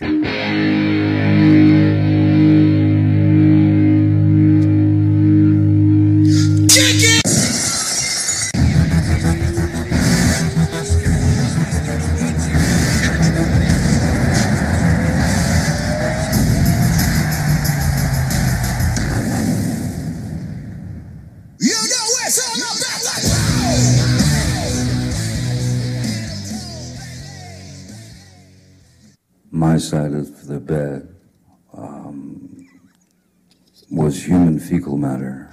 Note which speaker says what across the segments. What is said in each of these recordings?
Speaker 1: Yeah. Kick it. You know it's all about what?
Speaker 2: My side of the bed um, was human fecal matter.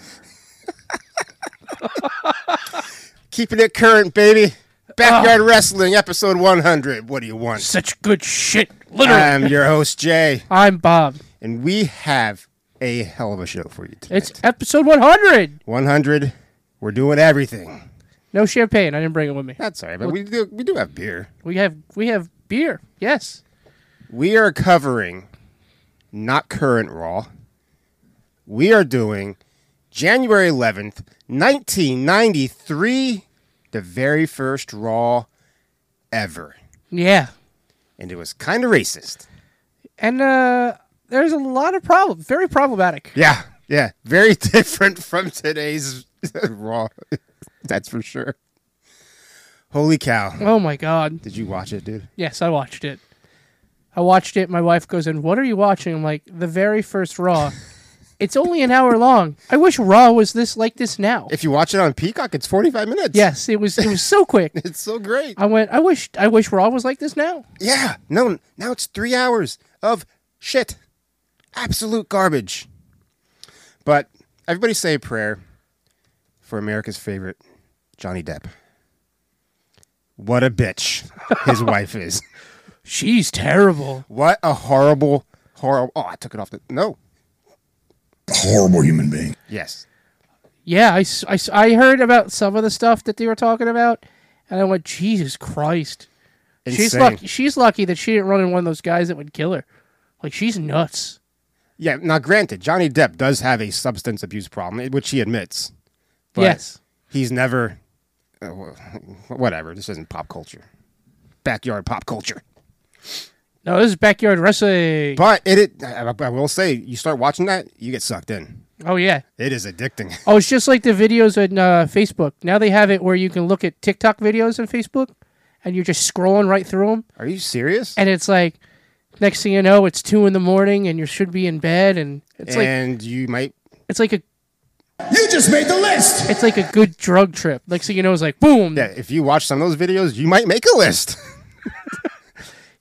Speaker 3: Keeping it current, baby. Backyard Wrestling, episode 100. What do you want?
Speaker 4: Oh. Such good shit. Literally.
Speaker 3: I'm your host, Jay,
Speaker 4: I'm Bob.
Speaker 3: and we have a hell of a show for you tonight.
Speaker 4: It's episode 100.
Speaker 3: 100. We're doing everything.
Speaker 4: No champagne. I didn't bring it with me.
Speaker 3: That's all right, but we do, we do have beer.
Speaker 4: We have we have beer. Yes.
Speaker 3: We are covering not current Raw. We are doing January 11th, 1993, the very first Raw ever.
Speaker 4: Yeah.
Speaker 3: And it was kind of racist.
Speaker 4: And uh there's a lot of problem. Very problematic.
Speaker 3: Yeah, yeah, very different from today's Raw. That's for sure. Holy cow!
Speaker 4: Oh my god.
Speaker 3: Did you watch it, dude?
Speaker 4: Yes, I watched it. I watched it. My wife goes in, "What are you watching?" I'm like, "The very first Raw." it's only an hour long. I wish Raw was this like this now.
Speaker 3: If you watch it on Peacock, it's forty-five minutes.
Speaker 4: Yes, it was. It was so quick.
Speaker 3: it's so great.
Speaker 4: I went. I wish. I wish Raw was like this now.
Speaker 3: Yeah, no, now it's three hours of shit, absolute garbage. But everybody say a prayer for America's favorite, Johnny Depp. What a bitch his wife is.
Speaker 4: She's terrible.
Speaker 3: What a horrible, horrible. Oh, I took it off the. No.
Speaker 2: Horrible human being.
Speaker 3: Yes.
Speaker 4: Yeah, I, s- I s- I heard about some of the stuff that they were talking about, and I went, Jesus Christ. She's
Speaker 3: Insane.
Speaker 4: lucky. She's lucky that she didn't run in one of those guys that would kill her. Like she's nuts.
Speaker 3: Yeah. Now, granted, Johnny Depp does have a substance abuse problem, which he admits. But
Speaker 4: yes.
Speaker 3: He's never. uh, wh- whatever. This isn't pop culture. Backyard pop culture.
Speaker 4: No, this is backyard wrestling.
Speaker 3: But it, it I, I will say, you start watching that, you get sucked in.
Speaker 4: oh yeah.
Speaker 3: It is addicting.
Speaker 4: Oh, it's just like the videos on uh, Facebook. Now they have it where you can look at TikTok videos on Facebook, and you're just scrolling right through them,
Speaker 3: Are you serious?
Speaker 4: and it's like, next thing you know, it's two in the morning, and you should be in bed, and it's like
Speaker 3: and you might.
Speaker 4: it's like a
Speaker 1: You just made the list.
Speaker 4: it's like a good drug trip. Next thing you know, it's like boom,
Speaker 3: Yeah, if you watch some of those videos, you might make a list.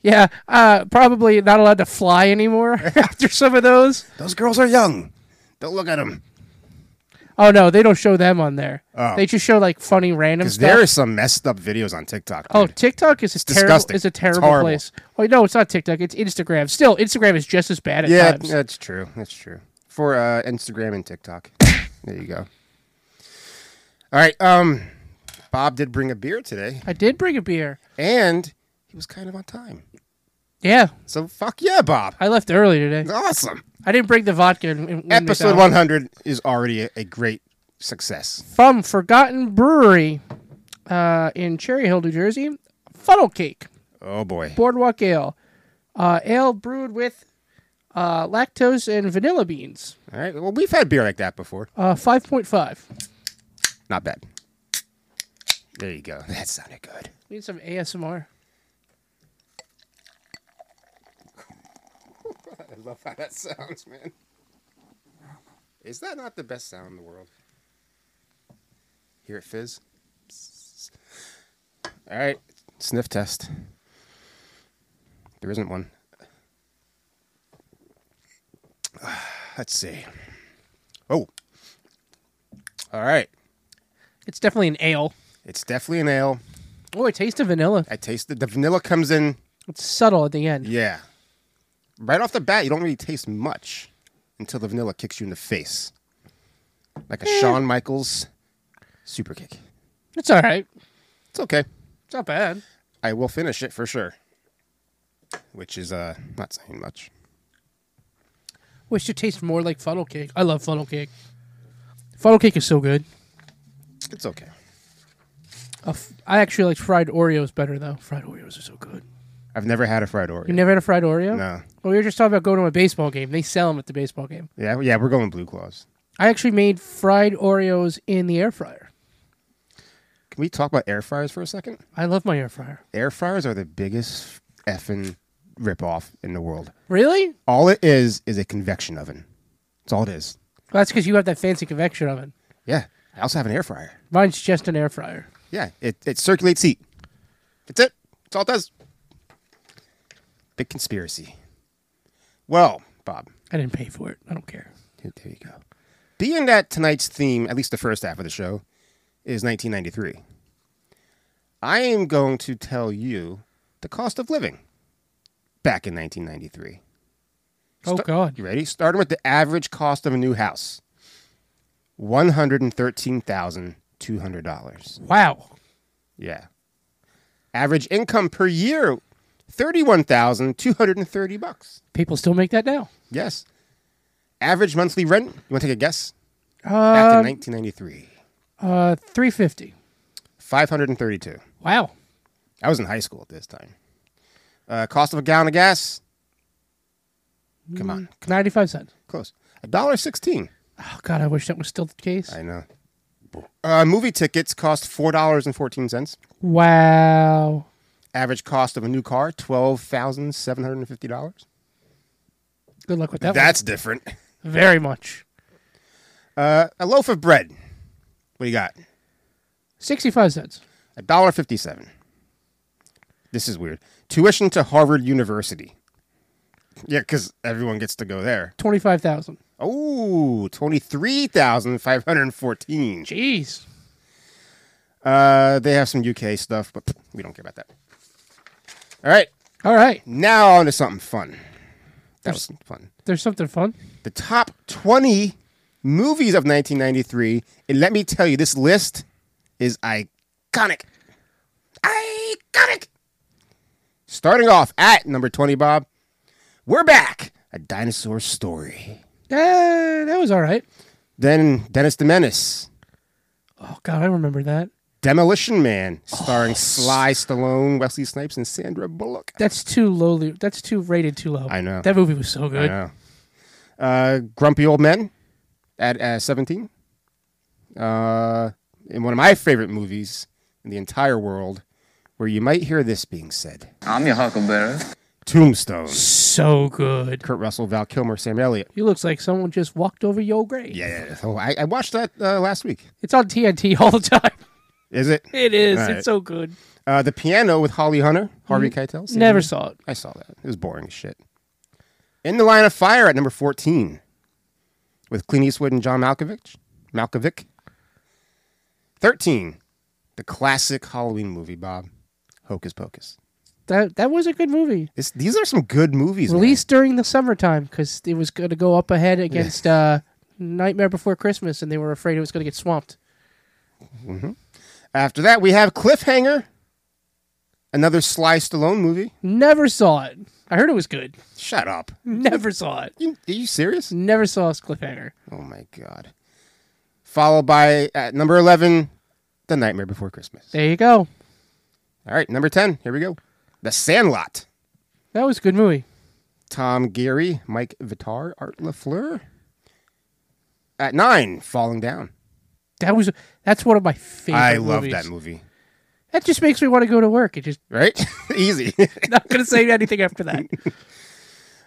Speaker 4: Yeah, uh, probably not allowed to fly anymore after some of those.
Speaker 3: those girls are young. Don't look at them.
Speaker 4: Oh no, they don't show them on there.
Speaker 3: Oh.
Speaker 4: They just show like funny random
Speaker 3: Because there
Speaker 4: stuff.
Speaker 3: are some messed up videos on TikTok.
Speaker 4: Oh,
Speaker 3: dude.
Speaker 4: TikTok is a terrible
Speaker 3: disgusting.
Speaker 4: is a
Speaker 3: It's
Speaker 4: terrible
Speaker 3: horrible.
Speaker 4: place. Oh no, it's not TikTok. It's Instagram. Still, Instagram is just as bad at
Speaker 3: yeah,
Speaker 4: times.
Speaker 3: that's true. That's true. For uh, Instagram and TikTok. there you go. All right. Um, Bob did bring a beer today,
Speaker 4: I did bring a beer.
Speaker 3: and he was kind of on time.
Speaker 4: Yeah,
Speaker 3: So fuck yeah, Bob.
Speaker 4: I left early today.
Speaker 3: Awesome.
Speaker 4: I didn't bring the vodka. In, in, when they
Speaker 3: Episode
Speaker 4: found-
Speaker 3: 100 is already a, a great success.
Speaker 4: from Forgotten Brewery uh, in Cherry Hill, New Jersey. Funnel cake.
Speaker 3: Oh boy.
Speaker 4: Boardwalk Ale. Uh, ale brewed with uh, lactose and vanilla beans.
Speaker 3: All right. Well, we've had beer like that before.
Speaker 4: Uh, 5.5.
Speaker 3: Not bad. There you go. That sounded good.
Speaker 4: We need some ASMR.
Speaker 3: I love how that sounds, man. Is that not the best sound in the world? Hear it fizz? All right. Sniff test. There isn't one. Let's see. Oh. All right.
Speaker 4: It's definitely an ale.
Speaker 3: It's definitely an ale.
Speaker 4: Oh, it tastes of vanilla.
Speaker 3: I tasted the vanilla comes in.
Speaker 4: It's subtle at the end.
Speaker 3: Yeah. Right off the bat, you don't really taste much until the vanilla kicks you in the face. Like a
Speaker 4: Eh.
Speaker 3: Shawn Michaels super kick.
Speaker 4: It's all right.
Speaker 3: It's okay.
Speaker 4: It's not bad.
Speaker 3: I will finish it for sure. Which is uh not saying much.
Speaker 4: Wish it tastes more like funnel cake. I love funnel cake. Funnel cake is so good.
Speaker 3: It's okay.
Speaker 4: A f- I actually like fried Oreos better though. Fried Oreos are so good.
Speaker 3: I've never had a fried Oreo.
Speaker 4: You never had a fried Oreo?
Speaker 3: No.
Speaker 4: Well, we were just talking about going to a baseball game. They sell them at the baseball game.
Speaker 3: yeah, yeah, we're going Blue Claws.
Speaker 4: I actually made fried Oreos in the air fryer.
Speaker 3: Can we talk about air fryers for a second?
Speaker 4: I love my air fryer.
Speaker 3: Air fryers are the biggest effing ripoff in the world.
Speaker 4: Really?
Speaker 3: All it is is a convection oven. That's all it is.
Speaker 4: That's because you have that fancy convection oven.
Speaker 3: Yeah. I also have an air fryer.
Speaker 4: Mine's just an air fryer.
Speaker 3: Yeah, it, it circulates heat. That's it. That's all it does. Big conspiracy. Well, Bob,
Speaker 4: I didn't pay for it. I don't care.
Speaker 3: there you go. Being that tonight's theme, at least the first half of the show, is 1993, I am going to tell you the cost of living back in 1993.
Speaker 4: Oh
Speaker 3: Sta-
Speaker 4: God.
Speaker 3: You ready? Starting with the average cost of a new house $113,200.
Speaker 4: Wow.
Speaker 3: Yeah. Average income per year, thirty-one thousand two hundred and thirty bucks.
Speaker 4: People still make that now.
Speaker 3: Yes. Average monthly rent. You want to take a guess? Back in
Speaker 4: Uh,
Speaker 3: nineteen ninety-three,
Speaker 4: uh, three fifty.
Speaker 3: five hundred and thirty-two.
Speaker 4: Wow.
Speaker 3: I was in high school at this time. Uh, cost of a gallon of gas. Come on,
Speaker 4: Mm, Ninety-five cents.
Speaker 3: close. A dollar sixteen.
Speaker 4: Oh God, I wish that was still the case.
Speaker 3: I know. Uh, movie tickets cost four dollars and fourteen cents.
Speaker 4: Wow.
Speaker 3: Average cost of a new car twelve thousand seven hundred and fifty dollars.
Speaker 4: Good luck with that.
Speaker 3: That's different.
Speaker 4: one. very much.
Speaker 3: Uh, a loaf of bread. What do you got?
Speaker 4: Sixty-five cents.
Speaker 3: A dollar fifty-seven. This is weird. Tuition to Harvard University. Yeah, because everyone gets to go there.
Speaker 4: Twenty-five thousand.
Speaker 3: Oh, twenty-three thousand five hundred and fourteen.
Speaker 4: Jeez.
Speaker 3: Uh, they have some UK stuff, but we don't care about that. All right,
Speaker 4: All right.
Speaker 3: now on to something fun. That was fun.
Speaker 4: There's something fun.
Speaker 3: The top twenty movies of 1993, and let me tell you, this list is iconic. Iconic. Starting off at number 20, Bob, we're back. A dinosaur story.
Speaker 4: Uh, that was all right.
Speaker 3: Then Dennis the Menace,
Speaker 4: Oh God, I remember that.
Speaker 3: Demolition Man,
Speaker 4: Oh,
Speaker 3: starring Sly Stallone, Wesley Snipes, and Sandra Bullock.
Speaker 4: That's too lowly. That's too rated too low.
Speaker 3: I know.
Speaker 4: Oh, That movie was so
Speaker 3: I
Speaker 4: good.
Speaker 3: know. Uh, Grumpy Old Men at uh, 17. Uh, in one of my favorite movies in the entire world, where you might hear this being said
Speaker 5: I'm your huckleberry.
Speaker 3: Tombstone.
Speaker 4: So good.
Speaker 3: Kurt Russell, Val Kilmer, Sam Elliott.
Speaker 4: He looks like someone just walked over your grave.
Speaker 3: Yeah, oh, I, I watched that uh, last week.
Speaker 4: It's on TNT all the time.
Speaker 3: Is it?
Speaker 4: It is.
Speaker 3: All right.
Speaker 4: It's so good.
Speaker 3: Uh, the Piano with Holly Hunter, Harvey Keitel. Sam
Speaker 4: Mm-hmm. Never
Speaker 3: Elliott.
Speaker 4: saw it.
Speaker 3: I saw that. It was boring as shit. In the Line of Fire at number 14 with Clint Eastwood and John Malkovich. Malkovich. 13, the classic Halloween movie, Bob. Hocus Pocus.
Speaker 4: That that was a good movie.
Speaker 3: This, these are some good movies. man.
Speaker 4: Released during the summertime because it was going to go up ahead against uh, Nightmare Before Christmas, and they were afraid it was going to get swamped.
Speaker 3: Mm-hmm. After that, we have Cliffhanger, another Sly Stallone movie.
Speaker 4: Never saw it. I heard it was good.
Speaker 3: Shut up.
Speaker 4: Never saw it.
Speaker 3: You, are you serious?
Speaker 4: Never saw a cliffhanger.
Speaker 3: Oh my God. Followed by, at number 11, The Nightmare Before Christmas.
Speaker 4: There you go.
Speaker 3: All right, number 10. Here we go. The Sandlot.
Speaker 4: That was a good movie.
Speaker 3: Tom Geary, Mike Vitar, Art LaFleur. At nine, Falling Down.
Speaker 4: That was that's one of my favorite.
Speaker 3: I love
Speaker 4: movies.
Speaker 3: that movie.
Speaker 4: That just makes me want to go to work. It just
Speaker 3: Right? Easy.
Speaker 4: not going to say anything after that.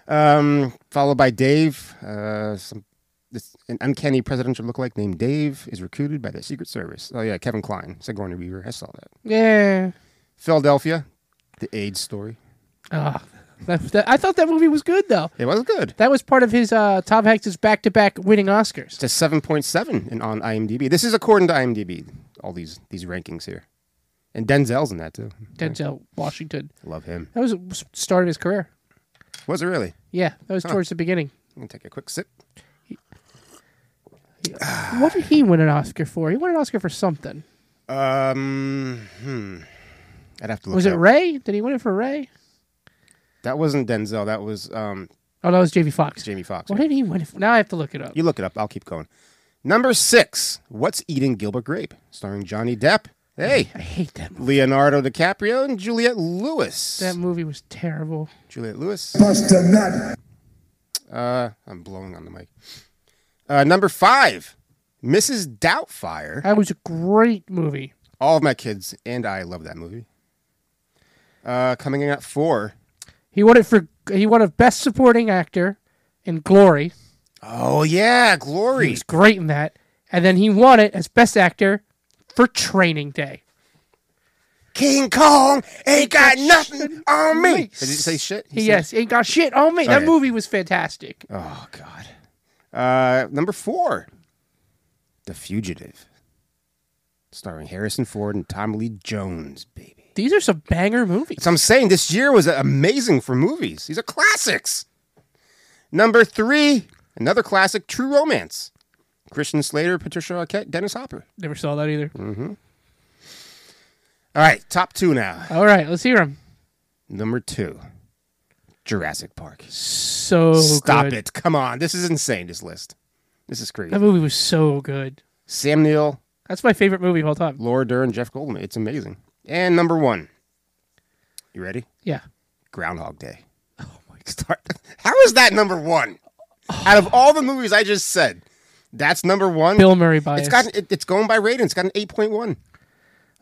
Speaker 3: um, followed by Dave. Uh, some, this, an uncanny presidential lookalike named Dave is recruited by the Secret Service. Oh, yeah, Kevin Klein, Sigourney Weaver. I saw that.
Speaker 4: Yeah.
Speaker 3: Philadelphia, the AIDS story.
Speaker 4: Ah, that, that- I thought that movie was good though.
Speaker 3: It was good.
Speaker 4: That was part of his uh, Tom Hanks' back-to-back winning Oscars.
Speaker 3: It's a 7.7 in, on IMDb. This is according to IMDb, all these, these rankings here. And Denzel's in that, too.
Speaker 4: Denzel Washington.
Speaker 3: I love him.
Speaker 4: That was the start of his career.
Speaker 3: Was it really?
Speaker 4: Yeah, that was towards the beginning.
Speaker 3: I'm going to take a quick sip. Ah.
Speaker 4: What did he win an Oscar for? He won an Oscar for something.
Speaker 3: Um, hmm. I'd have to look.
Speaker 4: Was
Speaker 3: up.
Speaker 4: it Ray? Did he win it for Ray?
Speaker 3: That wasn't Denzel. That was um
Speaker 4: Oh, that was Jamie Foxx.
Speaker 3: Jamie Foxx.
Speaker 4: What did he win it for? Now I have to look it up.
Speaker 3: You look it up. I'll keep going. Number six. What's eating Gilbert Grape? Starring Johnny Depp, Hey,
Speaker 4: I hate that movie.
Speaker 3: Leonardo DiCaprio and Juliette Lewis.
Speaker 4: That movie was terrible.
Speaker 3: Juliette Lewis.
Speaker 1: Bust a nut.
Speaker 3: Uh, I'm blowing on the mic. Uh, number five, Mrs. Doubtfire.
Speaker 4: That was a great movie.
Speaker 3: All of my kids and I love that movie. Uh, coming in at four.
Speaker 4: He won it for he won a best supporting actor in Glory.
Speaker 3: Oh yeah,
Speaker 4: He
Speaker 3: Glory.
Speaker 4: was great in that, and then he won it as best actor for Training Day.
Speaker 3: King Kong ain't got nothing on me. Did he say shit? He said-
Speaker 4: yes, ain't got shit on me. that
Speaker 3: Okay.
Speaker 4: movie was fantastic.
Speaker 3: Oh God. Uh, number four, The Fugitive, starring Harrison Ford and Tom Lee Jones, baby.
Speaker 4: These are some banger movies.
Speaker 3: So I'm saying this year was amazing for movies. These are classics. Number three, another classic, True Romance. Christian Slater, Patricia Arquette, Dennis Hopper. Mm-hmm.
Speaker 4: Never saw that either.
Speaker 3: All right, top two now.
Speaker 4: All right, let's hear him.
Speaker 3: Number two, Jurassic Park.
Speaker 4: So
Speaker 3: Stop
Speaker 4: good.
Speaker 3: it. Come on. This is insane, this list. This is crazy.
Speaker 4: That movie was so good.
Speaker 3: Sam Neill,
Speaker 4: That's my favorite movie of all time.
Speaker 3: Laura Dern, Jeff Goldman. It's amazing. And number one, you ready?
Speaker 4: Yeah.
Speaker 3: Groundhog Day. Oh my god. How is that number one? Out of all the movies I just said, that's number one.
Speaker 4: Bill Murray bias.
Speaker 3: It's got it, it's going by rating. It's got an eight point one.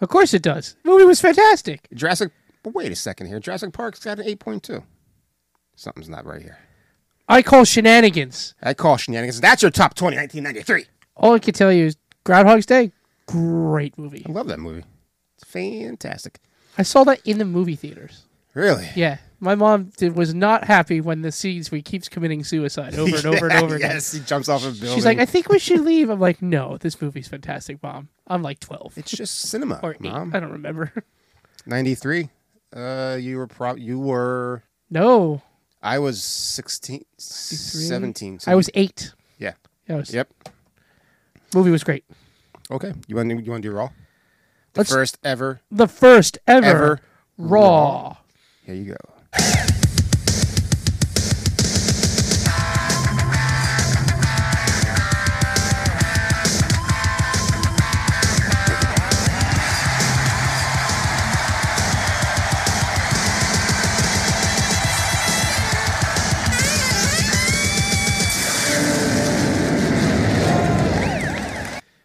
Speaker 4: of course it does. The movie was fantastic.
Speaker 3: Jurassic. But wait a second here. Jurassic Park's got an eight point two. Something's not right here.
Speaker 4: I call shenanigans.
Speaker 3: I call shenanigans. That's your top 20, 1993.
Speaker 4: All I can tell you is Groundhog's Day, great movie.
Speaker 3: I love that movie. It's fantastic.
Speaker 4: I saw that in the movie theaters.
Speaker 3: Really?
Speaker 4: Yeah. My mom did, was not happy when the scenes where he keeps committing suicide over and over and over again.
Speaker 3: yes, he jumps off a building.
Speaker 4: She's like, I think we should leave. I'm like, no, this movie's fantastic, mom. I'm like 12
Speaker 3: it's just cinema,
Speaker 4: or 8.
Speaker 3: mom.
Speaker 4: I don't remember.
Speaker 3: 93 uh you were prob you were
Speaker 4: No.
Speaker 3: i was 16 17 so
Speaker 4: I was 8.
Speaker 3: yeah
Speaker 4: Yeah, I was-
Speaker 3: yep
Speaker 4: Movie was great.
Speaker 3: okay you want to you want to do raw the
Speaker 4: Let's-
Speaker 3: first ever
Speaker 4: The first ever,
Speaker 3: Ever
Speaker 4: Raw.
Speaker 3: here you go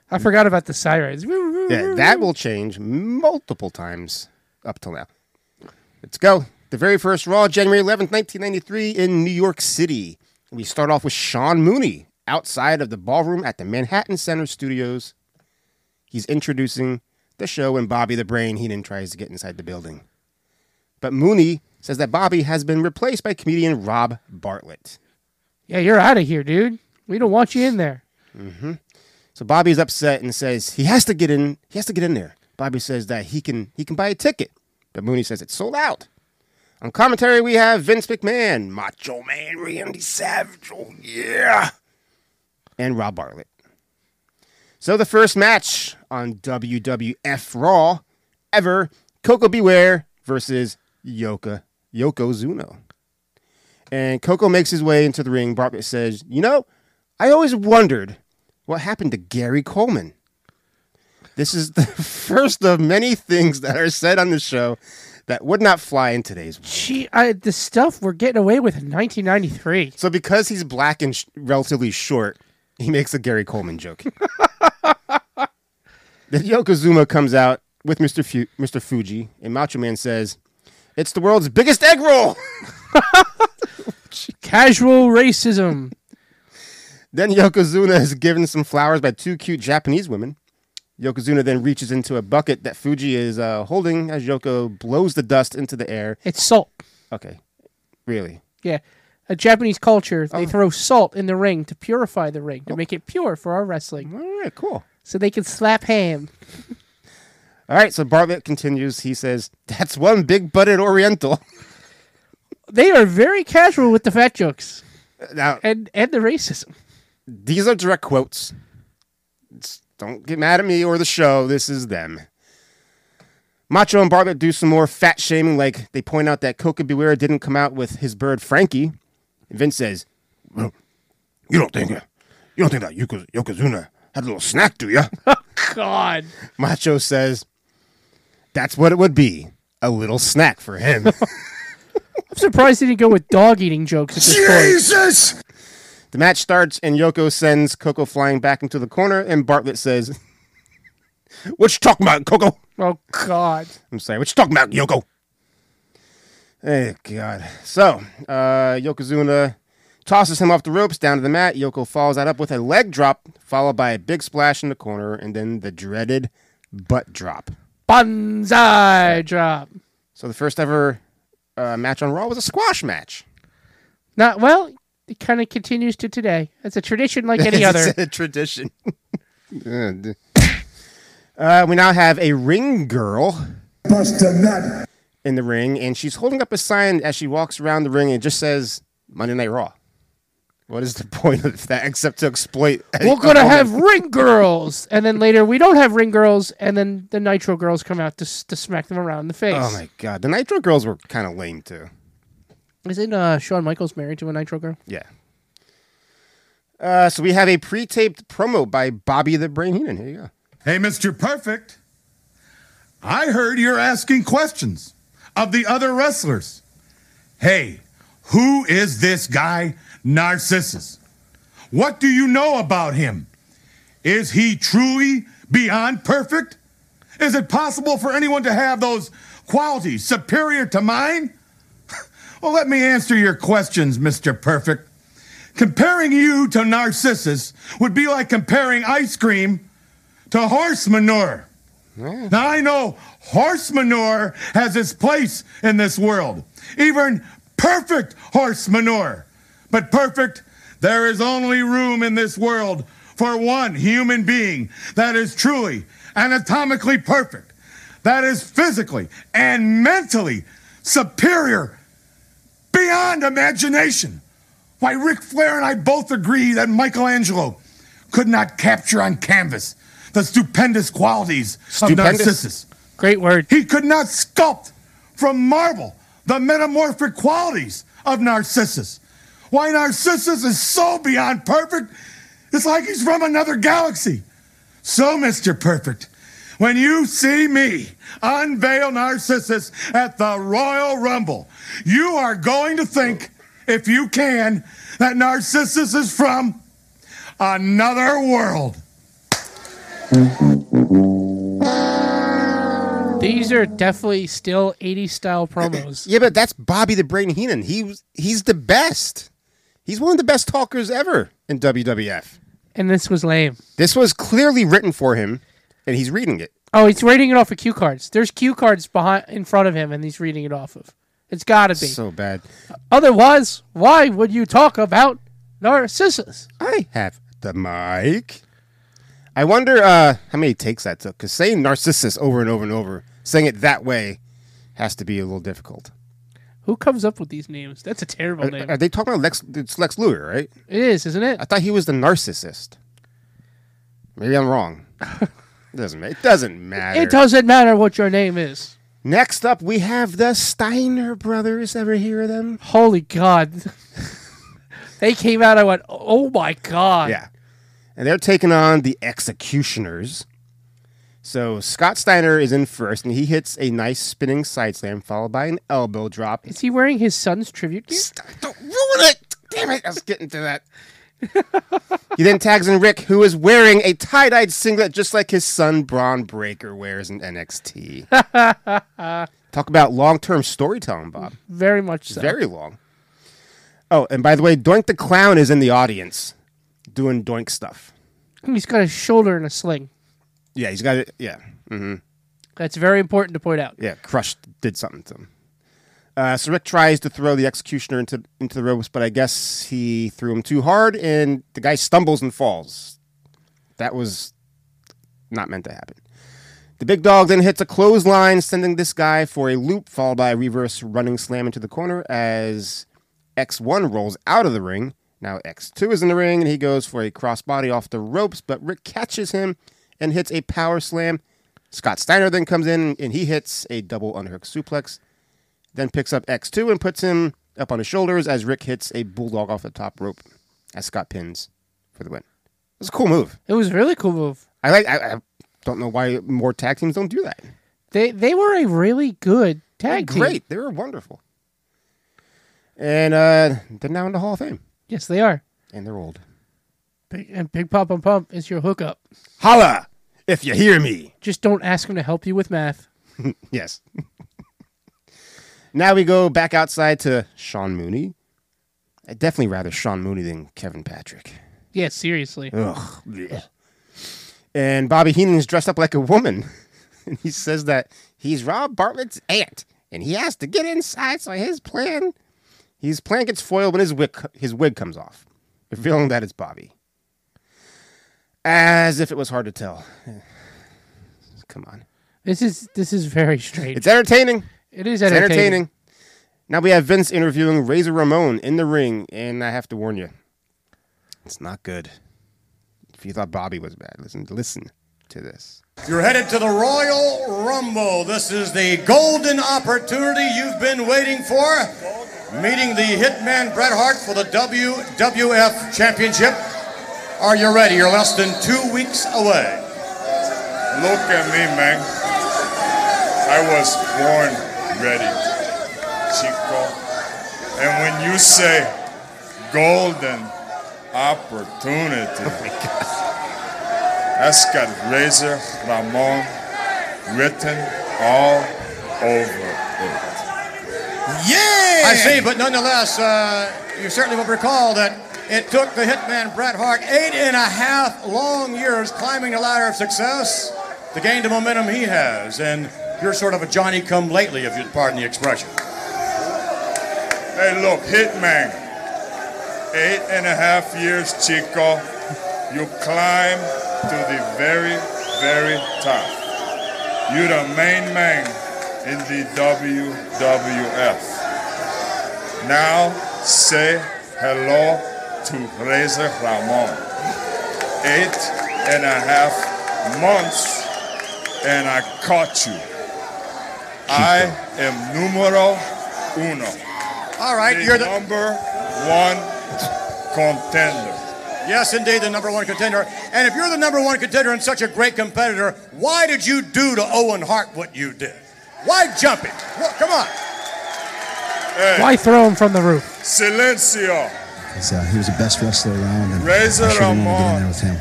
Speaker 4: I forgot about the sirens.
Speaker 3: yeah that will change multiple times up till now let's go the very first raw january 11th 1993 in new york city we start off with sean mooney outside of the ballroom at the manhattan center studios he's introducing the show when Bobby the Brain Heenan tries to get inside the building. But Mooney says that Bobby has been replaced by comedian Rob Bartlett.
Speaker 4: Yeah, you're out of here, dude. We don't want you in there.
Speaker 3: Mm-hmm. So Bobby's upset and says he has to get in. He has to get in there. Bobby says that he can he can buy a ticket, but Mooney says it's sold out. On commentary, we have Vince McMahon, Macho Man Randy Savage, oh yeah, and Rob Bartlett. So the first match on WWF Raw ever: Coco Beware versus Yoka Yokozuna. And Coco makes his way into the ring. Bartlett says, You know, I always wondered what happened to Gary Coleman. This is the first of many things that are said on the show that would not fly in today's.
Speaker 4: Gee, I, the stuff we're getting away with in 1993.
Speaker 3: So, because he's black and sh- relatively short, he makes a Gary Coleman joke. then Yokozuna comes out with Mr. Fu- Mr. Fuji, and Macho Man says, It's the world's biggest egg roll.
Speaker 4: Casual racism.
Speaker 3: Then Yokozuna is given some flowers by two cute Japanese women. Yokozuna then reaches into a bucket that Fuji is uh, holding as Yoko blows the dust into the air.
Speaker 4: it's salt.
Speaker 3: Okay, really?
Speaker 4: Yeah. A Japanese culture,
Speaker 3: Oh.
Speaker 4: they throw salt in the ring to purify the ring, to make it pure for our wrestling.
Speaker 3: All right, Oh. cool.
Speaker 4: So they can slap ham.
Speaker 3: All right, so Bartlett continues. He says, "That's one big butted Oriental."
Speaker 4: They are very casual with the fat jokes
Speaker 3: Uh, now,
Speaker 4: and, and the racism.
Speaker 3: these are direct quotes. It's- don't get mad at me or the show. This is them. Macho and Bartlett do some more fat shaming, like they point out that Coca Beware didn't come out with his bird Frankie. And Vince says,
Speaker 2: You don't think you don't think that Yoko, Yokozuna had a little snack, do ya?
Speaker 4: Oh, God.
Speaker 3: Macho says, That's what it would be. A little snack for him.
Speaker 4: I'm surprised he didn't go with dog eating jokes at this point.
Speaker 1: Jesus!
Speaker 3: the match starts and Yoko sends Coco flying back into the corner and Bartlett says, What you talking about, Coco?
Speaker 4: Oh God.
Speaker 3: I'm sorry, what you talking about, Yoko? Oh God. So, uh, Yokozuna tosses him off the ropes down to the mat. Yoko follows that up with a leg drop, followed by a big splash in the corner, and then the dreaded butt drop.
Speaker 4: Banzai drop.
Speaker 3: So the first ever uh, match on Raw was a squash match.
Speaker 4: Not well. It kind of continues to today. It's a tradition like any other.
Speaker 3: It's a tradition. uh, we now have a ring girl
Speaker 1: Bust a nut.
Speaker 3: in the ring, and she's holding up a sign as she walks around the ring, and it just says Monday Night Raw. What is the point of that except to exploit?
Speaker 4: We're gonna have ring girls, and then later we don't have ring girls, and then the Nitro girls come out to s- to smack them around in the face.
Speaker 3: Oh my god, the Nitro girls were kind of lame too.
Speaker 4: Isn't uh, Shawn Michaels married to a Nitro girl?
Speaker 3: Yeah. Uh, so we have a pre-taped promo by Bobby the Brain Heenan. Here you go.
Speaker 5: Hey, Mr. Perfect. I heard you're asking questions of the other wrestlers. Hey, who is this guy, Narcissus? What do you know about him? Is he truly beyond perfect? Is it possible for anyone to have those qualities superior to mine? well, let me answer your questions, Mr. Perfect. Comparing you to Narcissus would be like comparing ice cream to horse manure. Now, I know horse manure has its place in this world, even perfect horse manure. But perfect, there is only room in this world for one human being that is truly anatomically perfect, that is physically and mentally superior beyond imagination. Why, Ric Flair and I both agree that Michelangelo could not capture on canvas the stupendous qualities
Speaker 3: Stupendous?
Speaker 5: of Narcissus.
Speaker 4: Great word.
Speaker 5: He could not sculpt from marble the metamorphic qualities of Narcissus. Why Narcissus is so beyond perfect, it's like he's from another galaxy. So, Mr. Perfect, when you see me unveil Narcissus at the Royal Rumble, you are going to think, if you can, that Narcissus is from another world.
Speaker 4: These are definitely still 80s style promos.
Speaker 3: Yeah, but that's Bobby the Brain Heenan. He was, he's the best. He's one of the best talkers ever in WWF.
Speaker 4: and this was lame.
Speaker 3: This was clearly written for him, and he's reading it.
Speaker 4: Oh, he's reading it off of cue cards. There's cue cards behind in front of him, and he's reading it off of. It's got to be.
Speaker 3: So bad.
Speaker 4: Otherwise, why would you talk about Narcissus?
Speaker 3: I have the mic. I wonder uh, how many takes that took. Because saying Narcissus over and over and over, saying it that way, has to be a little difficult.
Speaker 4: Who comes up with these names? That's a terrible name.
Speaker 3: Are they talking about Lex? It's Lex Luger, right?
Speaker 4: it is, isn't it?
Speaker 3: I thought he was the narcissist. Maybe I'm wrong. it doesn't. ma- It doesn't matter.
Speaker 4: It doesn't matter what your name is.
Speaker 3: Next up, we have the Steiner brothers. Ever hear of them?
Speaker 4: Holy God. they came out, I went, oh my God.
Speaker 3: Yeah. And they're taking on the Executioners. So Scott Steiner is in first, and he hits a nice spinning side slam followed by an elbow drop.
Speaker 4: Is he wearing his son's tribute gear?
Speaker 3: Don't ruin it! Damn it! I was getting to that. he then tags in Rick, who is wearing a tie-dyed singlet just like his son Braun Breaker wears in NXT.
Speaker 4: Uh,
Speaker 3: Talk about long-term storytelling, Bob.
Speaker 4: Very much so.
Speaker 3: Very long. Oh, and by the way, Doink the Clown is in the audience doing Doink stuff.
Speaker 4: He's got his shoulder in a sling.
Speaker 3: Yeah, he's got it. Yeah, mm-hmm.
Speaker 4: That's very important to point out.
Speaker 3: yeah. Crush did something to him. Uh, so Rick tries to throw the executioner into into the ropes, but I guess he threw him too hard, and the guy stumbles and falls. That was not meant to happen. The big dog then hits a clothesline, sending this guy for a loop, followed by a reverse running slam into the corner as X1 rolls out of the ring. Now X2 is in the ring, and he goes for a crossbody off the ropes, but Rick catches him and hits a power slam. Scott Steiner then comes in, and he hits a double underhook suplex, then picks up X2 and puts him up on his shoulders as Rick hits a bulldog off the top rope as Scott pins for the win. It was a cool move.
Speaker 4: It was a really cool move.
Speaker 3: I like. I, I don't know why more tag teams don't do that.
Speaker 4: They they were a really good tag team.
Speaker 3: Great. They were wonderful. And uh, they're now in the Hall of Fame.
Speaker 4: Yes, they are.
Speaker 3: And they're old.
Speaker 4: Big, and Big Pop and Pump is your hookup.
Speaker 3: Holla if you hear me.
Speaker 4: Just don't ask him to help you with math.
Speaker 3: Yes. now we go back outside to Sean Mooney. I'd definitely rather Sean Mooney than Kevin Patrick.
Speaker 4: Yeah, seriously.
Speaker 3: Ugh. blech. And Bobby Heenan is dressed up like a woman. And he says that he's Rob Bartlett's aunt. And he has to get inside, so his plan his plan gets foiled when his wig, his wig comes off, revealing that it's Bobby. As if it was hard to tell. Come on.
Speaker 4: This is this is very strange.
Speaker 3: It's entertaining.
Speaker 4: It is
Speaker 3: It's
Speaker 4: entertaining.
Speaker 3: entertaining. Now we have Vince interviewing Razor Ramon in the ring, and I have to warn you, it's not good. If you thought Bobby was bad, listen, listen to this.
Speaker 6: You're headed to the Royal Rumble. This is the golden opportunity you've been waiting for. Meeting the Hitman Bret Hart for the WWF Championship. Are you ready? You're less than two weeks away.
Speaker 7: Look at me, man. I was born ready, Chico. And when you say golden opportunity, that's got Razor Ramon written all over it.
Speaker 6: I see, but nonetheless, uh, you certainly will recall that it took the hitman Bret Hart eight and a half long years climbing the ladder of success to gain the momentum he has. And you're sort of a Johnny come lately, if you'd pardon the expression.
Speaker 7: Hey, look, Hitman. Eight and a half years, Chico. You climb to the very, very top. You're the main man in the WWF. Now say hello to Razor Ramon. Eight and a half months, and I caught you. I am numero uno
Speaker 6: All right, you're
Speaker 7: the
Speaker 6: the
Speaker 7: number one contender.
Speaker 6: yes, indeed, the number one contender. And if you're the number one contender and such a great competitor, why did you do to Owen Hart what you did? Why jump him? Well, come on.
Speaker 4: Why throw him from the roof?
Speaker 7: Silencio.
Speaker 8: So uh, he was the best wrestler around. And
Speaker 7: Razor
Speaker 8: I should've wanted to get
Speaker 7: Ramon.
Speaker 8: in there with him.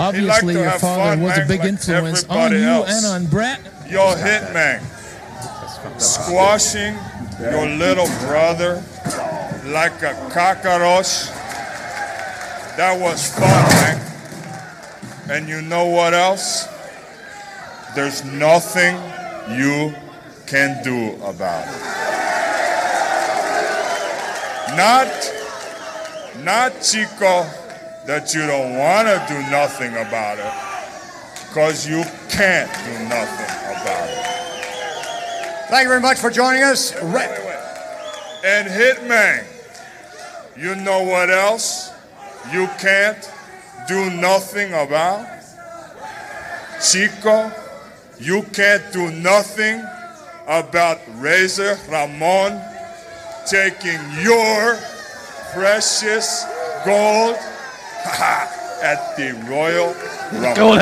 Speaker 7: Obviously, your father was a big influence on you and on Brett. Your hitman. Squashing your little brother like a cockroach. That was fun, man. And you know what else? There's nothing you can do about it. Not not Chico that you don't want to do nothing about it, because you can't do nothing about it.
Speaker 6: Thank you very much for joining us. Re-
Speaker 7: And Hitman, you know what else you can't do nothing about? Chico, you can't do nothing about Razor Ramon taking your precious gold at the Royal Rumble.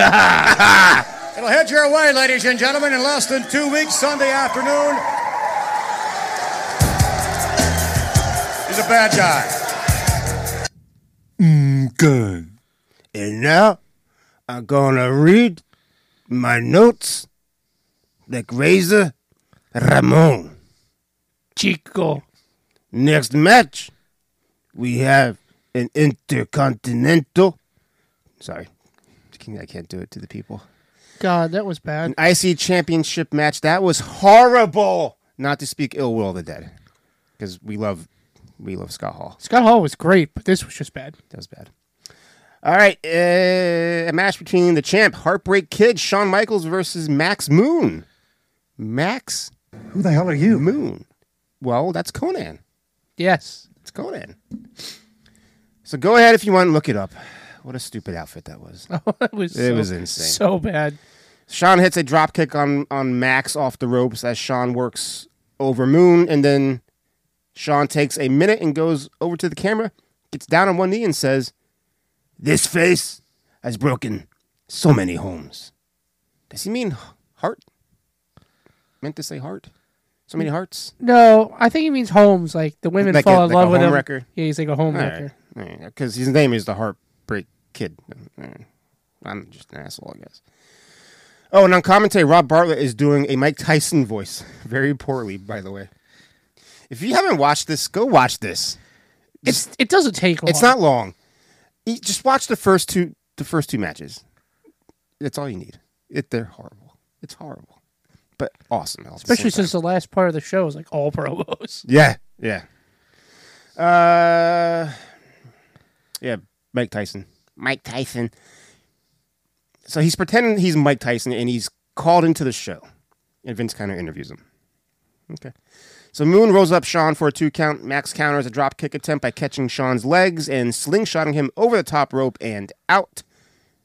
Speaker 6: It'll head your way, ladies and gentlemen, in less than two weeks, Sunday afternoon. He's a bad guy.
Speaker 5: Good.
Speaker 3: And now I'm gonna read my notes like Razor Ramon.
Speaker 4: Chico.
Speaker 3: Next match, we have an intercontinental. Sorry, I can't do it to the people.
Speaker 4: God, that was bad.
Speaker 3: An IC championship match that was horrible. Not to speak ill will of the dead, because we love we love Scott Hall.
Speaker 4: Scott Hall was great, but this was just bad.
Speaker 3: That was bad. All right, uh, a match between the champ Heartbreak Kid Shawn Michaels versus Max Moon. Max
Speaker 8: Who the hell are you?
Speaker 3: Moon. Well, that's Conan.
Speaker 4: Yes.
Speaker 3: It's Conan. So go ahead if you want and look it up. What a stupid outfit that was.
Speaker 4: it was
Speaker 3: It
Speaker 4: so-
Speaker 3: was insane.
Speaker 4: So bad.
Speaker 3: Sean hits a drop kick on, on Max off the ropes as Sean works over Moon, and then Sean takes a minute and goes over to the camera, gets down on one knee, and says, This face has broken so many homes. Does he mean heart? meant to say heart? So
Speaker 4: Hmm.
Speaker 3: many hearts.
Speaker 4: No, I think he means Holmes. Like the women
Speaker 3: Like
Speaker 4: fall
Speaker 3: a-
Speaker 4: in
Speaker 3: like a
Speaker 4: love with him.
Speaker 3: homewrecker?
Speaker 4: Yeah, he's like a home
Speaker 3: Because
Speaker 4: wrecker.
Speaker 3: his name is the Heartbreak Kid. Mm, I'm just an asshole, I guess. Oh, and on commentary, Rob Bartlett is doing a Mike Tyson voice. Very poorly, by the way. If you haven't watched this, go watch this.
Speaker 4: It's it doesn't take long.
Speaker 3: It's not long. You just watch the first two the first two matches. That's all you need. It they're horrible. It's horrible. But awesome. all at the
Speaker 4: especially
Speaker 3: same time.
Speaker 4: since the last part of the show is like all promos.
Speaker 3: Yeah, yeah. Uh, yeah, Mike Tyson. Mike Tyson. So he's pretending he's Mike Tyson, and he's called into the show, and Vince kind of interviews him. Okay. So Moon rolls up Sean for a two count. Max counters a drop kick attempt by catching Sean's legs and slingshotting him over the top rope and out.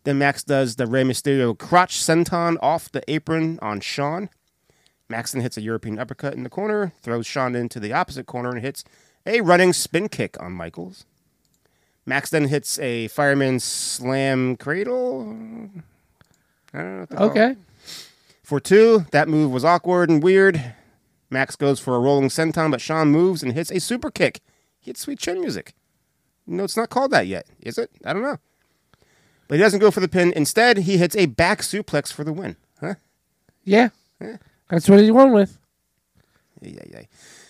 Speaker 3: Then Max does the Rey Mysterio crotch senton off the apron on Sean. Max then hits a European uppercut in the corner, throws Sean into the opposite corner, and hits a running spin kick on Michaels. Max then hits a fireman slam cradle. I don't know what to call it.
Speaker 4: Okay.
Speaker 3: For two, that move was awkward and weird. Max goes for a rolling senton, but Sean moves and hits a super kick. He hits sweet chin music. No, it's not called that yet, is it? I don't know. But he doesn't go for the pin. Instead, he hits a back suplex for the win. Huh?
Speaker 4: Yeah. That's what he's won with.
Speaker 3: Yay, yay, yay.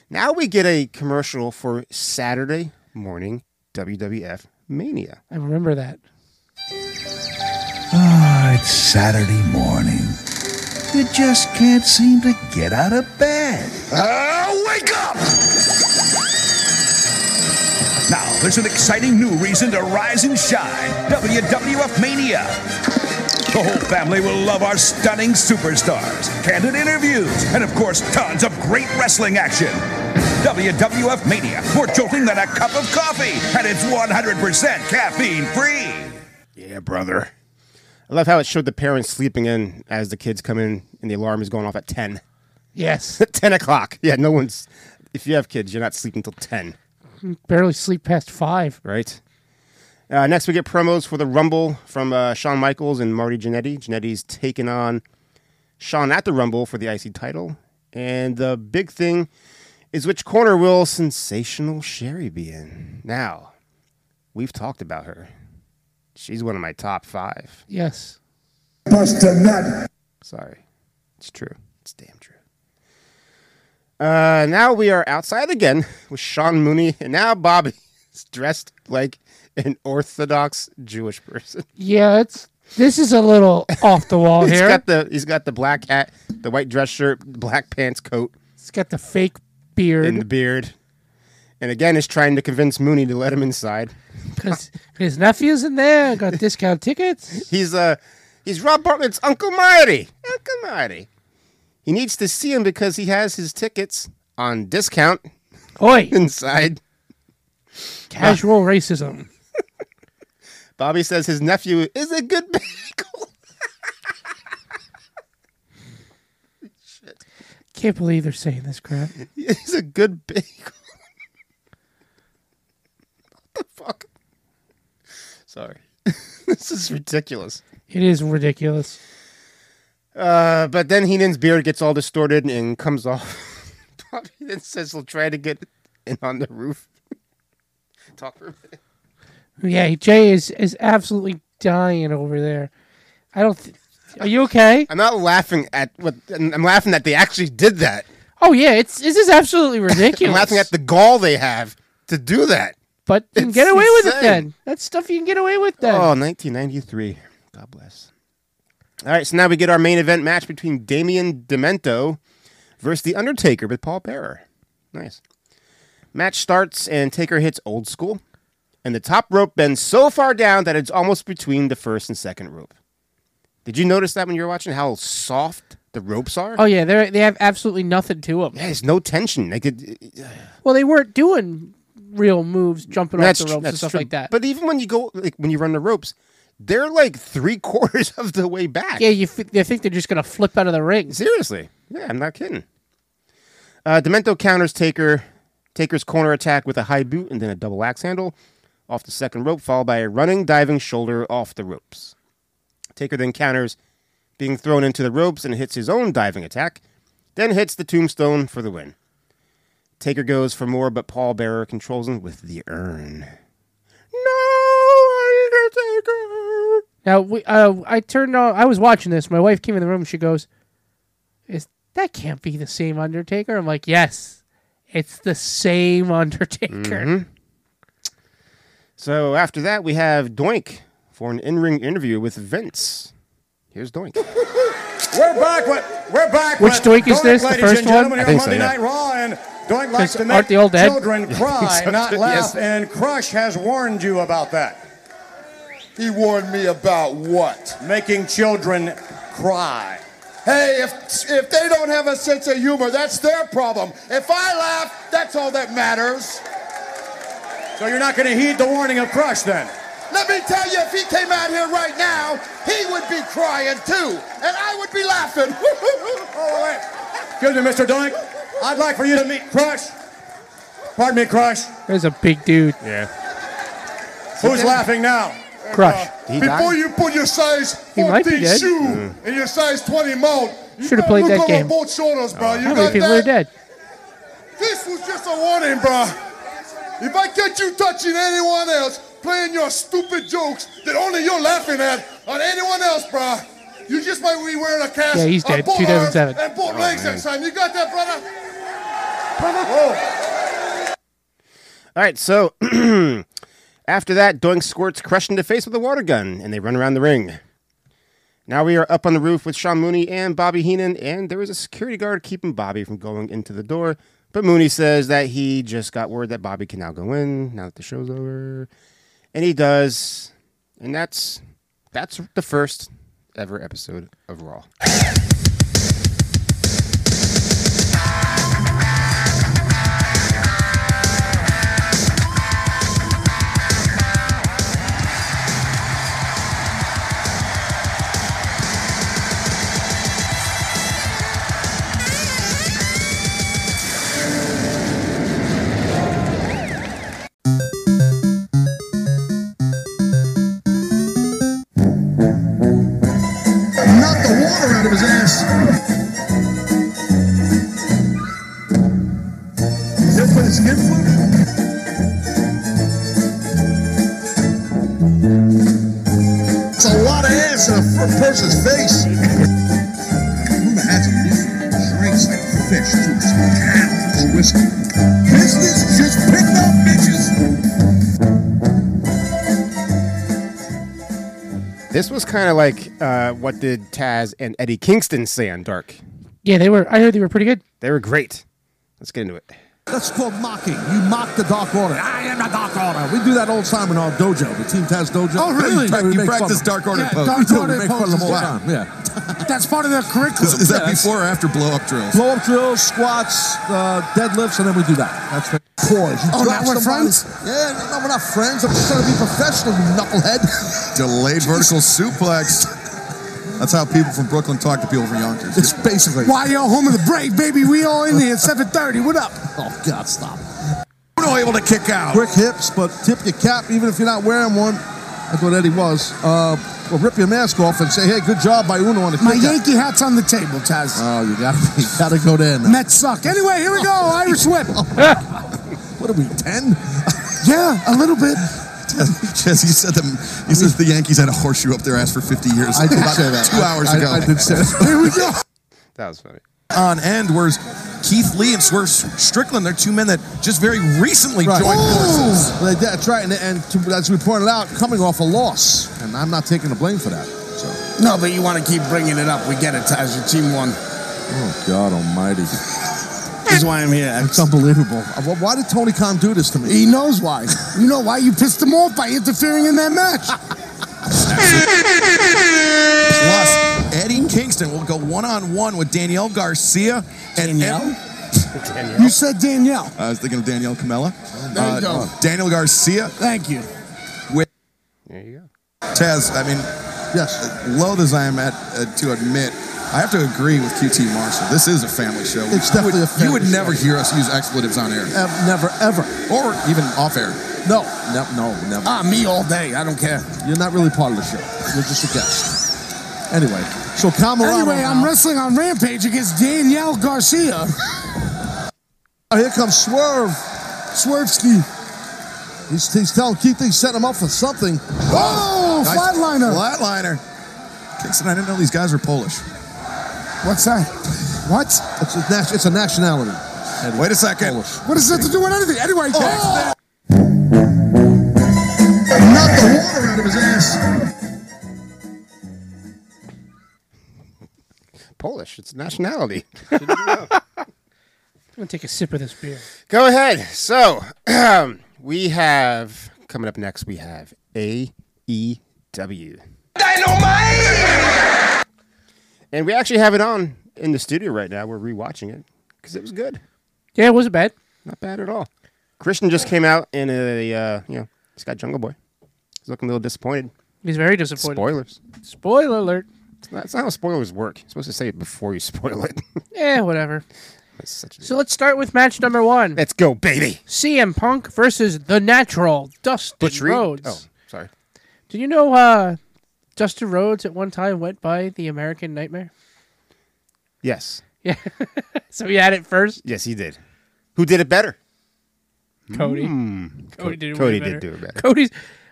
Speaker 3: Now we get a commercial for Saturday morning WWF Mania.
Speaker 4: I remember that.
Speaker 9: Ah, it's Saturday morning. You just can't seem to get out of bed. Uh,
Speaker 1: Oh, wake up!
Speaker 9: Now, there's an exciting new reason to rise and shine WWF Mania. The whole family will love our stunning superstars, candid interviews, and of course, tons of great wrestling action. WWF Mania, more jolting than a cup of coffee, and it's 100% caffeine free.
Speaker 3: Yeah, brother. I love how it showed the parents sleeping in as the kids come in and the alarm is going off at 10.
Speaker 4: Yes.
Speaker 3: 10 o'clock. Yeah, no one's. If you have kids, you're not sleeping till 10,
Speaker 4: Barely sleep past five.
Speaker 3: right? Uh, next, we get promos for the Rumble from uh, Shawn Michaels and Marty Jannetty. Jannetty's taking on Shawn at the Rumble for the IC title. And the big thing is which corner will Sensational Sherry be in? Now, we've talked about her. She's one of my top five.
Speaker 4: Yes.
Speaker 1: Bust a nut.
Speaker 3: Sorry. It's true. It's damn true. Uh, now we are outside again with Sean Mooney, and now Bobby is dressed like an Orthodox Jewish person.
Speaker 4: Yeah, it's this is a little off the wall
Speaker 3: He's
Speaker 4: here.
Speaker 3: got the he's got the black hat, the white dress shirt, black pants coat,
Speaker 4: it's got the fake beard.
Speaker 3: and the beard. And again is trying to convince Mooney to let him inside.
Speaker 4: Because his nephew's in there, got discount tickets.
Speaker 3: He's uh he's Rob Bartlett's Uncle Marty. Uncle Marty. He needs to see him because he has his tickets on discount
Speaker 4: Oi,
Speaker 3: inside.
Speaker 4: casual racism.
Speaker 3: Bobby says his nephew is a good bagel.
Speaker 4: Can't believe they're saying this crap.
Speaker 3: He's a good bagel. what the fuck? Sorry. this is ridiculous.
Speaker 4: It is ridiculous.
Speaker 3: Uh, but then Heenan's beard gets all distorted and comes off. Bobby then says he'll try to get in on the roof. Talk for a minute.
Speaker 4: Yeah, Jay is is absolutely dying over there. I don't. Th- Are you okay?
Speaker 3: I'm not laughing at what I'm laughing that they actually did that.
Speaker 4: Oh yeah, it's this is absolutely ridiculous.
Speaker 3: I'm laughing at the gall they have to do that.
Speaker 4: But you can
Speaker 3: It's
Speaker 4: get away with it
Speaker 3: insane.
Speaker 4: then. That's stuff you can get away with then.
Speaker 3: Oh, 1993. God bless. All right, so now we get our main event match between Damien Demento versus The Undertaker with Paul Bearer. Nice. Match starts, and Taker hits old school, and the top rope bends so far down that it's almost between the first and second rope. Did you notice that when you were watching how soft the ropes are?
Speaker 4: Oh yeah, they they have absolutely nothing to them.
Speaker 3: yeah, there's no tension. They could,
Speaker 4: Well, they weren't doing real moves, jumping off the
Speaker 3: tr-
Speaker 4: ropes and stuff
Speaker 3: true.
Speaker 4: like that.
Speaker 3: But even when you go, like when you run the ropes, they're like three quarters of the way back.
Speaker 4: yeah, you f- they think they're just gonna flip out of the ring.
Speaker 3: Seriously. Yeah, I'm not kidding. Uh, Demento counters Taker. Taker's corner attack with a high boot and then a double axe handle off the second rope, followed by a running, diving shoulder off the ropes. Taker then counters being thrown into the ropes and hits his own diving attack. then hits the tombstone for the win. Taker goes for more, but Paul Bearer controls him with the urn.
Speaker 4: Now we, uh, I turned on. I was watching this. My wife came in the room. She goes, "Is that can't be the same Undertaker?" I'm like, "Yes, it's the same Undertaker."
Speaker 3: Mm-hmm. So after that, we have Doink for an in-ring interview with Vince. Here's Doink.
Speaker 6: We're back with we're back
Speaker 4: Which
Speaker 6: with
Speaker 4: Doink is this, the
Speaker 6: ladies
Speaker 4: first
Speaker 6: and gentlemen, here
Speaker 4: one?
Speaker 3: I think
Speaker 6: on
Speaker 3: so,
Speaker 6: Monday
Speaker 3: yeah.
Speaker 6: Night Raw, and Doink likes to
Speaker 4: aren't
Speaker 6: make
Speaker 4: they all dead?
Speaker 6: children cry,
Speaker 3: so,
Speaker 6: not
Speaker 3: too,
Speaker 6: laugh.
Speaker 3: yes.
Speaker 6: And Crush has warned you about that,
Speaker 10: He warned me about what?
Speaker 6: making children cry.
Speaker 10: Hey, if if they don't have a sense of humor, that's their problem. If I laugh, that's all that matters.
Speaker 6: So you're not going to heed the warning of Crush then.
Speaker 10: Let me tell you, if he came out here right now, he would be crying too, and I would be laughing.
Speaker 6: All right. Excuse me, Mr. Doink. I'd like for you to meet Crush. Pardon me, Crush.
Speaker 4: There's a big dude.
Speaker 6: Who's laughing now?
Speaker 4: Crush.
Speaker 3: He
Speaker 10: Before
Speaker 3: died?
Speaker 10: you put your size
Speaker 4: He might be
Speaker 10: 14
Speaker 4: dead.
Speaker 10: shoe in your size 20 mount, you
Speaker 4: Should've
Speaker 10: better
Speaker 4: played
Speaker 10: look
Speaker 4: that
Speaker 10: over
Speaker 4: game.
Speaker 10: both shoulders,
Speaker 3: Oh.
Speaker 10: bro. You
Speaker 4: How many
Speaker 10: got
Speaker 4: people
Speaker 10: that?
Speaker 4: are dead?
Speaker 10: This was just a warning, bro. If I catch you touching anyone else, playing your stupid jokes that only you're laughing at on anyone else, bro, you just might be wearing a cast.
Speaker 4: Yeah, he's
Speaker 10: on
Speaker 4: dead,
Speaker 10: both
Speaker 4: 2007.
Speaker 10: arms And
Speaker 3: Oh,
Speaker 10: both legs next time. You got that, brother?
Speaker 3: All right, so after that, Doink squirts Crush in the face with a water gun, and they run around the ring. Now we are up on the roof with Sean Mooney and Bobby Heenan, and there is a security guard keeping Bobby from going into the door. But Mooney says that he just got word that Bobby can now go in now that the show's over, and he does, and that's that's the first ever episode of Raw.
Speaker 11: Knocked the water out of his ass. He'll put his skin flute. It's a lot of ass in a fr- person's face. Luna has a different drinks like fish too. It's cannibals whiskey. Business just picked up, bitches.
Speaker 3: This was kind of like uh, what did Taz and Eddie Kingston say on Dark?
Speaker 4: Yeah, they were. I heard they were pretty good.
Speaker 3: They were great. Let's get into it.
Speaker 12: That's called mocking. You mock the Dark Order. I am the Dark Order. We do that all the time in our dojo, the Team Taz dojo.
Speaker 11: Oh, really?
Speaker 12: We,
Speaker 11: You
Speaker 12: make
Speaker 11: practice
Speaker 12: fun of
Speaker 11: Dark Order
Speaker 12: yeah,
Speaker 11: pose.
Speaker 12: Dark
Speaker 11: You do, we
Speaker 12: Order
Speaker 11: make fun of
Speaker 12: poses
Speaker 11: them all
Speaker 12: all
Speaker 11: the
Speaker 12: the time. Yeah.
Speaker 11: That's part of their curriculum.
Speaker 12: Is that
Speaker 11: or
Speaker 12: before
Speaker 11: after blow up drills?
Speaker 12: Blow up drills, squats, uh, deadlifts, and then we do that. That's the core.
Speaker 11: Oh, now we're friends?
Speaker 12: Yeah, no, no, we're not friends. I'm just trying to be professional, you knucklehead.
Speaker 11: Delayed vertical suplex. That's how people from Brooklyn talk to people from Yonkers.
Speaker 12: It's basically.
Speaker 11: Why y'all home of the break, baby? We all in here at 7:30. What up?
Speaker 12: Oh, God, stop.
Speaker 11: We're not able to kick out.
Speaker 12: Quick hips, but tip your cap even if you're not wearing one. That's what Eddie was. Uh, well, rip your mask off and say, hey, good job by Uno on the
Speaker 11: My
Speaker 12: kick out."
Speaker 11: Yankee hat's on the table, Taz.
Speaker 12: Oh, you gotta, you gotta go there now.
Speaker 11: Mets suck. Anyway, here we go. Irish whip.
Speaker 12: What are we, 10?
Speaker 11: Yeah, a little bit.
Speaker 13: Jesse said them. He says the Yankees had a horseshoe up their ass for 50 years.
Speaker 12: I did
Speaker 13: About
Speaker 12: say that.
Speaker 13: Two
Speaker 12: I-
Speaker 13: hours
Speaker 12: I-
Speaker 13: ago.
Speaker 12: I did say that.
Speaker 11: Here we go.
Speaker 3: That was funny.
Speaker 13: On end whereas Keith Lee and Swerve Strickland. They're two men that just very recently
Speaker 12: Right.
Speaker 13: joined forces.
Speaker 12: Well, That's right, and, and to, as we pointed out, coming off a loss, and I'm not taking the blame for that. So,
Speaker 11: No, but you want to keep bringing it up. We get it, Taz. Your team won.
Speaker 12: oh God Almighty, it's
Speaker 11: This is why I'm here.
Speaker 12: unbelievable. Uh, wh- Why did Tony Khan do this to me?
Speaker 11: He knows why. You know why you pissed him off by interfering in that match.
Speaker 13: Plus, Eddie Kingston will go one on one with Danielle Garcia and
Speaker 11: Danielle?
Speaker 3: Danielle.
Speaker 11: You said Danielle.
Speaker 13: I was thinking of Danielle Camella.
Speaker 11: There you go.
Speaker 13: Daniel Garcia.
Speaker 11: Thank you.
Speaker 3: There you go.
Speaker 13: Taz, I mean,
Speaker 12: Yes,
Speaker 13: loath as I am at, uh, to admit, I have to agree with QT Marshall. This is a family show.
Speaker 12: It's
Speaker 13: You would-
Speaker 12: definitely a family
Speaker 13: You would
Speaker 12: show.
Speaker 13: never hear us use expletives on air
Speaker 12: Ev- never ever.
Speaker 13: or even off air.
Speaker 12: No, no, no, never.
Speaker 11: Ah, me all day. I don't care.
Speaker 12: You're not really part of the show. You're just a guest. Anyway,
Speaker 14: So Camarada.
Speaker 15: Anyway,
Speaker 12: uh,
Speaker 15: I'm wrestling on Rampage against Danielle Garcia.
Speaker 14: Oh, here comes Swerve. Swervesky. He's, he's telling Keith he's setting him up for something.
Speaker 11: Oh,
Speaker 15: Whoa,
Speaker 13: Nice
Speaker 15: flatliner.
Speaker 13: Flatliner. Kingston, I didn't know these guys were Polish.
Speaker 15: What's that? What?
Speaker 14: It's a, nat- it's a nationality.
Speaker 13: Wait a second.
Speaker 15: What does that have to do with anything? Anyway, oh.
Speaker 8: Knocked the water
Speaker 12: Oh,
Speaker 8: out of his ass.
Speaker 3: Polish. It's a nationality.
Speaker 4: I'm gonna take a sip of this beer.
Speaker 3: Go ahead. So um, we have coming up next. We have E AEW, and we actually have it on in the studio right now. We're rewatching it because it was good.
Speaker 4: Yeah, it wasn't bad.
Speaker 3: Not bad at all. Christian just came out in a uh, you know he's got Jungle Boy. He's looking a little disappointed.
Speaker 4: He's very disappointed.
Speaker 3: Spoilers.
Speaker 4: Spoiler alert.
Speaker 3: That's not how spoilers work. You're supposed to say it before you spoil it.
Speaker 4: Eh, whatever.
Speaker 3: That's such a-
Speaker 4: So let's start with match number one:
Speaker 3: Let's go, baby.
Speaker 4: CM Punk versus The Natural Dustin
Speaker 3: Butch Reed.
Speaker 4: Rhodes.
Speaker 3: Oh, sorry.
Speaker 4: Do you know uh, Dustin Rhodes at one time went by the American Nightmare?
Speaker 3: Yes.
Speaker 4: Yeah. so he had it first.
Speaker 3: Yes, he did. Who did it better?
Speaker 4: Cody.
Speaker 3: Mm.
Speaker 4: Cody did. it
Speaker 3: Cody
Speaker 4: way
Speaker 3: did
Speaker 4: better.
Speaker 3: do it better.
Speaker 4: Cody's.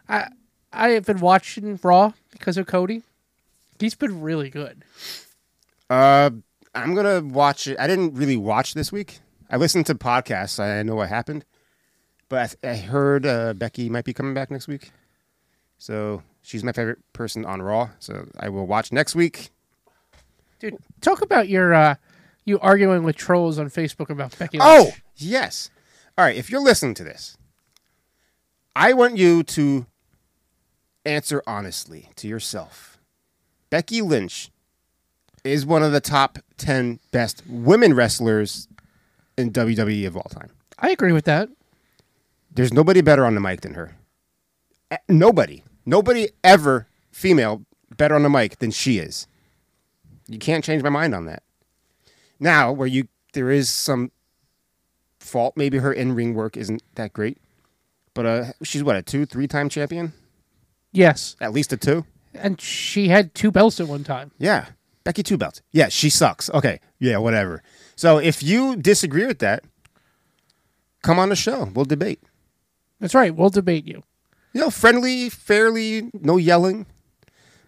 Speaker 4: I I have been watching Raw because of Cody. He's been really good.
Speaker 3: Uh, I'm gonna watch it. I didn't really watch this week. I listened to podcasts. I know what happened, but I, th- I heard uh, Becky might be coming back next week. So she's my favorite person on Raw. So I will watch next week.
Speaker 4: Dude, talk about your uh, you arguing with trolls on Facebook about Becky.
Speaker 3: Oh
Speaker 4: Lynch.
Speaker 3: yes. All right. If you're listening to this, I want you to answer honestly to yourself. Becky Lynch is one of the top ten best women wrestlers in WWE of all time.
Speaker 4: I agree with that.
Speaker 3: There's nobody better on the mic than her. Eh, Nobody. Nobody ever female better on the mic than she is. You can't change my mind on that. Now, where you there is some fault, maybe her in ring work isn't that great. But uh, she's what a two, three time champion,
Speaker 4: Yes,
Speaker 3: at least a two.
Speaker 4: and she had two belts at one time.
Speaker 3: Yeah, Becky Two Belts. Yeah, she sucks. Okay, yeah, whatever. So if you disagree with that, come on the show. We'll debate.
Speaker 4: That's right. We'll debate you.
Speaker 3: you know, friendly, fairly, no yelling.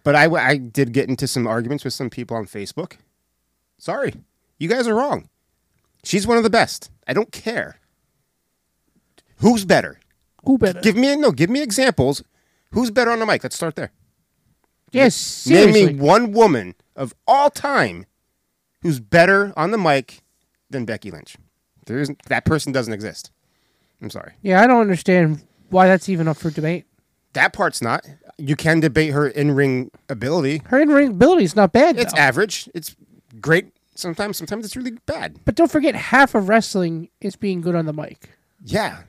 Speaker 3: But I, I did get into some arguments with some people on Facebook. Sorry, you guys are wrong. She's one of the best. I don't care. Who's better?
Speaker 4: Who better?
Speaker 3: Give me no. Give me examples. Who's better on the mic? Let's start there.
Speaker 4: yes, seriously.
Speaker 3: Name me one woman of all time who's better on the mic than Becky Lynch. There isn't that person doesn't exist. I'm sorry.
Speaker 4: Yeah, I don't understand why that's even up for debate.
Speaker 3: That part's not. You can debate her in-ring ability.
Speaker 4: Her in-ring ability is not bad.
Speaker 3: It's
Speaker 4: though.
Speaker 3: average. It's great sometimes. Sometimes it's really bad.
Speaker 4: but don't forget, half of wrestling is being good on the mic.
Speaker 3: Yeah,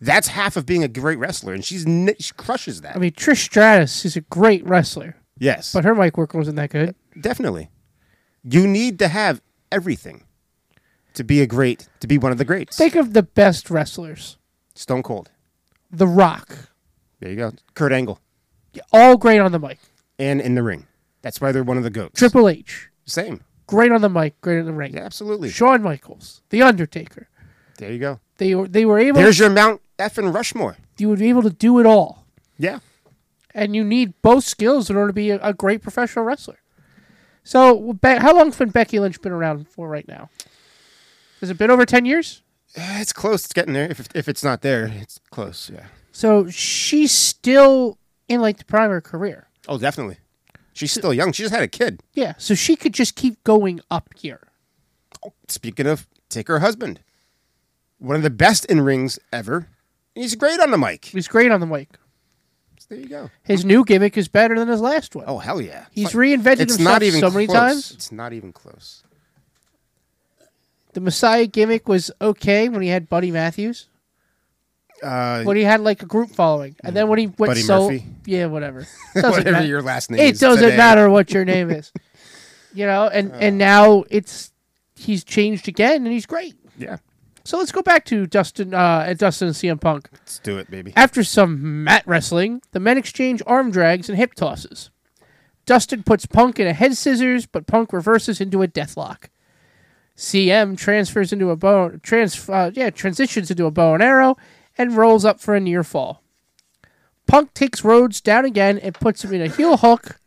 Speaker 3: that's half of being a great wrestler, and she's n- she crushes that.
Speaker 4: I mean, Trish Stratus is a great wrestler,
Speaker 3: yes,
Speaker 4: but her mic work wasn't that good.
Speaker 3: definitely. You need to have everything to be a great, to be one of the greats.
Speaker 4: Think of the best wrestlers:
Speaker 3: Stone Cold.
Speaker 4: The Rock,
Speaker 3: There you go. Kurt Angle,
Speaker 4: all great on the mic.
Speaker 3: and in the ring. That's why they're one of the goats.
Speaker 4: Triple H,
Speaker 3: Same.
Speaker 4: great on the mic, great in the ring.
Speaker 3: Yeah, absolutely.
Speaker 4: Shawn Michaels, The Undertaker.
Speaker 3: There you go.
Speaker 4: They were they were able.
Speaker 3: There's your Mount effing Rushmore.
Speaker 4: you would be able to do it all,
Speaker 3: Yeah.
Speaker 4: and you need both skills in order to be a, a great professional wrestler. So, Be- how long's been Becky Lynch been around for right now? Has it been over ten years?
Speaker 3: Eh, It's close. It's getting there. If, if it's not there, it's close. Yeah.
Speaker 4: So she's still in like the prime of her career.
Speaker 3: Oh, definitely. She's still young. She just had a kid.
Speaker 4: Yeah, so she could just keep going up here.
Speaker 3: Speaking of, take her husband. One of the best in rings ever. And he's great on the mic.
Speaker 4: He's great on the mic.
Speaker 3: So there you go.
Speaker 4: His new gimmick is better than his last one.
Speaker 3: Oh hell yeah.
Speaker 4: He's reinvented
Speaker 3: it's
Speaker 4: himself
Speaker 3: not even
Speaker 4: so many
Speaker 3: close.
Speaker 4: times.
Speaker 3: It's not even close.
Speaker 4: The Messiah gimmick was okay when he had Buddy Matthews,
Speaker 3: Uh,
Speaker 4: when he had like a group following, and then when he went
Speaker 3: Buddy
Speaker 4: so
Speaker 3: Murphy?
Speaker 4: yeah, whatever. Doesn't
Speaker 3: whatever
Speaker 4: matter.
Speaker 3: your last name
Speaker 4: it
Speaker 3: is
Speaker 4: doesn't
Speaker 3: today. Uh.
Speaker 4: matter what your name is, you know. And and now it's he's changed again, and he's great.
Speaker 3: Yeah.
Speaker 4: So let's go back to Dustin, uh, at Dustin and CM Punk.
Speaker 3: Let's do it, baby.
Speaker 4: After some mat wrestling, the men exchange arm drags and hip tosses. Dustin puts Punk in a head scissors, but Punk reverses into a deathlock. CM transfers into a bow, trans, uh, yeah, transitions into a bow and arrow, and rolls up for a near fall. Punk takes Rhodes down again and puts him in a heel hook,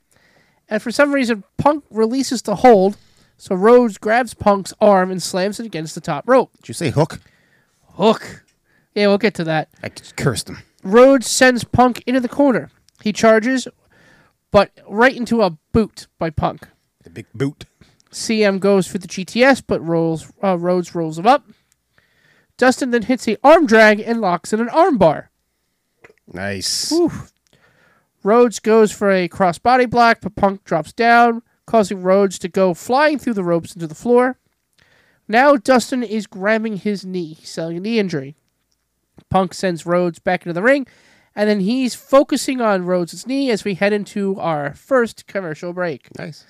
Speaker 4: and for some reason, Punk releases the hold, so Rhodes grabs Punk's arm and slams it against the top rope.
Speaker 3: Did you say hook?
Speaker 4: Hook. Yeah, we'll get to that.
Speaker 3: I cursed him.
Speaker 4: Rhodes sends Punk into the corner. He charges, but right into a boot by Punk.
Speaker 3: The big boot.
Speaker 4: CM goes for the GTS, but rolls uh, Rhodes rolls him up. Dustin then hits a arm drag and locks in an armbar.
Speaker 3: Nice.
Speaker 4: Oof. Rhodes goes for a crossbody block, but Punk drops down, causing Rhodes to go flying through the ropes into the floor. Now Dustin is grabbing his knee, selling a knee injury. Punk sends Rhodes back into the ring, and then he's focusing on Rhodes' knee as we head into our first commercial break.
Speaker 3: Nice.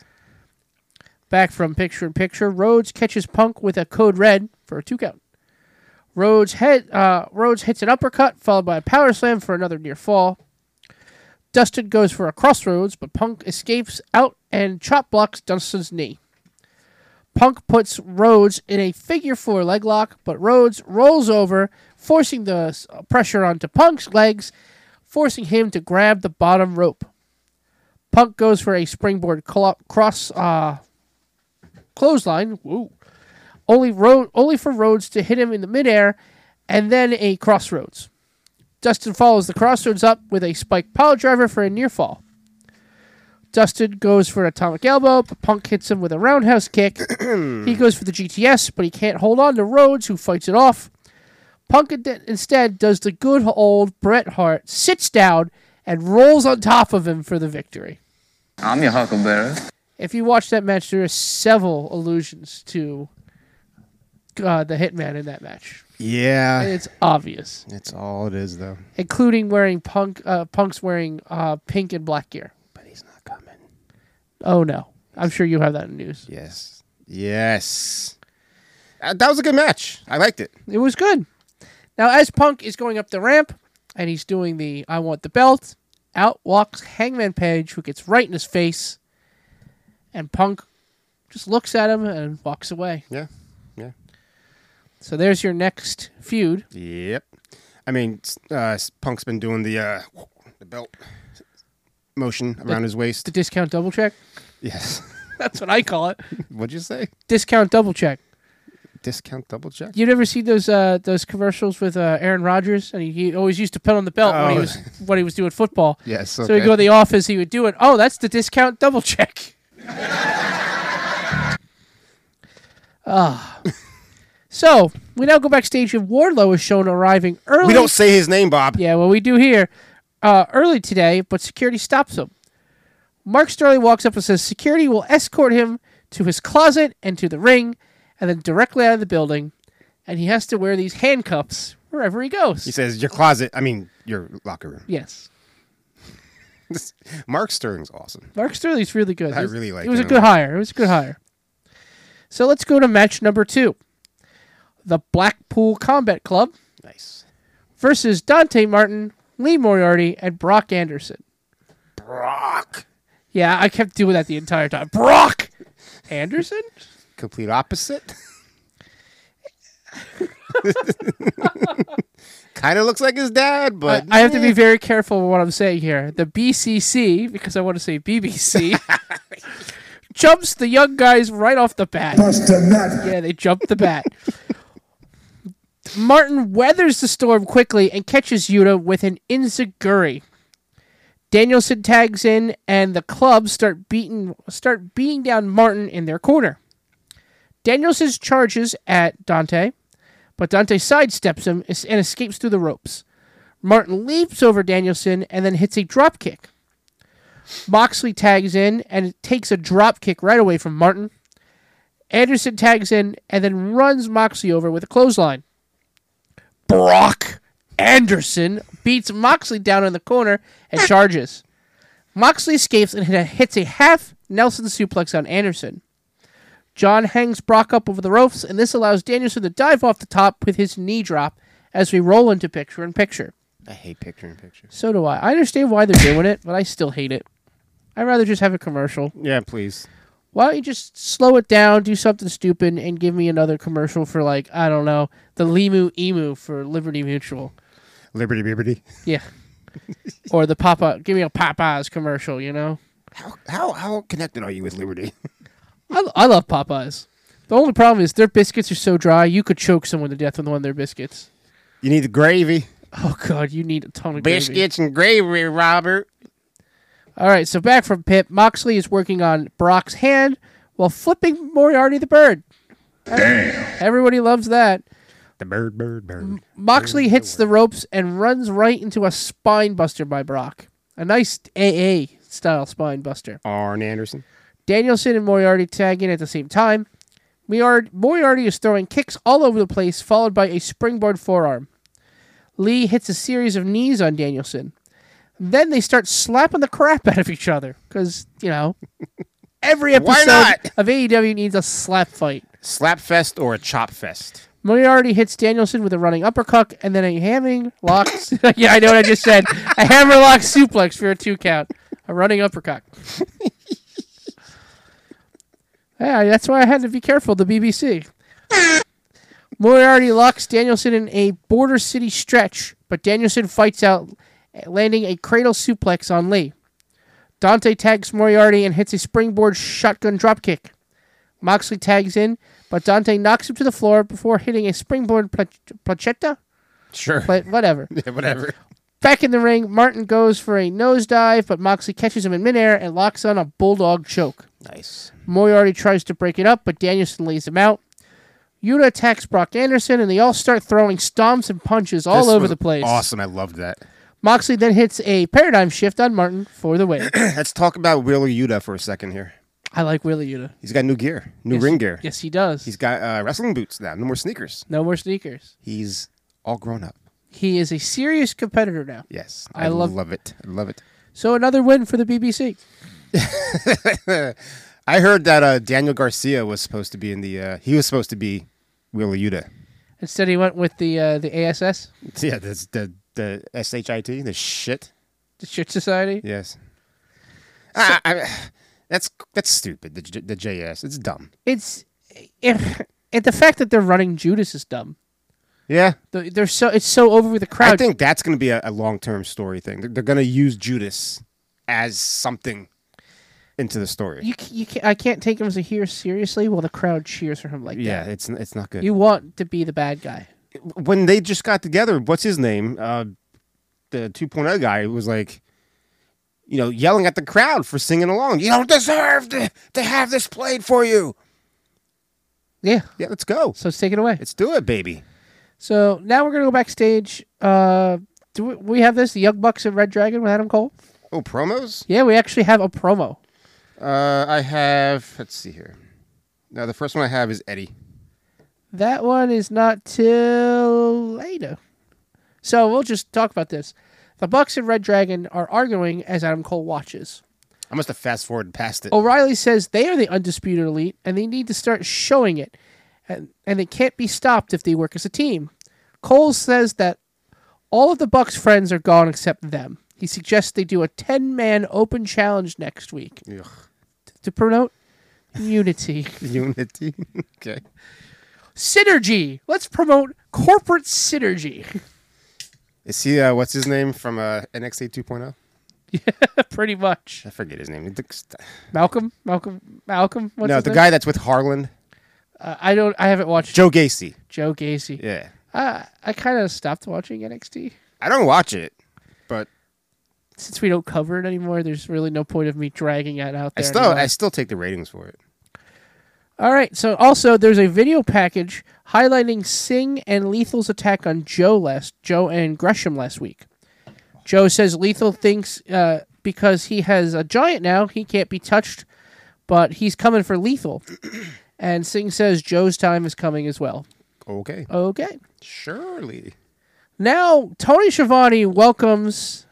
Speaker 4: Back from picture in picture, Rhodes catches Punk with a code red for a two count. Rhodes head uh, Rhodes hits an uppercut followed by a power slam for another near fall. Dustin goes for a crossroads, but Punk escapes out and chop blocks Dustin's knee. Punk puts Rhodes in a figure four leg lock, but Rhodes rolls over, forcing the s- uh, pressure onto Punk's legs, forcing him to grab the bottom rope. Punk goes for a springboard clo- cross uh, clothesline. Whoa. Only Ro- only for Rhodes to hit him in the midair, and then a crossroads. Dustin follows the crossroads up with a spike pile driver for a near fall. Dustin goes for an atomic elbow, but Punk hits him with a roundhouse kick. he goes for the GTS, but he can't hold on to Rhodes, who fights it off. Punk in- instead does the good old Bret Hart, sits down, and rolls on top of him for the victory.
Speaker 16: I'm your huckleberry.
Speaker 4: If you watch that match, there are several allusions to uh, the Hitman in that match,
Speaker 3: Yeah.
Speaker 4: It's obvious.
Speaker 3: It's all it is, though.
Speaker 4: including wearing Punk. Uh, Punk's wearing uh, pink and black gear. But he's not coming. Oh no! I'm sure you have that in news.
Speaker 3: Yes. Yes. Uh, that was a good match. I liked it.
Speaker 4: It was good. Now, as Punk is going up the ramp and he's doing the I want the belt, out walks Hangman Page, who gets right in his face. And Punk just looks at him and walks away.
Speaker 3: Yeah. Yeah.
Speaker 4: So there's your next feud.
Speaker 3: Yep. I mean, s- uh, s- Punk's been doing the uh, the belt motion around
Speaker 4: The-
Speaker 3: his waist.
Speaker 4: The discount double check.
Speaker 3: Yes.
Speaker 4: That's what I call it.
Speaker 3: What'd you say?
Speaker 4: Discount double check.
Speaker 3: Discount double check.
Speaker 4: You never see those uh, those commercials with uh, Aaron Rodgers, and he, he always used to put on the belt when he
Speaker 3: Oh.
Speaker 4: was when he was doing football.
Speaker 3: Yes,
Speaker 4: So he'd
Speaker 3: okay.
Speaker 4: go to the office, he would do it. Oh, that's the discount double check. Ah. so we now go backstage, and Wardlow is shown arriving early.
Speaker 3: We don't say his name, Bob.
Speaker 4: Yeah, well, we do here uh, early today, but security stops him. Mark Sterling walks up and says security will escort him to his closet and to the ring, and then directly out of the building. And he has to wear these handcuffs wherever he goes.
Speaker 3: He says your closet. I mean your locker room.
Speaker 4: Yes,
Speaker 3: Mark Sterling's awesome.
Speaker 4: Mark Sterling's really good.
Speaker 3: I
Speaker 4: It was-
Speaker 3: really like
Speaker 4: It was a
Speaker 3: him.
Speaker 4: good hire. It was a good hire. So let's go to match number two, the Blackpool Combat Club.
Speaker 3: Nice.
Speaker 4: Versus Dante Martin, Lee Moriarty, and Brock Anderson.
Speaker 3: Brock.
Speaker 4: Yeah, I kept doing that the entire time. Brock Anderson?
Speaker 3: Complete opposite. kind of looks like his dad, but
Speaker 4: I, I have to be very careful with what I'm saying here. The BCC, because I want to say BBC, jumps the young guys right off the bat. Yeah, they jumped the bat. Martin weathers the storm quickly and catches Yuta with an inzaguri. Danielson tags in, and the club start beating start beating down Martin in their corner. Danielson charges at Dante, but Dante sidesteps him es- and escapes through the ropes. Martin leaps over Danielson and then hits a drop kick. Moxley tags in and takes a drop kick right away from Martin. Anderson tags in and then runs Moxley over with a clothesline. Brock Anderson beats Moxley down in the corner and charges. Moxley escapes and hit a- hits a half Nelson suplex on Anderson. John hangs Brock up over the ropes, and this allows Danielson to dive off the top with his knee drop as we roll into picture in picture.
Speaker 3: I hate picture in picture.
Speaker 4: So do I. I understand why they're doing it, but I still hate it. I'd rather just have a commercial.
Speaker 3: Yeah, please.
Speaker 4: Why don't you just slow it down, do something stupid, and give me another commercial for like I don't know the Limu Emu for Liberty Mutual.
Speaker 3: Liberty Liberty.
Speaker 4: Yeah. or the Papa, give me a Popeyes commercial. You know.
Speaker 3: How how how connected are you with Liberty?
Speaker 4: I, I love Popeyes. The only problem is their biscuits are so dry you could choke someone to death with one of their biscuits.
Speaker 3: You need the gravy.
Speaker 4: Oh God, you need a ton of gravy.
Speaker 3: Biscuits and gravy, Robert.
Speaker 4: All right, so back from Pip, Moxley is working on Brock's hand while flipping Moriarty the bird.
Speaker 7: Damn.
Speaker 4: Everybody loves that.
Speaker 3: The bird, bird, bird.
Speaker 4: Moxley hits the ropes and runs right into a spine buster by Brock. A nice AA style spine buster.
Speaker 3: Arn Anderson.
Speaker 4: Danielson and Moriarty tag in at the same time. Moriarty, Moriarty is throwing kicks all over the place, followed by a springboard forearm. Lee hits a series of knees on Danielson. Then they start slapping the crap out of each other because, you know, every
Speaker 3: Why
Speaker 4: episode
Speaker 3: not?
Speaker 4: of AEW needs a slap fight.
Speaker 3: Slap fest or a chop fest?
Speaker 4: Moriarty hits Danielson with a running uppercut and then a hamming lock. yeah, I know what I just said. A hammerlock suplex for a two count. A running uppercut. yeah, that's why I had to be careful. The BBC. Moriarty locks Danielson in a border city stretch, but Danielson fights out, landing a cradle suplex on Lee. Dante tags Moriarty and hits a springboard shotgun dropkick. Moxley tags in, but Dante knocks him to the floor before hitting a springboard pla- placetta.
Speaker 3: Sure.
Speaker 4: Pla- whatever.
Speaker 3: Yeah, whatever.
Speaker 4: Back in the ring, Martin goes for a nosedive, but Moxley catches him in midair and locks on a bulldog choke.
Speaker 3: Nice.
Speaker 4: Moriarty tries to break it up, but Danielson lays him out. Yuta attacks Brock Anderson, and they all start throwing stomps and punches all
Speaker 3: This
Speaker 4: over
Speaker 3: was
Speaker 4: the place.
Speaker 3: Awesome. I loved that.
Speaker 4: Moxley then hits a paradigm shift on Martin for the win.
Speaker 3: Let's talk about Willie Yuta for a second here.
Speaker 4: I like Willie Yuta.
Speaker 3: He's got new gear, new
Speaker 4: Yes,
Speaker 3: ring gear.
Speaker 4: Yes, he does.
Speaker 3: He's got uh, wrestling boots now. No more sneakers.
Speaker 4: No more sneakers.
Speaker 3: He's all grown up.
Speaker 4: He is a serious competitor now.
Speaker 3: Yes,
Speaker 4: I love-
Speaker 3: it. I love it.
Speaker 4: So another win for the BBC.
Speaker 3: I heard that uh, Daniel Garcia was supposed to be in the. Uh, he was supposed to be Willie Yuta.
Speaker 4: Instead, he went with the uh, the ASS,
Speaker 3: Yeah, that's the the S H I T. The shit.
Speaker 4: the Shit Society.
Speaker 3: Yes. I, I, that's that's stupid. The J- the JS. It's dumb.
Speaker 4: It's if and the fact that they're running Judas is dumb.
Speaker 3: Yeah.
Speaker 4: They're they're so it's so over with the crowd.
Speaker 3: I think that's going to be a, a long term story thing. They're, they're going to use Judas as something into the story.
Speaker 4: you, c- you can, I can't take him as a hero seriously while the crowd cheers for him like
Speaker 3: yeah, it's it's not
Speaker 4: that.
Speaker 3: good.
Speaker 4: You want to be the bad guy.
Speaker 3: when they just got together, what's his name? Uh, the 2.0 guy was like, you know, yelling at the crowd for singing along. You don't deserve to, to have this played for you.
Speaker 4: Yeah.
Speaker 3: Yeah, let's go.
Speaker 4: So let's take it away.
Speaker 3: Let's do it, baby.
Speaker 4: So now we're gonna go backstage. Uh, do we, we have this? The Young Bucks and Red Dragon with Adam Cole.
Speaker 3: Oh, promos?
Speaker 4: Yeah, we actually have a promo.
Speaker 3: Uh, I have, let's see here. Now, the first one I have is Eddie.
Speaker 4: That one is not till later. So we'll just talk about this. The Bucks and Red Dragon are arguing as Adam Cole watches.
Speaker 3: I must have fast forwarded past it.
Speaker 4: O'Reilly says they are the undisputed elite and they need to start showing it. And, and they can't be stopped if they work as a team. Cole says that all of the Bucks' friends are gone except them. He suggests they do a 10 man open challenge next week
Speaker 3: Ugh.
Speaker 4: to promote unity.
Speaker 3: Unity. okay.
Speaker 4: Synergy! Let's promote corporate synergy.
Speaker 3: Is he, uh, what's his name from uh, NXT 2.0?
Speaker 4: Pretty much.
Speaker 3: I forget his name. It looks-
Speaker 4: Malcolm, Malcolm, Malcolm. What's
Speaker 3: no,
Speaker 4: his
Speaker 3: the
Speaker 4: name?
Speaker 3: guy that's with Harlan,
Speaker 4: Uh, I don't. I haven't watched
Speaker 3: Joe Gacy.
Speaker 4: Joe Gacy.
Speaker 3: Yeah.
Speaker 4: Uh, I kind of stopped watching NXT
Speaker 3: I don't watch it, but
Speaker 4: since we don't cover it anymore. There's really no point of me dragging it out
Speaker 3: I
Speaker 4: there.
Speaker 3: still
Speaker 4: anymore.
Speaker 3: I still take the ratings for it.
Speaker 4: All right. So also, there's a video package highlighting Singh and Lethal's attack on Joe last Joe and Gresham last week. Joe says Lethal thinks uh, because he has a giant now, he can't be touched, but he's coming for Lethal. And Singh says Joe's time is coming as well.
Speaker 3: Okay.
Speaker 4: Okay.
Speaker 3: Surely.
Speaker 4: Now, Tony Schiavone welcomes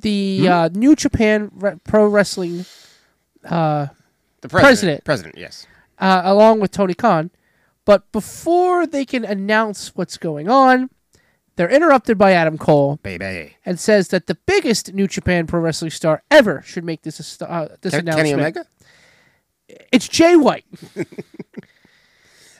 Speaker 4: the
Speaker 3: Hmm?
Speaker 4: uh, New Japan Re- Pro Wrestling uh,
Speaker 3: The president. President, yes.
Speaker 4: uh, along with Tony Khan. But before they can announce what's going on, They're interrupted by Adam Cole
Speaker 3: Baby.
Speaker 4: and says that the biggest New Japan Pro Wrestling star ever should make this ast- uh, this
Speaker 3: Ken-
Speaker 4: announcement.
Speaker 3: Kenny Omega?
Speaker 4: It's Jay White.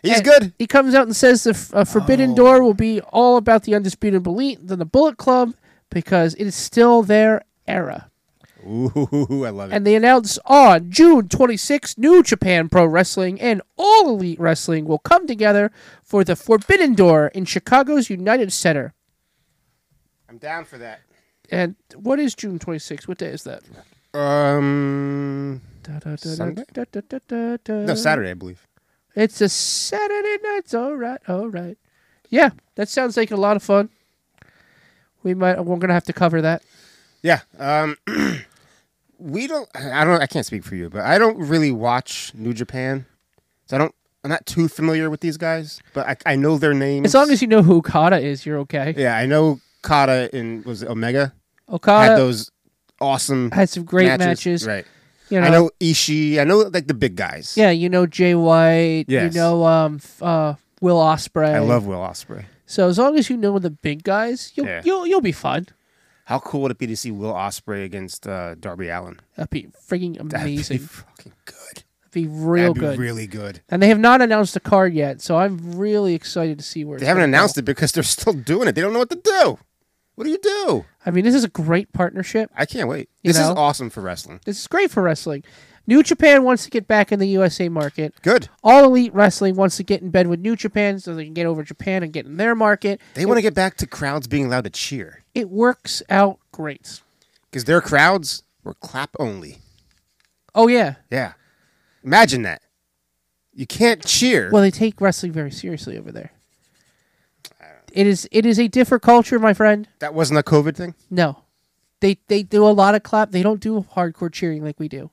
Speaker 4: He's good. He comes out and says the f- uh,
Speaker 3: Oh.
Speaker 4: Forbidden Door will be all about the Undisputed Elite, then the Bullet Club, because it is still their era.
Speaker 3: Ooh, I love it.
Speaker 4: And they announce on June 26, New Japan Pro Wrestling and All Elite Wrestling will come together for the Forbidden Door in Chicago's United Center.
Speaker 3: I'm down for that.
Speaker 4: And what is June 26? What day is that?
Speaker 3: Um, Sunday?
Speaker 4: No,
Speaker 3: No, Saturday, I believe.
Speaker 4: It's a Saturday night. It's all right. All right. Yeah, that sounds like a lot of fun. We might. We're gonna have to cover that.
Speaker 3: Yeah. Um, we don't. I I don't. I can't speak for you, but I don't really watch New Japan, so I don't. I'm not too familiar with these guys, but I, I know their names.
Speaker 4: As long as you know who Okada is, you're okay.
Speaker 3: yeah, I know Kata and was it Omega.
Speaker 4: Okada
Speaker 3: had those awesome.
Speaker 4: had some great matches.
Speaker 3: Right.
Speaker 4: You
Speaker 3: I
Speaker 4: know-
Speaker 3: know Ishii. I know like the big guys.
Speaker 4: Yeah, you know Jay White.
Speaker 3: Yes.
Speaker 4: You know um f- uh Will Osprey.
Speaker 3: I love Will Osprey.
Speaker 4: So as long as you know the big guys, you'll
Speaker 3: Yeah.
Speaker 4: you'll you'll be fine.
Speaker 3: How cool would it be to see Will Osprey against uh, Darby Allen?
Speaker 4: That'd be frigging amazing.
Speaker 3: That'd be
Speaker 4: fucking good. Be real
Speaker 3: That'd be
Speaker 4: good.
Speaker 3: really good.
Speaker 4: And they have not announced the card yet, so I'm really excited to see where
Speaker 3: They haven't announced it because they're still doing it. They don't know what to do. What do you do?
Speaker 4: I mean, this is a great partnership.
Speaker 3: I can't wait.
Speaker 4: You
Speaker 3: this is
Speaker 4: know?
Speaker 3: awesome for wrestling.
Speaker 4: This is great for wrestling. New Japan wants to get back in the USA market.
Speaker 3: Good.
Speaker 4: All Elite Wrestling wants to get in bed with New Japan so they can get over Japan and get in their market.
Speaker 3: They want to get back to crowds being allowed to cheer
Speaker 4: It works out great.
Speaker 3: because their crowds were clap only.
Speaker 4: Oh yeah.
Speaker 3: Yeah. Imagine that. You can't cheer.
Speaker 4: Well, they take wrestling very seriously over there. It is it is a different culture, my friend.
Speaker 3: that wasn't a COVID thing?
Speaker 4: No. They they do a lot of clap. They don't do hardcore cheering like we do.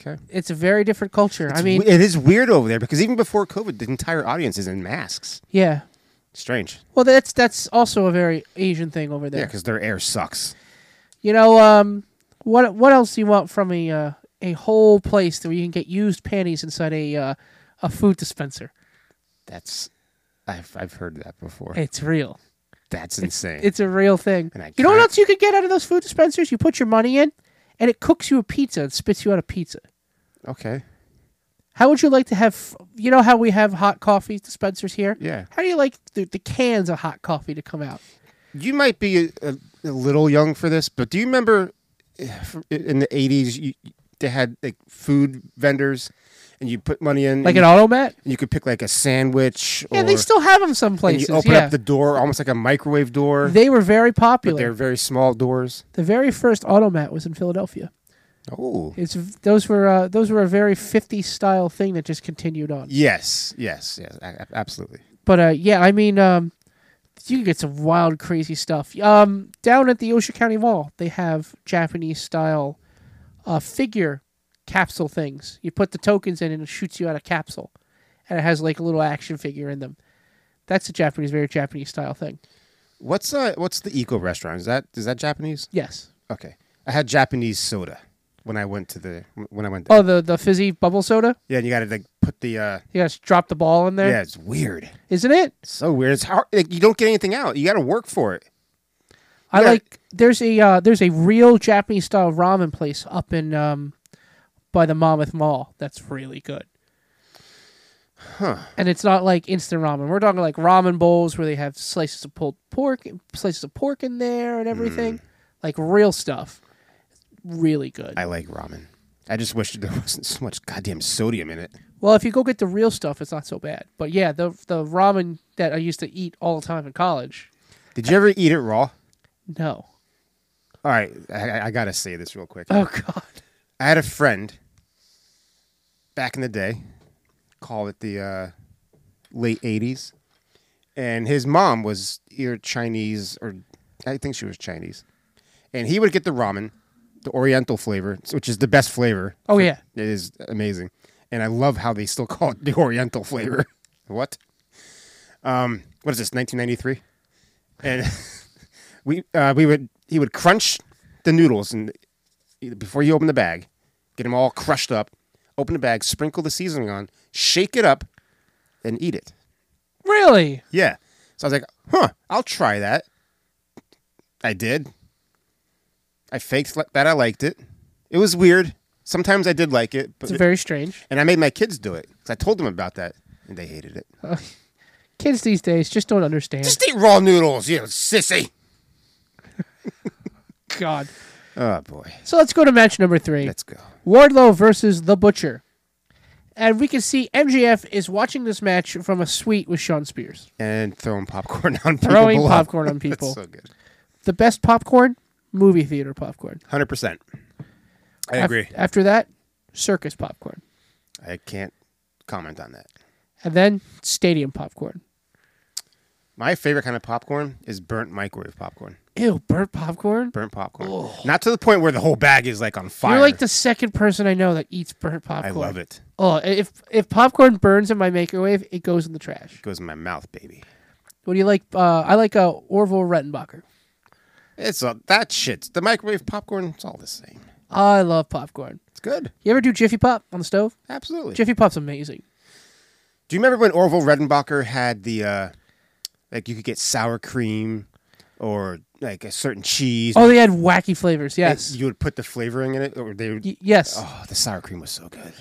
Speaker 3: Okay.
Speaker 4: It's a very different culture. I
Speaker 3: It's
Speaker 4: mean,
Speaker 3: we- it is weird over there because even before COVID, the entire audience is in masks.
Speaker 4: yeah.
Speaker 3: Strange.
Speaker 4: Well, that's that's also a very Asian thing over
Speaker 3: Yeah,
Speaker 4: there.
Speaker 3: because their air sucks.
Speaker 4: you know, um, what what else do you want from a uh, a whole place that you can get used panties inside a uh, a food dispenser?
Speaker 3: That's I've I've heard that before.
Speaker 4: It's real.
Speaker 3: That's insane.
Speaker 4: It's a real thing.
Speaker 3: And I
Speaker 4: You know what
Speaker 3: can't-
Speaker 4: else you could get out of those food dispensers? You put your money in, and it cooks you a pizza and spits you out a pizza.
Speaker 3: okay.
Speaker 4: How would you like to have? You know how we have hot coffee dispensers here.
Speaker 3: Yeah.
Speaker 4: How do you like the, the cans of hot coffee to come out?
Speaker 3: You might be a, a, a little young for this, but do you remember eh, from- in the eighties you, they had like food vendors, and you put money in,
Speaker 4: Like
Speaker 3: and
Speaker 4: an automat?
Speaker 3: and you could pick like a sandwich.
Speaker 4: Yeah, they
Speaker 3: or-
Speaker 4: still have them some
Speaker 3: and
Speaker 4: places.
Speaker 3: You open
Speaker 4: yeah.
Speaker 3: up the door almost like a microwave door.
Speaker 4: They were very
Speaker 3: but
Speaker 4: popular.
Speaker 3: they're very small doors.
Speaker 4: The very first automat was in Philadelphia.
Speaker 3: Oh.
Speaker 4: It's those were uh, those were a very 50s style thing that just continued on.
Speaker 3: Yes, yes, yes, a- a- absolutely.
Speaker 4: But uh, yeah, I mean, um, you can get some wild, crazy stuff. Um, down at the Osha County Mall, they have Japanese style uh, figure capsule things. You put the tokens in, and it shoots you out a capsule, and it has like a little action figure in them. That's a Japanese, very Japanese style thing.
Speaker 3: What's uh what's the eco restaurant? Is that is that Japanese?
Speaker 4: Yes.
Speaker 3: Okay. I had Japanese soda when I went to the when I went there.
Speaker 4: Oh, the the fizzy bubble soda.
Speaker 3: Yeah, and you got to like put the uh
Speaker 4: You gotta drop the ball in there.
Speaker 3: Yeah, it's weird.
Speaker 4: Isn't it?
Speaker 3: So weird. It's hard like you don't get anything out. You got to work for it.
Speaker 4: I
Speaker 3: Yeah.
Speaker 4: like there's a uh, there's a real Japanese style ramen place up in um, by the Monmouth Mall that's really good.
Speaker 3: Huh.
Speaker 4: And it's not like instant ramen. We're talking like ramen bowls where they have slices of pulled pork, slices of pork in there and everything.
Speaker 3: Mm.
Speaker 4: Like real stuff. Really good.
Speaker 3: I like ramen. I just wish there wasn't so much goddamn sodium in it.
Speaker 4: Well, if you go get the real stuff, it's not so bad. But yeah, the the ramen that I used to eat all the time in college.
Speaker 3: Did you ever eat it raw?
Speaker 4: No.
Speaker 3: All right, I, I- I gotta say this real quick.
Speaker 4: Oh god.
Speaker 3: I had a friend back in the day, call it the uh, late '80s, and his mom was either Chinese or I think she was Chinese, and he would get the ramen, the Oriental flavor, which is the best flavor.
Speaker 4: Oh, yeah.
Speaker 3: it is amazing, and I love how they still call it the Oriental flavor. what? Um, what is this? 1993, and we uh, we would he would crunch the noodles and before you open the bag, get them all crushed up, open the bag, sprinkle the seasoning on, shake it up, and eat it.
Speaker 4: Really?
Speaker 3: Yeah. So I was like, huh, I'll try that. I did. I faked li- that I liked it. It was weird. Sometimes I did like it. But
Speaker 4: It's very strange.
Speaker 3: And I made my kids do it because I told them about that and they hated it.
Speaker 4: Kids these days just don't understand.
Speaker 3: Just eat raw noodles, you sissy.
Speaker 4: God.
Speaker 3: Oh, boy.
Speaker 4: So let's go to match number three. Let's
Speaker 3: go.
Speaker 4: Wardlow versus The Butcher. And we can see MJF is watching this match from a suite with Sean Spears.
Speaker 3: And throwing popcorn on people.
Speaker 4: Throwing
Speaker 3: below.
Speaker 4: popcorn on people.
Speaker 3: That's so good.
Speaker 4: The best popcorn? Movie theater popcorn.
Speaker 3: 100%. I
Speaker 4: Af-
Speaker 3: agree.
Speaker 4: after that, circus popcorn.
Speaker 3: I can't comment on that.
Speaker 4: And then stadium popcorn.
Speaker 3: My favorite kind of popcorn is burnt microwave popcorn.
Speaker 4: Ew, burnt popcorn?
Speaker 3: Burnt popcorn. Not to the point where the whole bag is like on fire.
Speaker 4: You're like the second person I know that eats burnt popcorn.
Speaker 3: love it.
Speaker 4: Oh, if if popcorn burns in my microwave, it goes in the trash.
Speaker 3: goes in my mouth, baby.
Speaker 4: What do you like? Uh, I like uh, Orville Rettenbacher.
Speaker 3: It's a, that shit. The microwave popcorn, it's all the same.
Speaker 4: I love popcorn. It's
Speaker 3: good.
Speaker 4: You ever do Jiffy Pop on the stove?
Speaker 3: Absolutely.
Speaker 4: Jiffy Pop's amazing.
Speaker 3: Do you remember when Orville Redenbacher had the uh like you could get sour cream or like a certain cheese?
Speaker 4: Oh, they had wacky flavors.
Speaker 3: And
Speaker 4: Yes.
Speaker 3: you would put the flavoring in it, or they would.
Speaker 4: Y- yes.
Speaker 3: Oh, the sour cream was so good.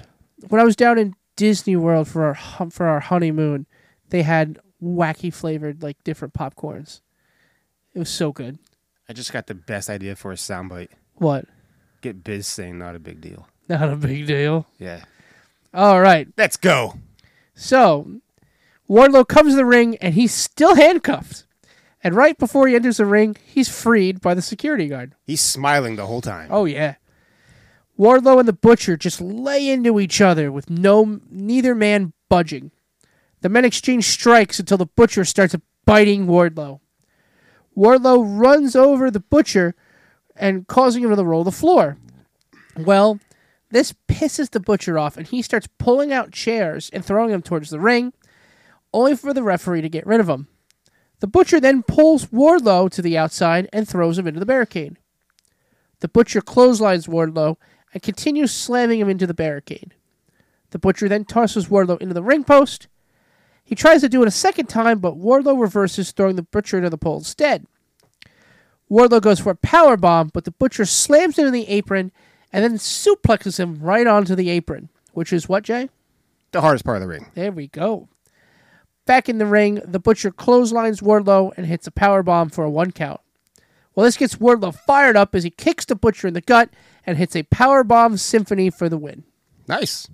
Speaker 4: When I was down in Disney World for our hum- for our honeymoon, they had wacky flavored like different popcorns. It was so good.
Speaker 3: I just got the best idea for a soundbite.
Speaker 4: What?
Speaker 3: Get Biz saying not a big deal.
Speaker 4: Not a big deal.
Speaker 3: Yeah.
Speaker 4: All right.
Speaker 3: Let's go.
Speaker 4: So, Wardlow comes to the ring and he's still handcuffed. And right before he enters the ring, he's freed by the security guard.
Speaker 3: He's smiling the whole time.
Speaker 4: Oh yeah. Wardlow and the Butcher just lay into each other with no neither man budging. The men exchange strikes until the Butcher starts biting Wardlow. Wardlow runs over the Butcher and causing him to roll the floor. Well, this pisses the Butcher off and he starts pulling out chairs and throwing them towards the ring, only for the referee to get rid of him. The Butcher then pulls Wardlow to the outside and throws him into the barricade. The butcher clotheslines Wardlow and continues slamming him into the barricade. The butcher then tosses Wardlow into the ring post. He tries to do it a second time, but Wardlow reverses, throwing the butcher into the pole instead. Wardlow goes for a power bomb, but the butcher slams him in the apron and then suplexes him right onto the apron, which is what, Jay?
Speaker 3: The hardest part of the ring.
Speaker 4: There we go. Back in the ring, the butcher clotheslines Wardlow and hits a power bomb for a one count. Well, this gets Wardlow fired up as he kicks the butcher in the gut and hits a power bomb symphony for the win.
Speaker 3: Nice.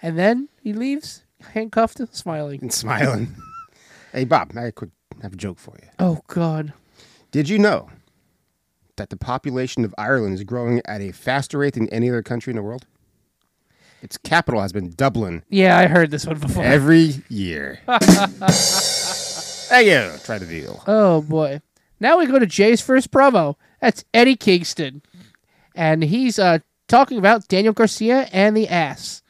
Speaker 4: And then he leaves handcuffed, smiling.
Speaker 3: And smiling. hey, Bob, I could have a joke for you.
Speaker 4: Oh God.
Speaker 3: Did you know that the population of Ireland is growing at a faster rate than any other country in the world? Its capital has been Dublin
Speaker 4: Yeah, I heard this one before.
Speaker 3: every year. Thank you. Try the deal.
Speaker 4: Oh boy. Now we go to Jay's first promo. That's Eddie Kingston. And he's uh, talking about Daniel Garcia and the ass.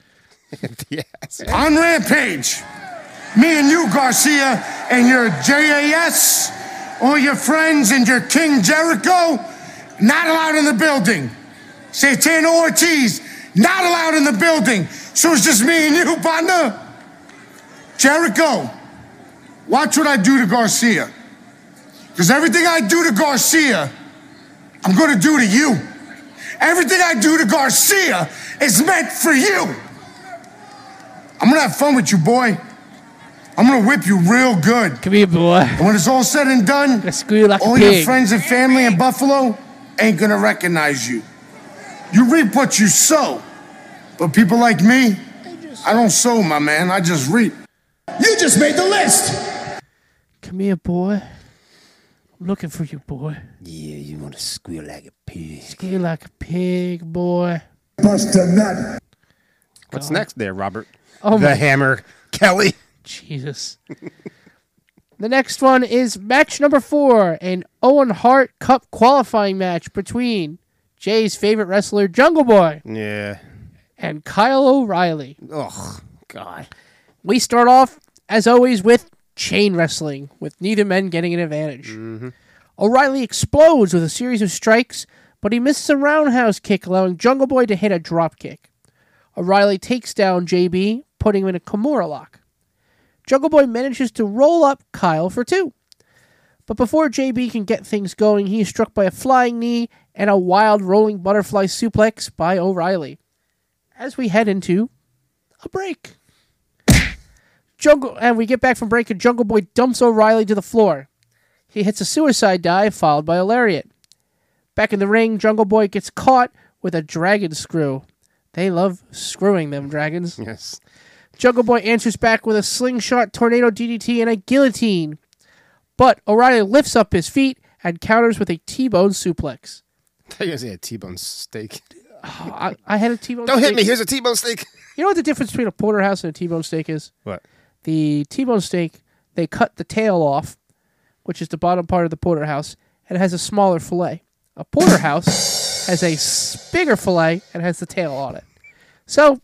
Speaker 3: yes.
Speaker 15: On Rampage, me and you, Garcia, and your JAS, all your friends, and your King Jericho, not allowed in the building. Santana Ortiz, not allowed in the building. So it's just me and you, partner. Jericho, watch what I do to Garcia. Because everything I do to Garcia, I'm going to do to you. Everything I do to Garcia is meant for you. I'm gonna have fun with you, boy. I'm gonna whip you real good.
Speaker 4: Come here, boy.
Speaker 15: And when it's all said and done, all
Speaker 4: a
Speaker 15: your
Speaker 4: pig.
Speaker 15: friends and family in Buffalo ain't gonna recognize you. You reap what you sow, but people like me, I don't sow, my man. I just reap. You just made the list.
Speaker 4: Come here, boy. I'm looking for you, boy.
Speaker 3: Yeah, you want to squeal like a pig.
Speaker 4: Skin like a pig, boy.
Speaker 1: Bust a nut.
Speaker 3: What's next there, Robert?
Speaker 4: Oh,
Speaker 3: the
Speaker 4: my-
Speaker 3: hammer, Kelly.
Speaker 4: Jesus. the next one is match number four, an Owen Hart Cup qualifying match between Jay's favorite wrestler, Jungle Boy,
Speaker 3: Yeah.
Speaker 4: and Kyle O'Reilly.
Speaker 3: Oh, God.
Speaker 4: We start off, as always, with chain wrestling, with neither men getting an advantage. O'Reilly explodes with a series of strikes, but he misses a roundhouse kick, allowing Jungle Boy to hit a drop kick. O'Reilly takes down JB, putting him in a Kimura lock. Jungle Boy manages to roll up Kyle for two. But before JB can get things going, he is struck by a flying knee and a wild rolling butterfly suplex by O'Reilly. As we head into a break. Jungle and we get back from break and Jungle Boy dumps O'Reilly to the floor. He hits a suicide dive followed by a lariat. Back in the ring, Jungle Boy gets caught with a dragon screw. They love screwing them dragons.
Speaker 3: Yes.
Speaker 4: Jungle Boy answers back with a slingshot, tornado DDT, and a guillotine. But O'Reilly lifts up his feet and counters with a T-bone suplex.
Speaker 3: thought you guys had a T-bone steak.
Speaker 4: Oh, I, I had a T-bone.
Speaker 3: Don't hit
Speaker 4: steak.
Speaker 3: me, here's a T-bone steak.
Speaker 4: You know what the difference between a porterhouse and a T-bone steak is?
Speaker 3: What?
Speaker 4: The T-bone steak, they cut the tail off, which is the bottom part of the porterhouse, and it has a smaller fillet. A porterhouse has a s- bigger fillet and has the tail on it. So,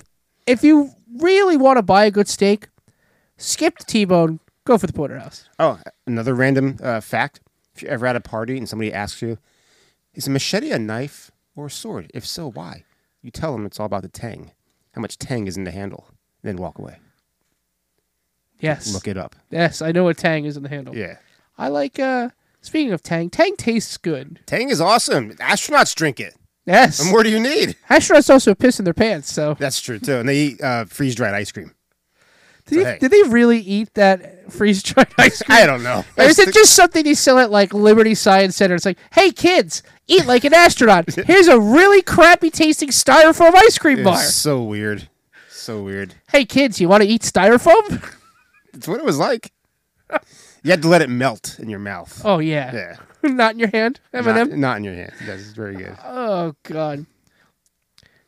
Speaker 4: if you really want to buy a good steak, skip the T-bone, go for the porterhouse.
Speaker 3: Oh, another random uh, fact. If you're ever at a party and somebody asks you, is a machete a knife or a sword? If so, why? You tell them it's all about the tang, how much tang is in the handle, then walk away.
Speaker 4: Yes.
Speaker 3: Look it up.
Speaker 4: Yes, I know what tang is in the handle.
Speaker 3: Yeah.
Speaker 4: I like uh speaking of tang, tang tastes good.
Speaker 3: Tang is awesome. Astronauts drink it.
Speaker 4: Yes.
Speaker 3: And what do you need?
Speaker 4: Astronauts also piss in their pants, so
Speaker 3: That's true, too. And they eat uh, freeze dried ice cream.
Speaker 4: did,
Speaker 3: So,
Speaker 4: they,
Speaker 3: hey.
Speaker 4: did they really eat that freeze dried ice cream?
Speaker 3: I don't know.
Speaker 4: Or is it just something they sell at like Liberty Science Center? It's like, hey kids, eat like an astronaut. Here's a really crappy tasting styrofoam ice cream
Speaker 3: It's
Speaker 4: bar.
Speaker 3: so weird. So weird.
Speaker 4: Hey kids, you want to eat styrofoam?
Speaker 3: It's what it was like. You had to let it melt in your mouth.
Speaker 4: Oh yeah.
Speaker 3: Yeah.
Speaker 4: Not in your hand,
Speaker 3: Not,
Speaker 4: Eminem.
Speaker 3: not in your hand. That's very good.
Speaker 4: Oh god.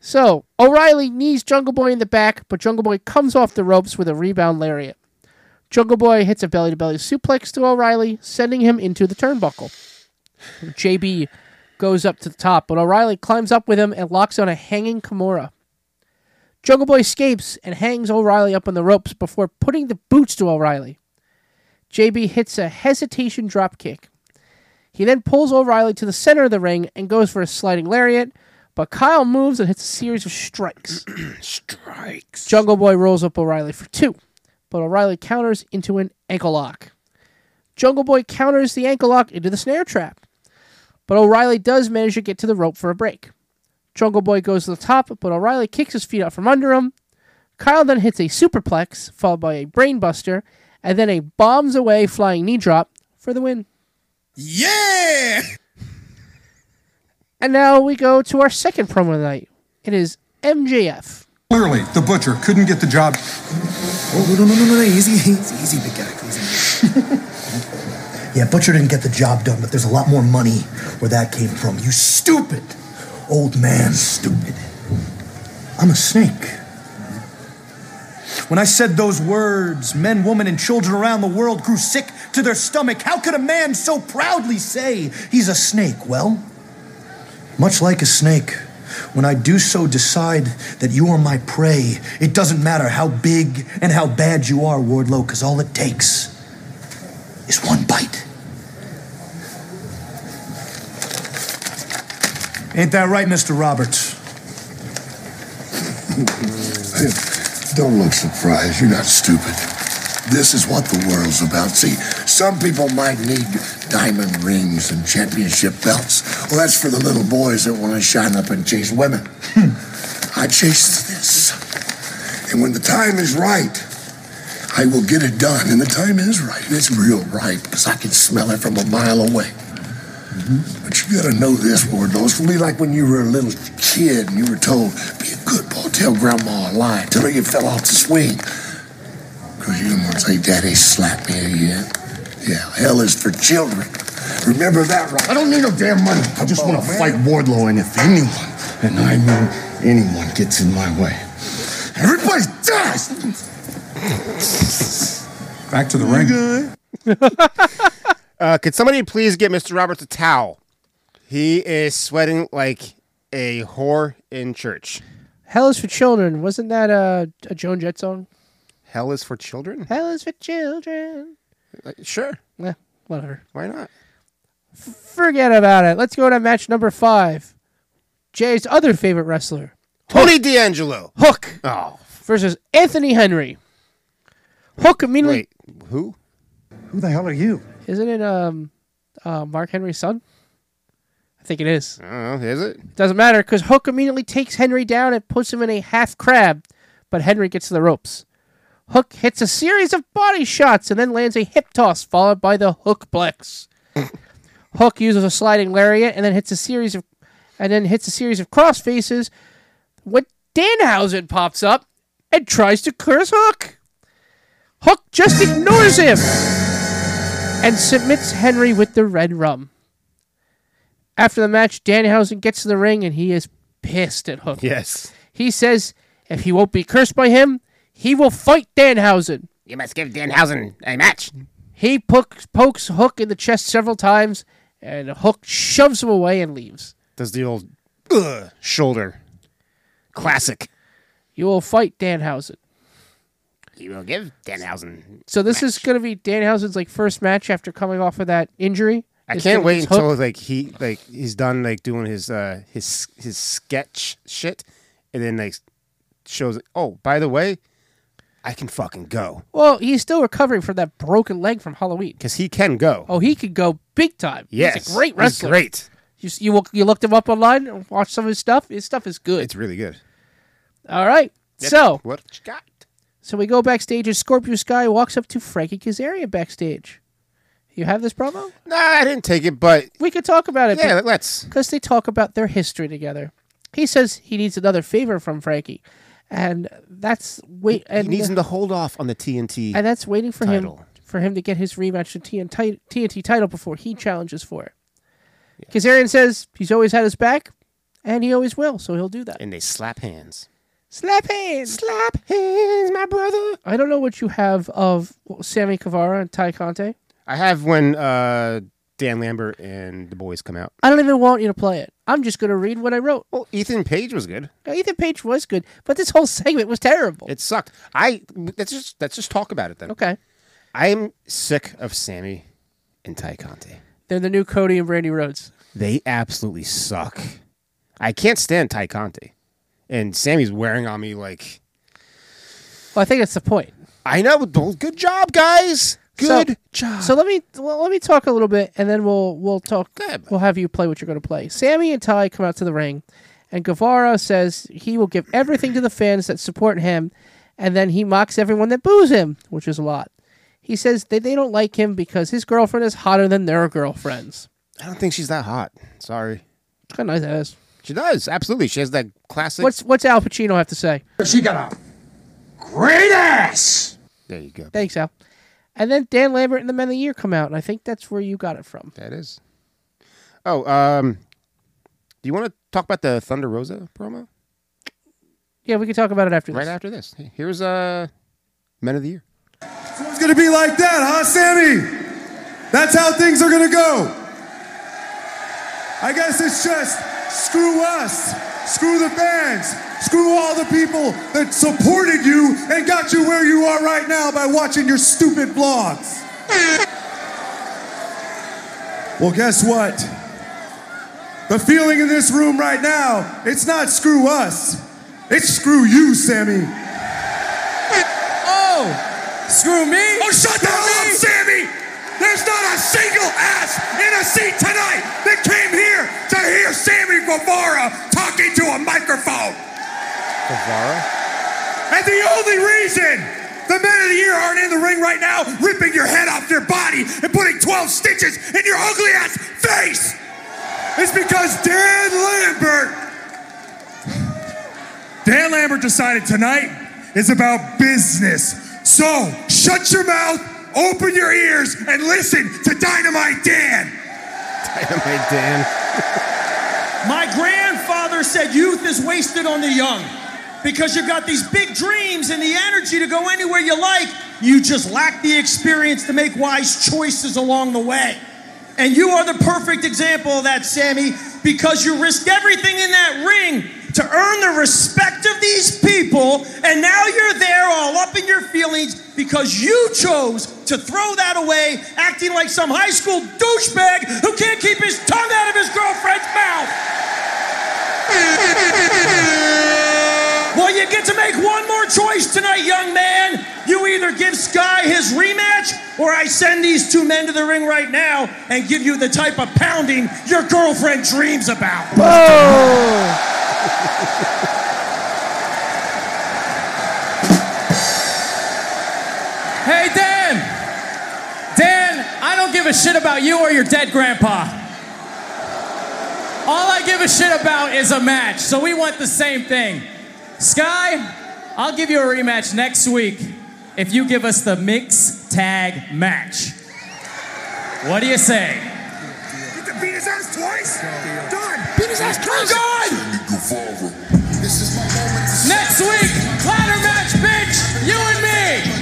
Speaker 4: So O'Reilly knees Jungle Boy in the back, but Jungle Boy comes off the ropes with a rebound lariat. Jungle Boy hits a belly to belly suplex to O'Reilly, sending him into the turnbuckle. JB goes up to the top, but O'Reilly climbs up with him and locks on a hanging Kimura. Jungle Boy escapes and hangs O'Reilly up on the ropes before putting the boots to O'Reilly. JB hits a hesitation dropkick. He then pulls O'Reilly to the center of the ring and goes for a sliding lariat, but Kyle moves and hits a series of strikes. strikes. Jungle Boy rolls up O'Reilly for two, but O'Reilly counters into an ankle lock. Jungle Boy counters the ankle lock into the snare trap, but O'Reilly does manage to get to the rope for a break. Jungle Boy goes to the top, but O'Reilly kicks his feet out from under him. Kyle then hits a superplex, followed by a brainbuster, and then a bombs away flying knee drop for the win.
Speaker 13: Yeah!
Speaker 4: And now we go to our second promo of the night. It is MJF.
Speaker 17: Clearly, the butcher couldn't get the job.
Speaker 18: Oh, no, no, no, no, no, easy, easy, easy, big guy. Easy. yeah, Butcher didn't get the job done, but there's a lot more money where that came from. You stupid old man. Stupid.
Speaker 17: I'm a snake. When I said those words, men, women, and children around the world grew sick to their stomach. How could a man so proudly say he's a snake? Well,
Speaker 18: Much like a snake, when I do so decide that you are my prey, it doesn't matter how big and how bad you are, Wardlow, because all it takes is one bite.
Speaker 17: ain't that right, Mr. Roberts?
Speaker 11: Don't look surprised. You're not stupid. This is what the world's about. See, some people might need diamond rings and championship belts. Well, that's for the little boys that want to shine up and chase women. Hmm. I chase this. And when the time is right, I will get it done. And the time is right. And it's real right because I can smell it from a mile away.
Speaker 19: Mm-hmm.
Speaker 11: But you gotta know this, Wardlow. It's really like when you were a little kid and you were told, be a good boy, tell grandma a lie, tell her you fell off the swing. Because you didn't want to say, Daddy slapped me again. Yeah, hell is for children. Remember that, right? I don't need no damn money.
Speaker 20: I just want to fight Wardlow, and if anyone, and I mean anyone, gets in my way, everybody dies.
Speaker 17: Back to the ring.
Speaker 3: Uh, could somebody please get Mr. Roberts a towel? He is sweating like a whore in church.
Speaker 4: Hell is for Children. Wasn't that a, a Joan Jett song?
Speaker 3: Hell is for children?
Speaker 4: Hell is for Children.
Speaker 3: sure.
Speaker 4: Yeah, whatever.
Speaker 3: Why not?
Speaker 4: Forget about it. Let's go to match number five. Jay's other favorite wrestler
Speaker 3: Tony D'Angelo.
Speaker 4: Hook
Speaker 3: Oh.
Speaker 4: versus Anthony Henry. Hook immediately.
Speaker 3: Wait, who?
Speaker 4: Who the hell are you? Isn't it um, uh, Mark Henry's son? I think it is.
Speaker 3: Oh, is it?
Speaker 4: Doesn't matter because Hook immediately takes Henry down and puts him in a half crab, but Henry gets to the ropes. Hook hits a series of body shots and then lands a hip toss followed by the hookplex. Hook uses a sliding lariat and then hits a series of and then hits a series of cross faces when Danhausen pops up and tries to curse Hook. Hook just ignores him and submits Henry with the red rum. After the match, Danhausen gets to the ring and he is pissed at Hook.
Speaker 3: Yes.
Speaker 4: He says if he won't be cursed by him, he will fight Danhausen.
Speaker 21: You must give Danhausen a match.
Speaker 4: He pokes, pokes Hook in the chest several times, and Hook shoves him away and leaves.
Speaker 3: Does the old ugh, shoulder? Classic.
Speaker 4: You will fight Danhausen.
Speaker 21: He will give Danhausen.
Speaker 4: So this is going to be Danhausen's like first match after coming off of that injury.
Speaker 3: I
Speaker 4: It's
Speaker 3: can't
Speaker 4: gonna be
Speaker 3: wait
Speaker 4: Hook.
Speaker 3: until like he like he's done like doing his uh his his sketch shit, and then like shows oh by the way, I can fucking go
Speaker 4: Well, he's still recovering from that broken leg from Halloween.
Speaker 3: because he can go.
Speaker 4: Oh, he could go big time.
Speaker 3: Yes,
Speaker 4: he's a great
Speaker 3: he's
Speaker 4: wrestler.
Speaker 3: great.
Speaker 4: You s- you, look- you looked him up online and watched some of his stuff. His stuff is good.
Speaker 3: It's really good.
Speaker 4: All right.
Speaker 3: Yep.
Speaker 4: So
Speaker 3: what you got?
Speaker 4: So we go backstage, and Scorpio Sky walks up to Frankie Kazarian backstage. You have this promo?
Speaker 3: No, I didn't take it, but
Speaker 4: we could talk about it.
Speaker 3: Yeah, let's.
Speaker 4: Because they talk about their history together. He says he needs another favor from Frankie, and that's wait.
Speaker 3: He
Speaker 4: And
Speaker 3: needs him to hold off on the TNT.
Speaker 4: and that's waiting for
Speaker 3: title.
Speaker 4: him for him to get his rematch to TNT, TNT title before he challenges for it. Kazarian says he's always had his back, and he always will, so he'll do that.
Speaker 3: and they slap hands.
Speaker 4: Slap hands,
Speaker 21: slap hands, my brother.
Speaker 4: I don't know what you have of Sammy Guevara and Ty Conte.
Speaker 3: I have when uh, Dan Lambert and the boys come out.
Speaker 4: I don't even want you to play it. I'm just going to read what I wrote.
Speaker 3: Well, Ethan Page was good.
Speaker 4: Ethan Page was good, but this whole segment was terrible.
Speaker 3: It sucked. I let's just let's just talk about it then.
Speaker 4: Okay.
Speaker 3: I am sick of Sammy and Ty Conte.
Speaker 4: They're the new Cody and Brandy Rhodes.
Speaker 3: They absolutely suck. I can't stand Ty Conte, and Sammy's wearing on me like.
Speaker 4: Well, I think that's the point.
Speaker 3: I know. but Good job, guys. Good
Speaker 4: so,
Speaker 3: job.
Speaker 4: So let me well, let me talk a little bit, and then we'll we'll talk. We'll have you play what you're going to play. Sammy and Ty come out to the ring, and Guevara says he will give everything to the fans that support him, and then he mocks everyone that boos him, which is a lot. He says that they don't like him because his girlfriend is hotter than their girlfriends.
Speaker 3: I don't think she's that hot. Sorry.
Speaker 4: Got a nice ass.
Speaker 3: She does absolutely. She has that classic.
Speaker 4: What's what's Al Pacino have to say?
Speaker 3: she got a
Speaker 4: Great ass.
Speaker 3: There you go.
Speaker 4: Thanks, Al. And then Dan Lambert and the Men of the Year come out, and I think that's where you got it from.
Speaker 3: That is. Oh, um, do you want to talk about the Thunder Rosa promo?
Speaker 4: Yeah, we can talk about it after
Speaker 3: Right after this. Here's uh, Men of the Year.
Speaker 12: It's gonna be like that, huh, Sammy? That's how things are gonna go. I guess it's just screw us, screw the fans, screw all the people that supported you and got you where you are right now by watching your stupid vlogs. Well, guess what? The feeling in this room right now, it's not screw us, it's screw you, Sammy. Oh! Screw me? Oh, shut the hell up, Sammy! There's not a single ass in a seat tonight that came here to hear Sammy Guevara talking to a microphone.
Speaker 3: Guevara?
Speaker 12: And the only reason the men of the year aren't in the ring right now, ripping your head off your body and putting 12 stitches in your ugly ass face, is because Dan Lambert. Dan Lambert decided tonight is about business. So shut your mouth, open your ears, and listen to Dynamite Dan.
Speaker 3: Dynamite Dan.
Speaker 17: My grandfather said youth is wasted on the young because you've got these big dreams and the energy to go anywhere you like. You just lack the experience to make wise choices along the way. And you are the perfect example of that, Sammy, because you risked everything in that ring to earn the respect of these people, and now you're there all up in your feelings because you chose to throw that away, acting like some high school douchebag who can't keep his tongue out of his girlfriend's mouth. Well, you get to make one more choice tonight, young man. You either give guy his rematch, or I send these two men to the ring right now and give you the type of pounding your girlfriend dreams about.
Speaker 22: Hey, Dan! Dan, I don't give a shit about you or your dead grandpa. All I give a shit about is a match, so we want the same thing. Sky, I'll give you a rematch next week if you give us the mix tag match. What do you say?
Speaker 12: Get to beat his ass twice? Done.
Speaker 22: Beat his ass twice? Next week, ladder match, bitch! You and me!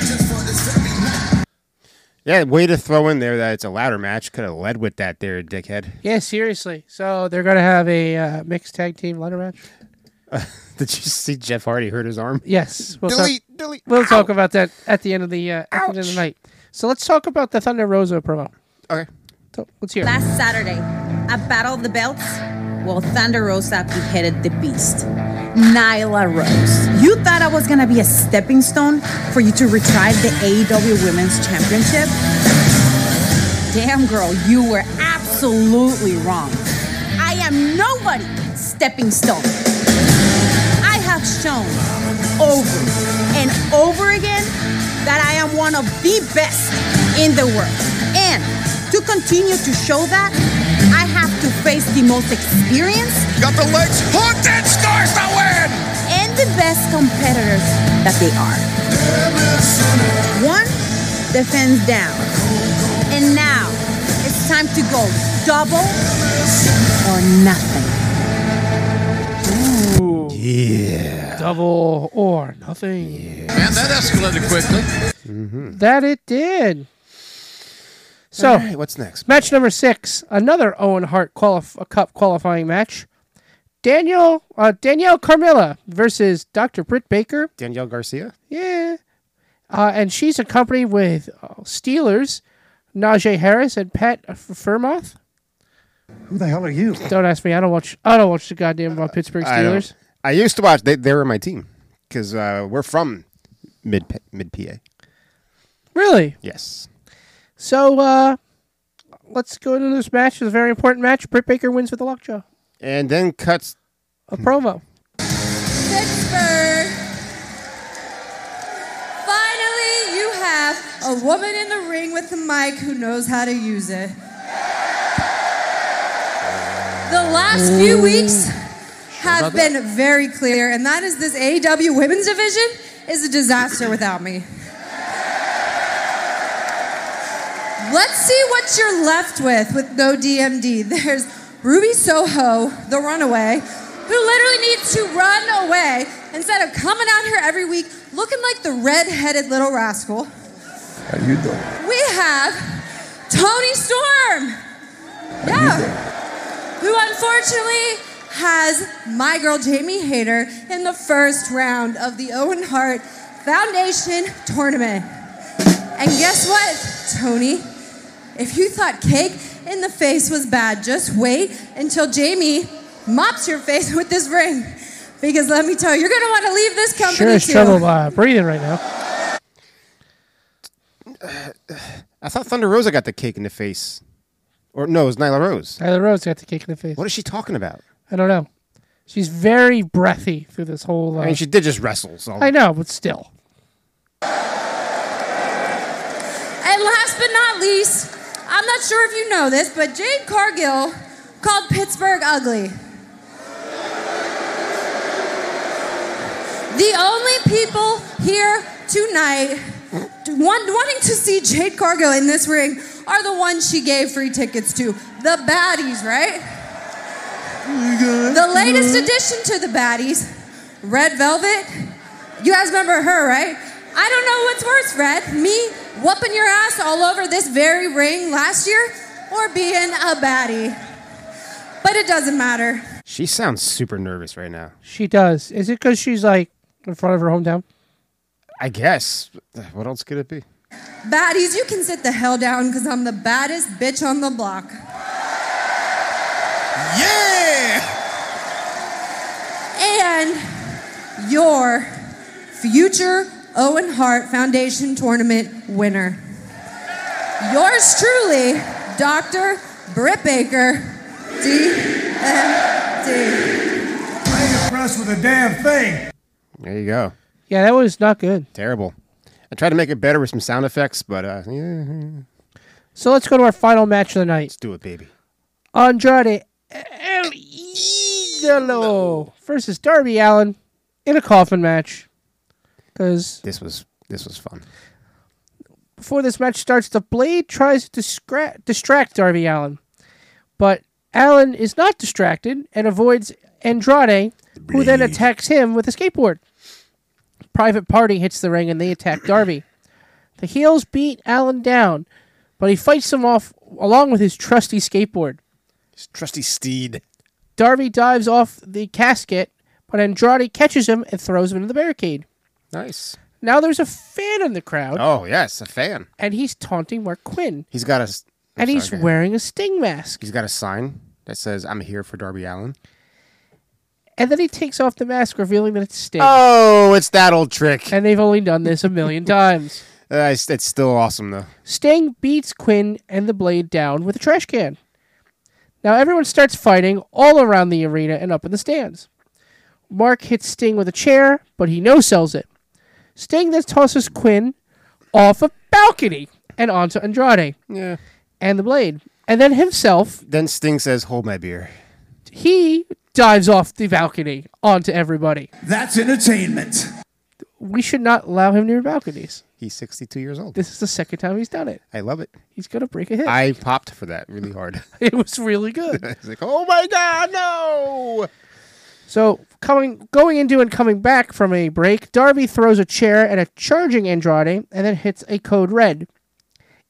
Speaker 3: Yeah, way to throw in there that it's a ladder match. Could have led with that there, dickhead.
Speaker 4: Yeah, seriously. So they're gonna have a uh, mixed tag team ladder match.
Speaker 3: Did you see Jeff Hardy hurt his arm?
Speaker 4: Yes. We'll
Speaker 3: Delete,
Speaker 4: talk, We'll talk about that at the end of the uh, at the end of the night. So let's talk about the Thunder Rosa promo.
Speaker 3: Okay.
Speaker 4: So let's hear. it.
Speaker 23: Last Saturday, at Battle of the Belts, well, Thunder Rosa beheaded the beast. Nyla Rose. You thought I was going to be a stepping stone for you to retrieve the AEW Women's Championship? Damn, girl, you were absolutely wrong. I am nobody stepping stone. I have shown over and over again that I am one of the best in the world. And to continue to show that, I have to face the most experienced. Got the legs hooked and stars to win! And the best competitors that they are. One defends down. And now it's time to go double or nothing.
Speaker 3: Yeah.
Speaker 4: Double or nothing.
Speaker 13: Man, that escalated quickly.
Speaker 3: Mm-hmm.
Speaker 4: That it did. So
Speaker 3: Hmm. All right, what's next?
Speaker 4: Match number six, another Owen Hart qualif- uh, Cup qualifying match. Daniel uh, Danielle Carmilla versus Dr. Britt Baker.
Speaker 3: Danielle Garcia?
Speaker 4: Yeah, uh, and she's accompanied with uh, Steelers, Najee Harris and Pat F- Firmoth.
Speaker 3: Who the hell are you?
Speaker 4: Don't ask me. I don't watch. I don't watch the goddamn uh, Pittsburgh
Speaker 3: I, don't-
Speaker 4: Steelers.
Speaker 3: I used to watch. They, they were my team because uh, we're from mid mid PA.
Speaker 4: Really?
Speaker 3: Yes.
Speaker 4: So uh, let's go to this match. It's a very important match. Britt Baker wins with a lockjaw.
Speaker 3: And then cuts
Speaker 4: A promo.
Speaker 24: Pittsburgh. Finally, you have a woman in the ring with a mic who knows how to use it. The last few weeks have
Speaker 25: about that?
Speaker 24: been very clear, and that is this AEW women's division is a disaster without me. Let's see what you're left with with no DMD. There's Ruby Soho, the runaway, who literally needs to run away instead of coming out here every week looking like the red-headed little rascal.
Speaker 20: How you doing?
Speaker 24: We have Tony Storm. Yeah. Who unfortunately has my girl Jamie Hayter in the first round of the Owen Hart Foundation tournament. And guess what, Tony? If you thought cake in the face was bad, just wait until Jamie mops your face with this ring. Because let me tell you, you're going to want to leave this company
Speaker 4: Sure is
Speaker 24: too.
Speaker 4: trouble uh, breathing right now.
Speaker 3: I thought Thunder Rosa got the cake in the face. Or no, it was Nyla Rose.
Speaker 4: Tyler Rose got the kick in the face.
Speaker 3: What is she talking about?
Speaker 4: I don't know. She's very breathy through this whole. Uh,
Speaker 3: I mean, she did just wrestle. So
Speaker 4: I know, but still.
Speaker 24: And last but not least, I'm not sure if you know this, but Jade Cargill called Pittsburgh ugly. The only people here tonight want, wanting to see Jade Cargill in this ring are the ones she gave free tickets to. The baddies, right? The latest addition to the baddies, Red Velvet. You guys remember her, right? I don't know what's worse, Red. Me whooping your ass all over this very ring last year or being a baddie. But it doesn't matter.
Speaker 3: she sounds super nervous right now.
Speaker 4: She does. Is it because she's like in front of her hometown?
Speaker 3: I guess. What else could it be?
Speaker 24: Baddies, you can sit the hell down because I'm the baddest bitch on the block. Yeah! And your future Owen Hart Foundation Tournament winner. Yours truly, Dr. Britt Baker, DMD.
Speaker 15: I ain't impressed with a damn thing.
Speaker 3: There you go.
Speaker 4: Yeah, that was not good.
Speaker 3: Terrible. I tried to make it better with some sound effects, but uh, yeah.
Speaker 4: So let's go to our final match of the night. Let's
Speaker 3: do it, baby.
Speaker 4: Andrade El Idolo versus Darby Allen in a coffin match. Because
Speaker 3: this was this was fun.
Speaker 4: before this match starts, the blade tries to distra- distract Darby Allen, but Allen is not distracted and avoids Andrade, who then attacks him with a skateboard. Private Party hits the ring and they attack Darby. The heels beat Allen down, but he fights them off along with his trusty skateboard.
Speaker 3: His trusty steed.
Speaker 4: Darby dives off the casket, but Andrade catches him and throws him into the barricade.
Speaker 3: Nice.
Speaker 4: Now there's a fan in the crowd,
Speaker 3: Oh yes, a fan.
Speaker 4: and he's taunting Mark Quinn,
Speaker 3: He's got a. s- I'm
Speaker 4: and
Speaker 3: sorry,
Speaker 4: he's
Speaker 3: go ahead.
Speaker 4: wearing a sting mask.
Speaker 3: He's got a sign that says "I'm here for Darby Allen."
Speaker 4: And then he takes off the mask, revealing that it's Sting.
Speaker 3: Oh, it's that old trick.
Speaker 4: And they've only done this a million times.
Speaker 3: Uh, it's, it's still awesome though.
Speaker 4: Sting beats Quinn and the Blade down with a trash can. Now everyone starts fighting all around the arena and up in the stands. Mark hits Sting with a chair, but he no sells it. Sting then tosses Quinn off a balcony and onto Andrade.
Speaker 3: Yeah.
Speaker 4: And the Blade. And then himself,
Speaker 3: Then Sting says, "Hold my beer."
Speaker 4: he dives off the balcony onto everybody.
Speaker 3: That's entertainment.
Speaker 4: We should not allow him near balconies.
Speaker 3: He's 62 years old.
Speaker 4: This is the second time he's done it.
Speaker 3: I love it.
Speaker 4: He's gonna break a hip.
Speaker 3: I popped for that really hard.
Speaker 4: it was really good.
Speaker 3: It's like, oh my god, no!
Speaker 4: So coming, going into and coming back from a break, Darby throws a chair at a charging Andrade and then hits a code red.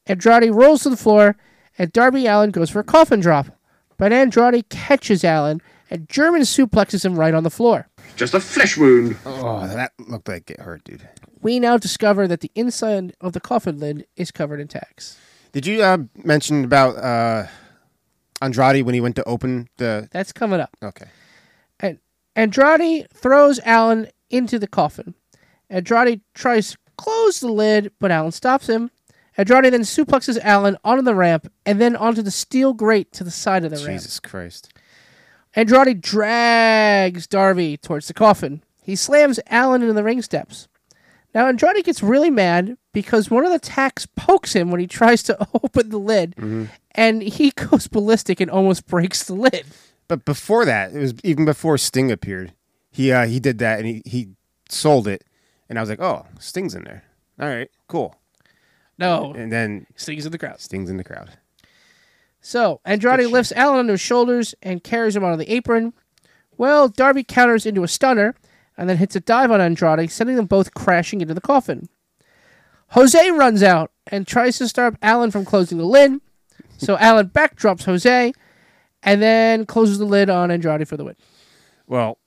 Speaker 4: Andrade rolls to the floor, and Darby Allen goes for a coffin drop, but Andrade catches Allen and German suplexes him right on the floor.
Speaker 3: Just a flesh wound. Oh, that looked like it hurt, dude.
Speaker 4: We now discover that the inside of the coffin lid is covered in tacks.
Speaker 3: Did you uh, mention about uh, Andrade when he went to open the?
Speaker 4: That's coming up.
Speaker 3: Okay.
Speaker 4: And Andrade throws Allen into the coffin. Andrade tries to close the lid, but Allen stops him. Andrade then suplexes Allen onto the ramp and then onto the steel grate to the side of the ramp.
Speaker 3: Jesus Christ.
Speaker 4: Andrade drags Darby towards the coffin. He slams Allen into the ring steps. Now Andrade gets really mad because one of the tacks pokes him when he tries to open the lid, and he goes ballistic and almost breaks the lid.
Speaker 3: But before that, it was even before Sting appeared. He uh, he did that and he, he sold it, and I was like, oh, Sting's in there. All right, cool.
Speaker 4: No,
Speaker 3: And then
Speaker 4: Sting's in the crowd.
Speaker 3: Sting's in the crowd.
Speaker 4: So Andrade lifts Allen onto his shoulders and carries him onto the apron. Well, Darby counters into a stunner and then hits a dive on Andrade, sending them both crashing into the coffin. Jose runs out and tries to stop Allen from closing the lid. So Allen backdrops Jose and then closes the lid on Andrade for the win.
Speaker 3: Well,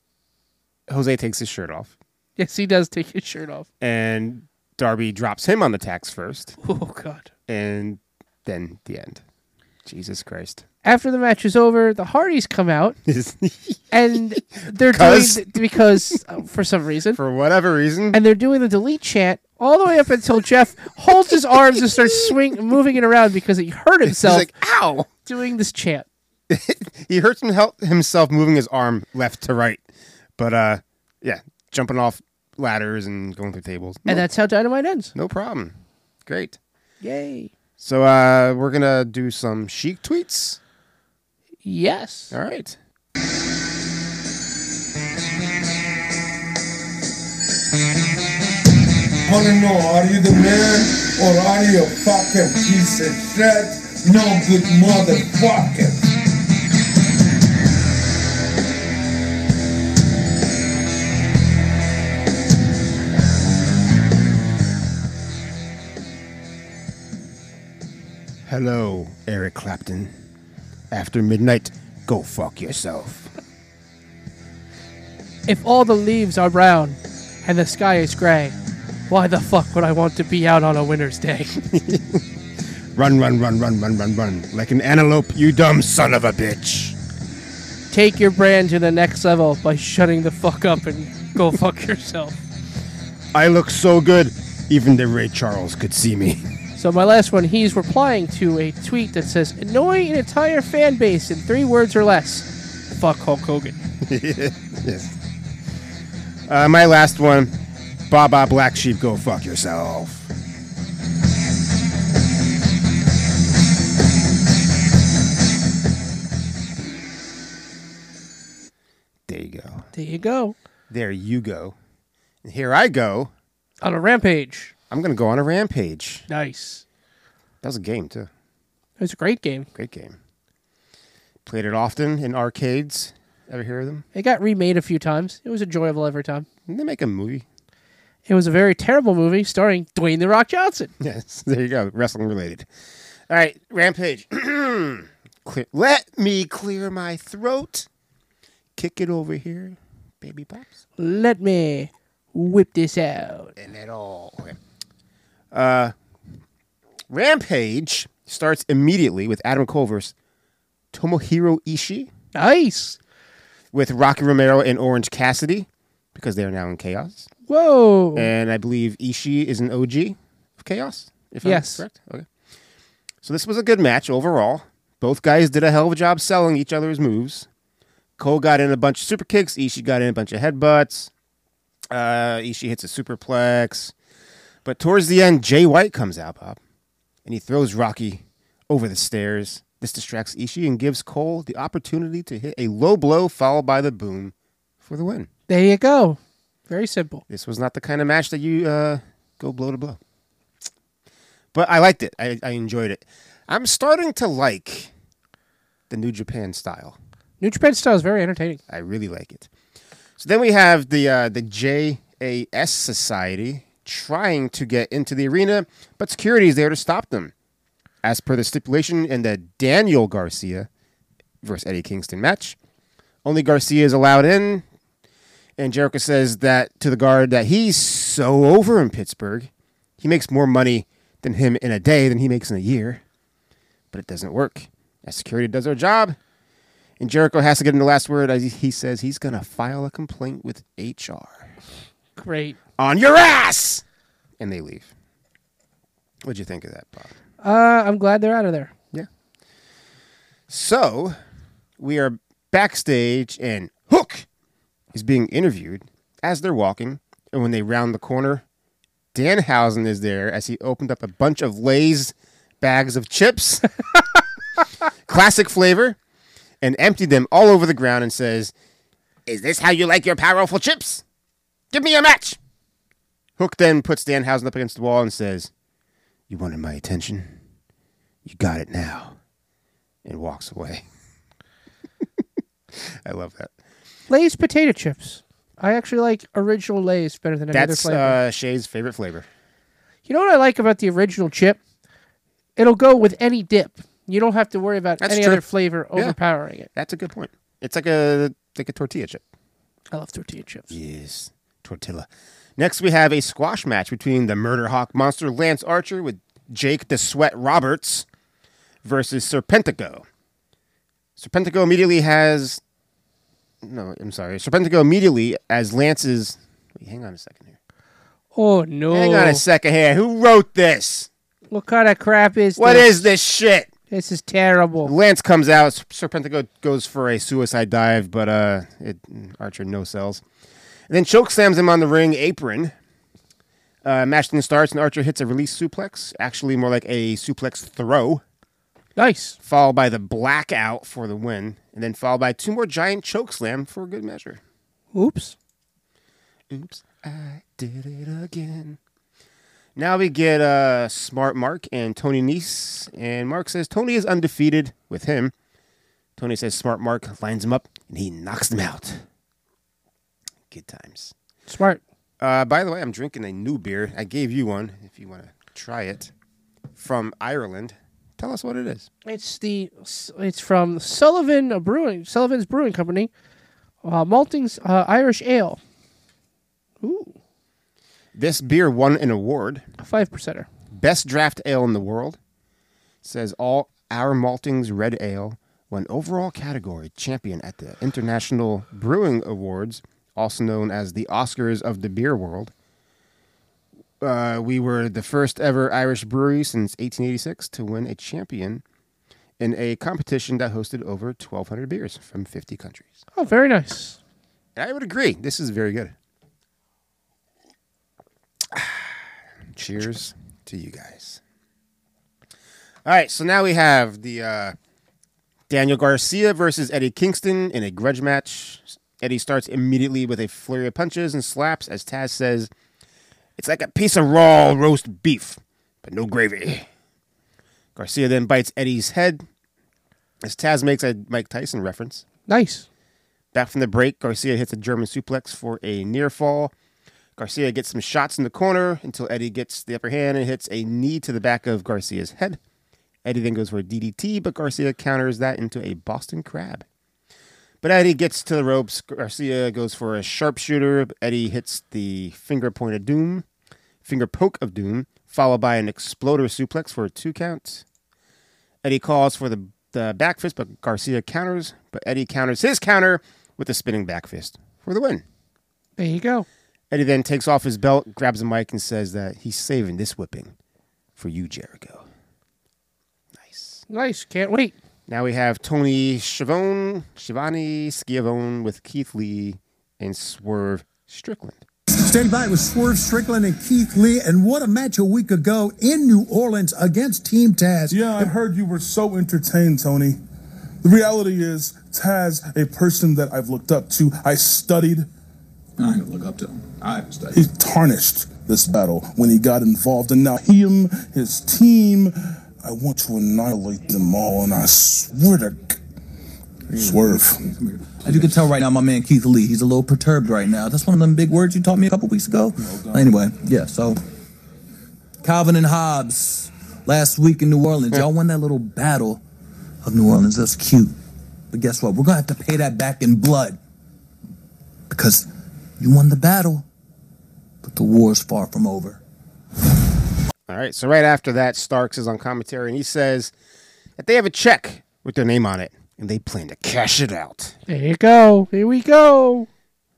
Speaker 3: Jose takes his shirt off,
Speaker 4: Yes, he does take his shirt off.
Speaker 3: and Darby drops him on the tax first,
Speaker 4: Oh, God.
Speaker 3: and then the end. Jesus Christ.
Speaker 4: After the match is over, the Hardys come out and they're
Speaker 3: Because?
Speaker 4: doing th- because uh, for some reason
Speaker 3: for whatever reason
Speaker 4: and they're doing the delete chant all the way up until Jeff holds his arms and starts swing moving it around because he hurt himself
Speaker 3: like, ow
Speaker 4: doing this chant.
Speaker 3: He hurts him, hel- himself moving his arm left to right, but uh, yeah, jumping off ladders and going through tables.
Speaker 4: And that's how Dynamite ends.
Speaker 3: No problem. Great.
Speaker 4: Yay.
Speaker 3: So uh, we're gonna do some chic tweets.
Speaker 4: Yes.
Speaker 3: All right.
Speaker 20: Want to know, are you the man or are you a fucking piece of shit? No good motherfucker.
Speaker 3: Hello, Eric Clapton. After midnight, go fuck yourself.
Speaker 4: If all the leaves are brown and the sky is gray, why the fuck would I want to be out on a winter's day?
Speaker 3: Run, run, run, run, run, run, run. Like an antelope, you dumb son of a bitch.
Speaker 4: Take your brand to the next level by shutting the fuck up and go fuck yourself.
Speaker 3: I look so good. Even the Ray Charles could see me.
Speaker 4: So my last one, he's replying to a tweet that says, "Annoy an entire fan base in three words or less." Fuck Hulk Hogan.
Speaker 3: yes. Uh, my last one, Baba Black Sheep, go fuck yourself. There you go.
Speaker 4: There you go.
Speaker 3: There you go. And here I go.
Speaker 4: On a rampage.
Speaker 3: I'm going to go on a rampage.
Speaker 4: Nice.
Speaker 3: That was a game, too.
Speaker 4: It was a great game.
Speaker 3: Great game. Played it often in arcades. Ever hear of them?
Speaker 4: It got remade a few times. It was enjoyable every time.
Speaker 3: Didn't they make a movie?
Speaker 4: It was a very terrible movie starring Dwayne the Rock Johnson.
Speaker 3: Yes, there you go. Wrestling related. All right, Rampage. Clear- Let me clear my throat. Kick it over here, baby pops.
Speaker 4: Let me whip this out.
Speaker 3: And it all. Uh, Rampage starts immediately with Adam Cole versus Tomohiro Ishii.
Speaker 4: Nice.
Speaker 3: With Rocky Romero and Orange Cassidy because they are now in Chaos.
Speaker 4: Whoa.
Speaker 3: And I believe Ishii is an OG of Chaos. If
Speaker 4: Yes.
Speaker 3: I'm correct. Okay. So this was a good match overall. Both guys did a hell of a job selling each other's moves. Cole got in a bunch of super kicks. Ishii got in a bunch of headbutts. Uh, Ishii hits a superplex. But towards the end, Jay White comes out, Bob, and he throws Rocky over the stairs. This distracts Ishii and gives Cole the opportunity to hit a low blow followed by the boom for the win.
Speaker 4: There you go. Very simple.
Speaker 3: This was not the kind of match that you uh, go blow to blow. But I liked it. I, I enjoyed it. I'm starting to like the New Japan style.
Speaker 4: New Japan style is very entertaining.
Speaker 3: I really like it. So then we have the uh, the JAS Society trying to get into the arena, but security is there to stop them. As per the stipulation in the Daniel Garcia versus Eddie Kingston match, only Garcia is allowed in. And Jericho says that to the guard that he's so over in Pittsburgh, he makes more money than him in a day than he makes in a year. But it doesn't work. As security does their job, and Jericho has to get in the last word as he- he says he's going to file a complaint with HR.
Speaker 4: Great.
Speaker 3: On your ass! And they leave. What'd you think of that, Bob?
Speaker 4: Uh, I'm glad they're out of there.
Speaker 3: Yeah. So, we are backstage, and Hook is being interviewed as they're walking. And when they round the corner, Danhausen is there as he opened up a bunch of Lay's bags of chips, classic flavor, and emptied them all over the ground and says, Is this how you like your powerful chips? Give me a match! Hook then puts Danhausen up against the wall and says, You wanted my attention? You got it now. And walks away. I love that.
Speaker 4: Lay's potato chips. I actually like original Lay's better than any other
Speaker 3: That's
Speaker 4: flavor.
Speaker 3: uh, Shay's favorite flavor.
Speaker 4: you know what I like about the original chip? It'll go with any dip. You don't have to worry about
Speaker 3: That's
Speaker 4: any
Speaker 3: true.
Speaker 4: other flavor
Speaker 3: Yeah.
Speaker 4: overpowering it.
Speaker 3: That's a good point. It's like a like a tortilla chip.
Speaker 4: I love tortilla chips.
Speaker 3: Yes, tortilla. Next, we have a squash match between the Murder Hawk monster Lance Archer with Jake the Sweat Roberts versus Serpentico. Serpentico immediately has. No, I'm sorry. Serpentico immediately as Lance's. Wait, hang on a second here.
Speaker 4: Oh no!
Speaker 3: Hang on a second here. Who wrote this?
Speaker 4: What kind of crap is
Speaker 3: What
Speaker 4: this?
Speaker 3: is this shit?
Speaker 4: This is terrible.
Speaker 3: Lance comes out. Serpentico goes for a suicide dive, but uh, it, Archer no sells. And then choke slams him on the ring apron. Uh, match then starts, and Archer hits a release suplex. Actually, more like a suplex throw.
Speaker 4: Nice.
Speaker 3: Followed by the blackout for the win, and then followed by two more giant choke slam for a good measure.
Speaker 4: Oops.
Speaker 3: Oops, I did it again. Now we get uh, Smart Mark and Tony Nese. And Mark says Tony is undefeated with him. Tony says Smart Mark lines him up and he knocks him out. Good times.
Speaker 4: Smart.
Speaker 3: Uh, by the way, I'm drinking a new beer. I gave you one if you want to try it from Ireland. Tell us what it is.
Speaker 4: It's the it's from Sullivan Brewing Sullivan's Brewing Company, uh, Malting's uh, Irish Ale,
Speaker 3: This beer won an award.
Speaker 4: five percenter.
Speaker 3: Best draft ale in the world. Says all our maltings red ale won overall category champion at the International Brewing Awards, also known as the Oscars of the beer world. uh, we were the first ever Irish brewery since 1886 to win a champion in a competition that hosted over 1,200 beers from 50 countries.
Speaker 4: Oh, very nice.
Speaker 3: And I would agree. This is very good. Cheers to you guys. All right, so now we have the uh, Daniel Garcia versus Eddie Kingston in a grudge match. Eddie starts immediately with a flurry of punches and slaps as Taz says, It's like a piece of raw roast beef, but no gravy. Garcia then bites Eddie's head as Taz makes a Mike Tyson reference.
Speaker 4: Nice.
Speaker 3: Back from the break, Garcia hits a German suplex for a near fall. Garcia gets some shots in the corner until Eddie gets the upper hand and hits a knee to the back of Garcia's head. Eddie then goes for a DDT, but Garcia counters that into a Boston Crab. But Eddie gets to the ropes. Garcia goes for a sharpshooter. Eddie hits the finger point of doom, finger poke of doom, followed by an exploder suplex for a two count. Eddie calls for the, the back fist, but Garcia counters. But Eddie counters his counter with a spinning back fist for the win.
Speaker 4: There you go.
Speaker 3: Eddie then takes off his belt, grabs a mic, and says that he's saving this whipping for you, Jericho.
Speaker 4: Nice. Can't wait.
Speaker 3: Now we have Tony Schiavone, Shivani Schiavone with Keith Lee and Swerve Strickland.
Speaker 2: Stand by with Swerve Strickland and Keith Lee, and what a match a week ago in New Orleans against Team Taz.
Speaker 5: Yeah, I heard you were so entertained, Tony. The reality is, Taz, a person that I've looked up to, I studied.
Speaker 25: I didn't look up to him. I haven't studied.
Speaker 5: He tarnished this battle when he got involved, and now him, his team, I want to annihilate them all, Oh, and I swear to g- Swerve.
Speaker 25: As you can tell right now, my man Keith Lee, he's a little perturbed right now. That's one of them big words you taught me a couple weeks ago. anyway, yeah, so Calvin and Hobbes last week in New Orleans. Y'all won that little battle of New Orleans. That's cute. But guess what? We're going to have to pay that back in blood because you won the battle, but the war's far from over.
Speaker 3: All right. So right after that, Starks is on commentary and he says that they have a check with their name on it and they plan to cash it out.
Speaker 4: There you go. Here we go.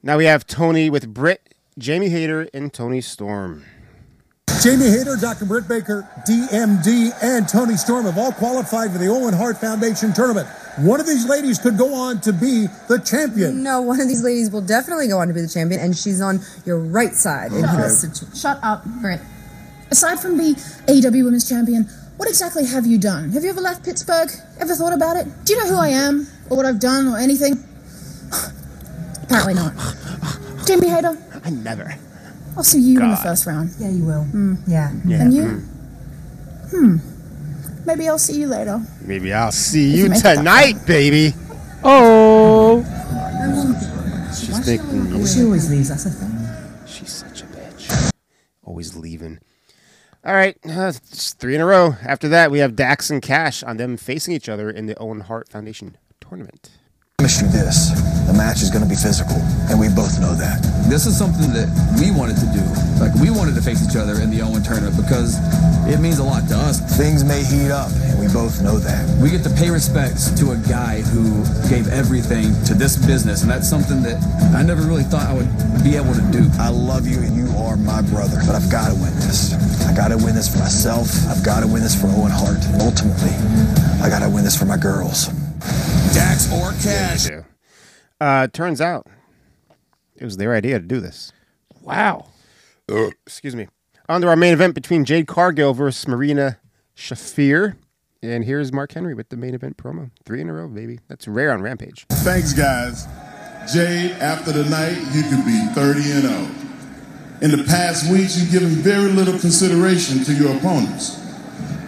Speaker 3: Now we have Tony with Britt, Jamie Hayter, and Tony Storm.
Speaker 2: Jamie Hayter, Dr. Britt Baker, DMD, and Tony Storm have all qualified for the Owen Hart Foundation tournament. One of these ladies could go on to be the champion.
Speaker 26: No, one of these ladies will definitely go on to be the champion, and she's on your right side in
Speaker 27: Shut
Speaker 26: this
Speaker 27: up. Shut up, Britt. Aside from being AW Women's Champion, what exactly have you done? Have you ever left Pittsburgh? Ever thought about it? Do you know who I am or what I've done or anything? Apparently not. Jamie Hayter,
Speaker 3: I never.
Speaker 27: I'll see you in the
Speaker 3: God.
Speaker 27: first round. Yeah, you will. Yeah.
Speaker 3: Yeah.
Speaker 27: And you?
Speaker 3: mm.
Speaker 27: Hmm. Maybe I'll see you later.
Speaker 3: Maybe I'll see you
Speaker 27: you make it that
Speaker 3: tonight, baby.
Speaker 4: Oh.
Speaker 3: She's making you.
Speaker 26: She always leaves. That's the thing.
Speaker 3: She's such a bitch. Always leaving. All right, uh, it's three in a row. After that, we have Dax and Cash on them facing each other in the Owen Hart Foundation tournament.
Speaker 18: promise you this the match is going to be physical, and we both know that.
Speaker 25: This is something that we wanted to do. Like, we wanted to face each other in the Owen tournament because it means a lot to us.
Speaker 18: Things may heat up, and we both know that.
Speaker 25: We get to pay respects to a guy who gave everything to this business, and that's something that I never really thought I would be able to do.
Speaker 18: I love you, and you are my brother, but I've got to win this. I got to win this for myself. I've got to win this for Owen Hart. Ultimately, I got to win this for my girls.
Speaker 13: Dax or Cash.
Speaker 3: Uh, turns out it was their idea to do this.
Speaker 4: Wow.
Speaker 3: Excuse me. On to our main event between Jade Cargill versus Marina Shafir. And here's Mark Henry with the main event promo. Three in a row, baby. That's rare on Rampage.
Speaker 19: Thanks, guys. Jade, after tonight, you could be 30 and 0. In the past weeks, you've given very little consideration to your opponents.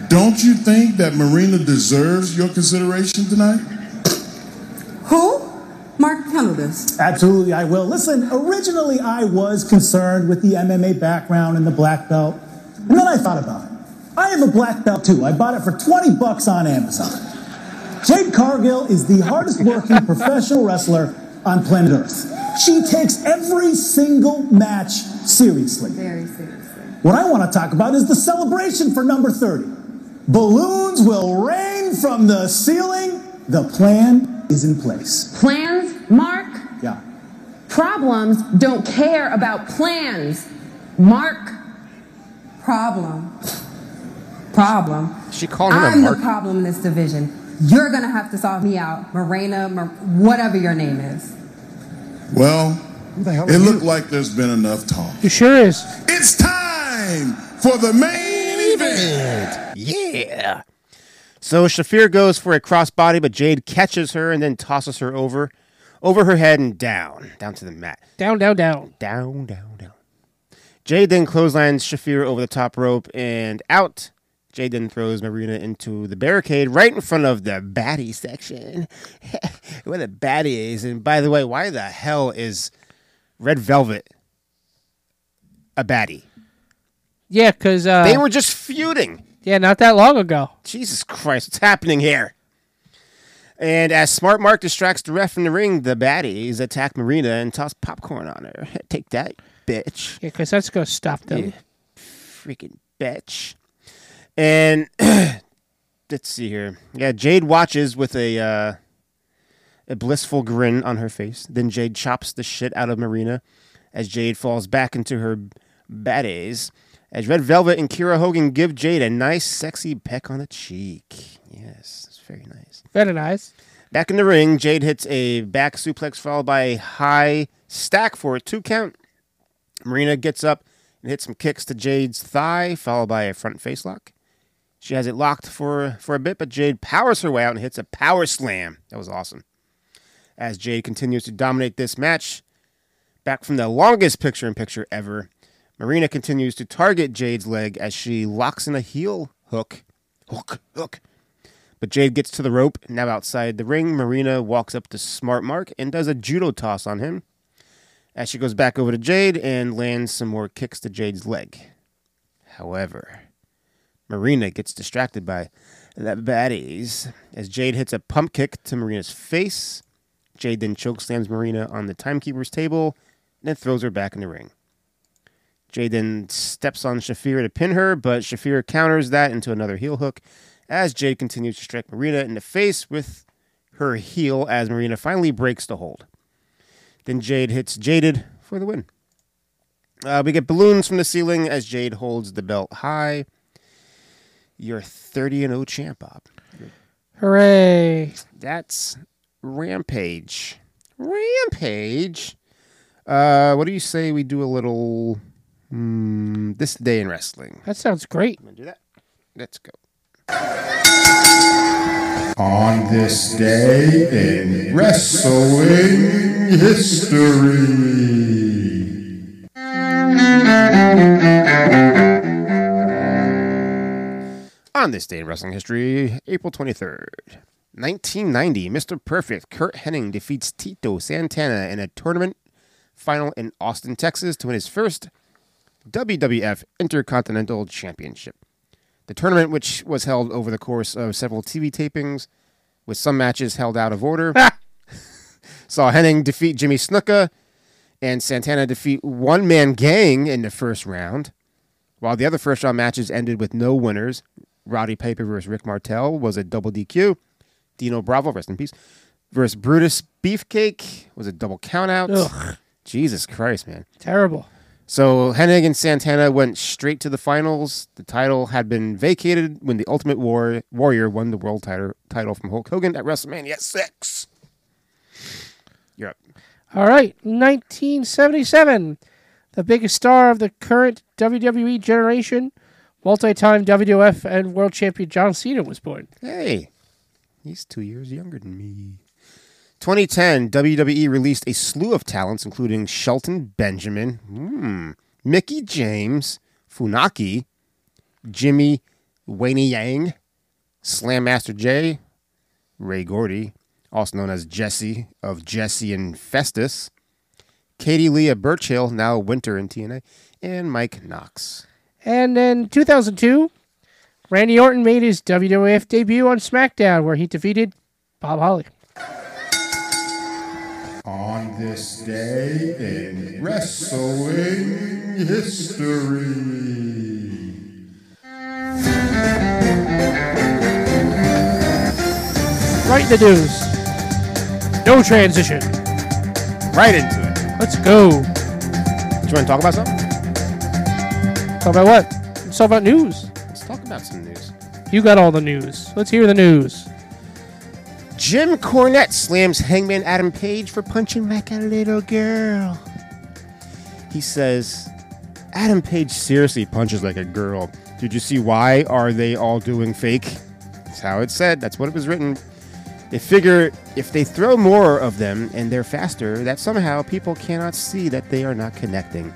Speaker 19: Don't you think that Marina deserves your consideration tonight?
Speaker 28: Who? Mark Penalbus.
Speaker 29: Absolutely, I will. Listen, originally I was concerned with the MMA background and the black belt, and then I thought about it. I have a black belt too. I bought it for 20 bucks on Amazon. Jade Cargill is the hardest working professional wrestler on planet Earth. She takes every single match seriously.
Speaker 28: Very seriously.
Speaker 29: What I want to talk about is the celebration for number 30. Balloons will rain from the ceiling. The plan is in place.
Speaker 28: Plans, Mark?
Speaker 29: Yeah.
Speaker 28: Problems don't care about plans, Mark. problem. Problem.
Speaker 3: She called him
Speaker 28: I'm
Speaker 3: a
Speaker 28: the
Speaker 3: mark.
Speaker 28: problem in this division. You're gonna have to solve me out, Morena, Mar- whatever your name is.
Speaker 19: Well,
Speaker 28: are
Speaker 19: it looked like there's been enough talk.
Speaker 4: It sure is.
Speaker 19: It's time for the main event.
Speaker 3: Yeah. So Shafir goes for a crossbody, but Jade catches her and then tosses her over, over her head and down, down to the mat.
Speaker 4: Down, down, down.
Speaker 3: Down, down, down. Jade then clotheslines Shafir over the top rope and out. Jade then throws Marina into the barricade right in front of the baddie section. Where the baddie is. And by the way, why the hell is Red Velvet a baddie?
Speaker 4: Yeah, because uh,
Speaker 3: they were just feuding.
Speaker 4: Yeah, not that long ago.
Speaker 3: Jesus Christ, what's happening here? And as Smart Mark distracts the ref in the ring, the baddies attack Marina and toss popcorn on her. Take that, bitch.
Speaker 4: Yeah, because that's gonna stop them.
Speaker 3: Yeah. Freaking bitch. And let's see here. Yeah, Jade watches with a uh, a blissful grin on her face. Then Jade chops the shit out of Marina as Jade falls back into her baddies. As Red Velvet and Kira Hogan give Jade a nice, sexy peck on the cheek. Yes, it's very nice.
Speaker 4: Very nice.
Speaker 3: Back in the ring, Jade hits a back suplex followed by a high stack for a two count. Marina gets up and hits some kicks to Jade's thigh, followed by a front face lock. She has it locked for, for a bit, but Jade powers her way out and hits a power slam. That was awesome. As Jade continues to dominate this match, back from the longest picture in picture ever, Marina continues to target Jade's leg as she locks in a heel hook. Hook, hook. But Jade gets to the rope. Now outside the ring, Marina walks up to Smart Mark and does a judo toss on him as she goes back over to Jade and lands some more kicks to Jade's leg. However, Marina gets distracted by the baddies as Jade hits a pump kick to Marina's face. Jade then choke slams Marina on the timekeeper's table and then throws her back in the ring. Jade then steps on Shafir to pin her, but Shafir counters that into another heel hook as Jade continues to strike Marina in the face with her heel as Marina finally breaks the hold. Then Jade hits Jaded for the win. Uh, we get balloons from the ceiling as Jade holds the belt high. You're 30 and 0 champ, Bob.
Speaker 4: Hooray!
Speaker 3: That's Rampage. Rampage. Uh, what do you say we do a little mm, this day in wrestling?
Speaker 4: That sounds great.
Speaker 3: I'm gonna do that. Let's go.
Speaker 1: On this day in wrestling history.
Speaker 3: On this day in wrestling history, April 23rd, 1990, Mr. Perfect Kurt Hennig defeats Tito Santana in a tournament final in Austin, Texas to win his first WWF Intercontinental Championship. The tournament, which was held over the course of several TV tapings, with some matches held out of order, saw Henning defeat Jimmy Snuka and Santana defeat One Man Gang in the first round. While the other first round matches ended with no winners, Roddy Piper versus Rick Martel was a double DQ. Dino Bravo, rest in peace, versus Brutus Beefcake was a double countout.
Speaker 4: Ugh.
Speaker 3: Jesus Christ, man.
Speaker 4: Terrible.
Speaker 3: So Hennig and Santana went straight to the finals. The title had been vacated when the Ultimate War- Warrior won the world title title from Hulk Hogan at WrestleMania 6. You're up.
Speaker 4: All right, 1977. The biggest star of the current WWE generation, multi-time WWF and world champion John Cena was born.
Speaker 3: Hey, he's two years younger than me. 2010, WWE E released a slew of talents, including Shelton Benjamin, hmm, Mickey James, Funaki, Jimmy Wayne Yang, Slam Master J, Ray Gordy, also known as Jesse of Jesse and Festus, Katie Leah Burchill, now Winter in TNA, and Mike Knox.
Speaker 4: And in 2002, Randy Orton made his WWF debut on SmackDown, where he defeated Bob Holly.
Speaker 1: On this day in wrestling history.
Speaker 4: Right in the news. No transition.
Speaker 3: Right into it.
Speaker 4: Let's go.
Speaker 3: Do you want to talk about something?
Speaker 4: Talk about what? Let's talk about news.
Speaker 3: Let's talk about some news.
Speaker 4: You got all the news. Let's hear the news.
Speaker 3: Jim Cornette slams Hangman Adam Page for punching back at a little girl. He says, Adam Page seriously punches like a girl. Did you see why are they all doing fake? That's how it said. That's what it was written. They figure if they throw more of them and they're faster, that somehow people cannot see that they are not connecting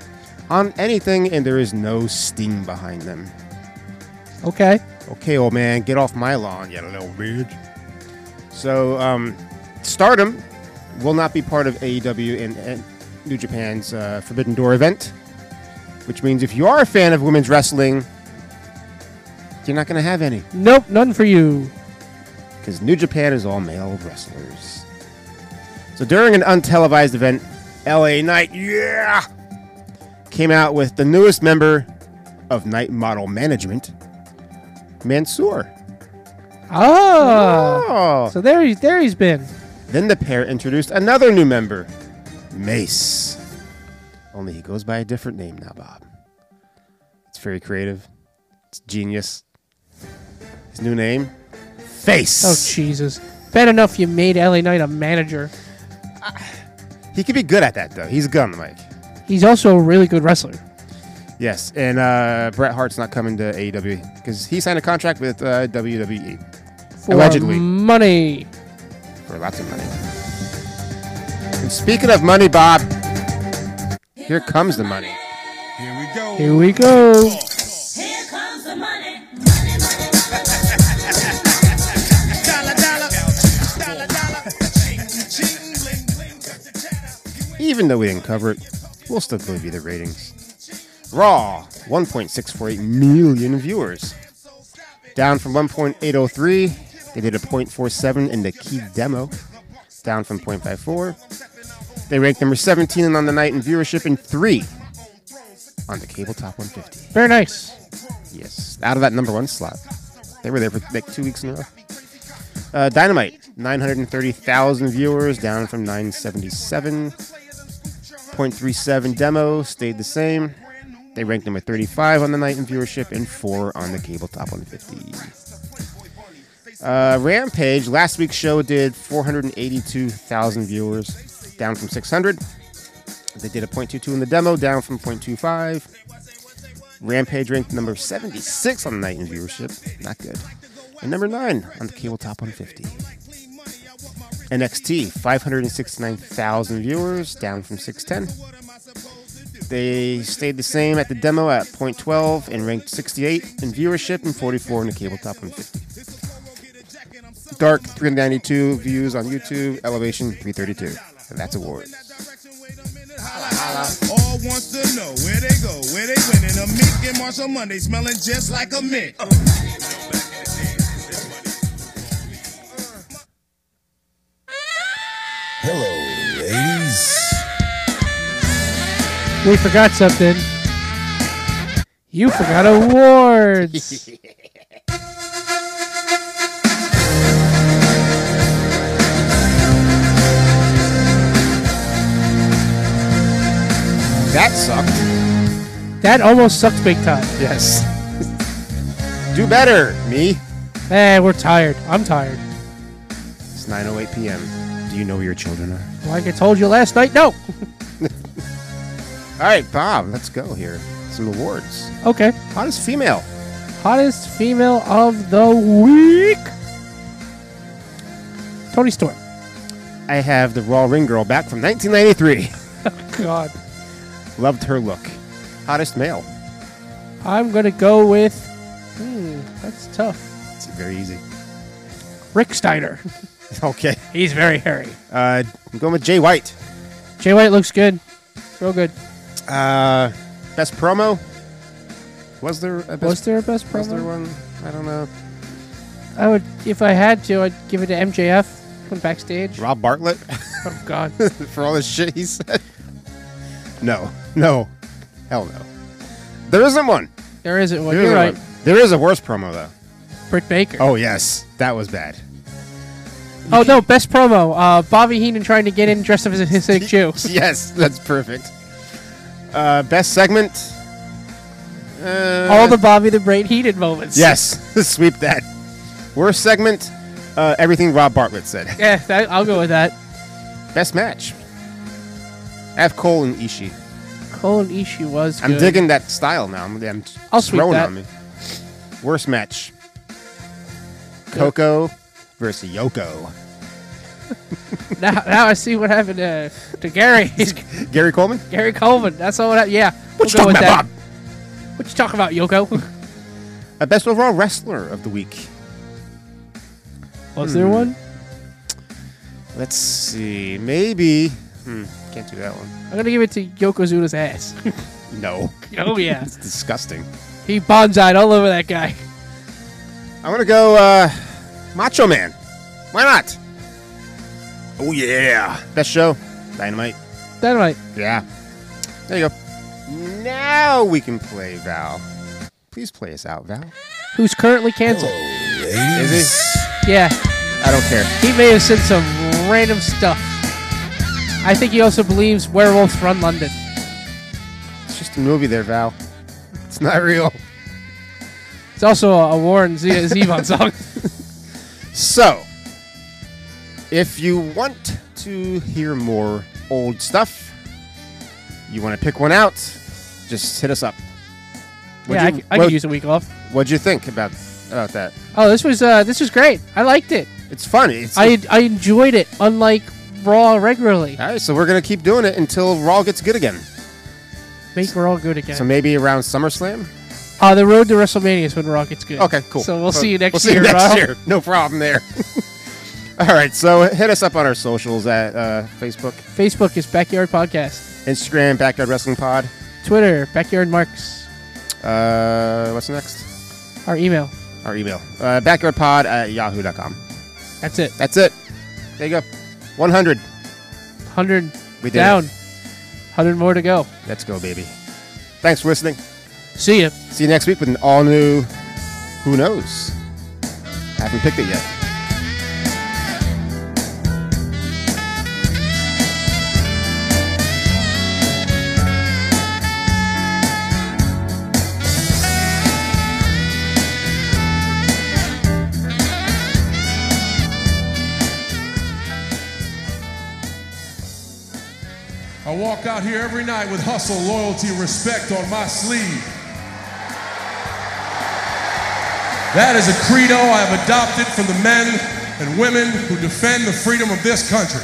Speaker 3: on anything and there is no steam behind them.
Speaker 4: Okay.
Speaker 3: Okay, old man, get off my lawn, you little bitch. So, um, Stardom will not be part of E AEW and, and New Japan's uh, Forbidden Door event, which means if you are a fan of women's wrestling, you're not going to have any.
Speaker 4: Nope, none for you.
Speaker 3: Because New Japan is all male wrestlers. So during an untelevised event, LA Knight, yeah, came out with the newest member of Knight Model Management, Mansoor.
Speaker 4: Oh. So there he's there he's been.
Speaker 3: Then the pair introduced another new member, Mace. Only he goes by a different name now, Bob. It's very creative. It's genius. His new name, Face.
Speaker 4: Oh Jesus. Bad enough you made LA Knight a manager.
Speaker 3: He could be good at that though. He's good on the mic.
Speaker 4: He's also a really good wrestler.
Speaker 3: Yes, and uh, Bret Hart's not coming to AEW because he signed a contract with uh, WWE
Speaker 4: For
Speaker 3: allegedly
Speaker 4: money.
Speaker 3: for lots of money. And speaking of money, Bob, here comes the money. Here we go.
Speaker 4: Here we go.
Speaker 3: Even though we didn't cover it, we'll still give you the ratings. Raw, 1.648 million viewers. Down from 1.803. They did a 0.47 in the key demo. Down from 0.54. They ranked number 17 on the night in viewership and 3 on the cable top 150.
Speaker 4: Very nice.
Speaker 3: Yes, out of that number one slot. They were there for like two weeks in a row. Uh, Dynamite, 930,000 viewers, down from 977. 0.37 demo stayed the same. They ranked number 35 on the night in viewership and 4 on the cable top 150. Uh, Rampage, last week's show did 482,000 viewers, down from 600. They did a 0.22 in the demo, down from 0.25. Rampage ranked number 76 on the night in viewership. Not good. And number 9 on the cable top 150. NXT, 569,000 viewers, down from 610. They stayed the same at the demo at 0.12 and ranked 68 in viewership and 44 in the cable top 150. Dark, 392 views on YouTube. Elevation, 332. And that's awards.
Speaker 29: All wants to know where they go, where they winning. A mink and Marshall Monday smelling just like a mint.
Speaker 6: Hello, ladies.
Speaker 4: We forgot something. You forgot awards.
Speaker 3: That sucked.
Speaker 4: that almost sucks big time.
Speaker 3: Yes. Do better, me.
Speaker 4: Hey, Eh, we're tired. I'm tired.
Speaker 3: It's 9.08 p.m. Do you know where your children are?
Speaker 4: Like I told you last night, no.
Speaker 3: All right, Bob, let's go here. Some awards.
Speaker 4: Okay.
Speaker 3: Hottest female.
Speaker 4: Hottest female of the week. Tony Storm.
Speaker 3: I have the Raw Ring Girl back from 1993.
Speaker 4: God.
Speaker 3: Loved her look. Hottest male.
Speaker 4: I'm gonna go with. Hmm, that's tough.
Speaker 3: It's very easy.
Speaker 4: Rick Steiner.
Speaker 3: Okay.
Speaker 4: He's very hairy.
Speaker 3: Uh, I'm going with Jay White.
Speaker 4: Jay White looks good. Real good.
Speaker 3: Uh, best promo. Was there a best,
Speaker 4: Was there a best
Speaker 3: Was there
Speaker 4: promo?
Speaker 3: one? I don't know.
Speaker 4: I would, if I had to, I'd give it to MJF when backstage.
Speaker 3: Rob Bartlett.
Speaker 4: Oh God.
Speaker 3: For all the shit he said. No, no, hell no. There isn't one.
Speaker 4: There isn't one.
Speaker 3: There
Speaker 4: You're right.
Speaker 3: isn't one. There is a worse promo though.
Speaker 4: Britt Baker.
Speaker 3: Oh yes, that was bad.
Speaker 4: Oh no, best promo. Uh, Bobby Heenan trying to get in dressed up as a Hasidic Jew.
Speaker 3: yes, that's perfect. Uh, best segment. Uh,
Speaker 4: All the Bobby the Brain heated moments.
Speaker 3: Yes, sweep that. Worst segment, uh, everything Rob Bartlett said.
Speaker 4: Yeah, that, I'll go with that.
Speaker 3: Best match. I have Cole and Ishii.
Speaker 4: Cole and Ishii was.
Speaker 3: I'm
Speaker 4: good.
Speaker 3: digging that style now. I'm, I'm
Speaker 4: I'll
Speaker 3: it's
Speaker 4: sweep
Speaker 3: growing
Speaker 4: that.
Speaker 3: on me. Worst match. Coco versus Yoko.
Speaker 4: Now, now I see what happened to, to Gary.
Speaker 3: Gary Coleman?
Speaker 4: Gary Coleman. That's all. That, yeah. What
Speaker 3: you talking about,
Speaker 4: Bob? What you talking about, Yoko?
Speaker 3: Uh, best overall wrestler of the week. Hmm.
Speaker 4: Was there one?
Speaker 3: Let's see. Maybe. Hmm, can't do that one.
Speaker 4: I'm gonna give it to Yokozuna's ass.
Speaker 3: No.
Speaker 4: Oh, yeah.
Speaker 3: it's disgusting.
Speaker 4: he bonsai'd all over that guy.
Speaker 3: I'm gonna go uh, Macho Man. Why not? Oh yeah. Best show, Dynamite.
Speaker 4: Dynamite.
Speaker 3: Yeah. There you go. Now we can play Val. Please play us out, Val.
Speaker 4: Who's currently canceled?
Speaker 3: Is
Speaker 4: Yeah.
Speaker 3: I don't care.
Speaker 4: He may have said some random stuff. I think he also believes werewolves run London.
Speaker 3: he? It's just a movie there, Val. It's not real.
Speaker 4: It's also a Warren Z- Zevon song.
Speaker 3: So, if you want to hear more old stuff, you want to pick one out, just hit us up.
Speaker 4: Yeah, I c- I could use a week off.
Speaker 3: What'd you think about about that?
Speaker 4: Oh, this was uh, this was great. I liked it.
Speaker 3: It's funny. It's,
Speaker 4: I I enjoyed it. Unlike Raw regularly,
Speaker 3: all right, so we're gonna keep doing it until Raw gets good again.
Speaker 4: make Raw good again.
Speaker 3: So maybe around SummerSlam.
Speaker 4: uh, the road to WrestleMania is when Raw gets good.
Speaker 3: Okay, cool.
Speaker 4: So we'll see you next
Speaker 3: we'll see
Speaker 4: year.
Speaker 3: You next
Speaker 4: Raw.
Speaker 3: year. No problem there. all right, so hit us up on our socials at uh, Facebook,
Speaker 4: Facebook is Backyard Podcast.
Speaker 3: Instagram, Backyard Wrestling Pod.
Speaker 4: Twitter Backyard Marks.
Speaker 3: Uh, what's next?
Speaker 4: Our email.
Speaker 3: Our email. Uh, backyardpod at yahoo.com.
Speaker 4: That's it.
Speaker 3: That's it. There you go. 100.
Speaker 4: 100
Speaker 3: We did
Speaker 4: down.
Speaker 3: it.
Speaker 4: 100 more to go.
Speaker 3: Let's go, baby. Thanks for listening.
Speaker 4: See ya.
Speaker 3: See you next week with an all new Who Knows. Haven't picked it yet.
Speaker 28: I walk out here every night with hustle, loyalty, respect on my sleeve. That is a credo I have adopted from the men and women who defend the freedom of this country.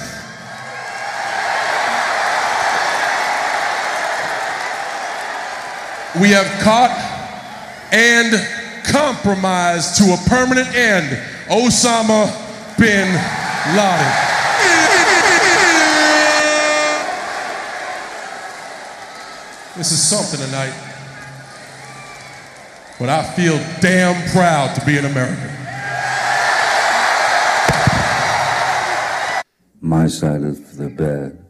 Speaker 28: We have caught and compromised to a permanent end Osama bin Laden. This is something tonight. But I feel damn proud to be an American.
Speaker 2: my side of the bed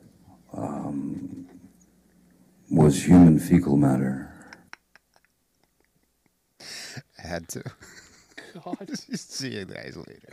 Speaker 2: um, was human fecal matter.
Speaker 3: I had to. God. See you guys later.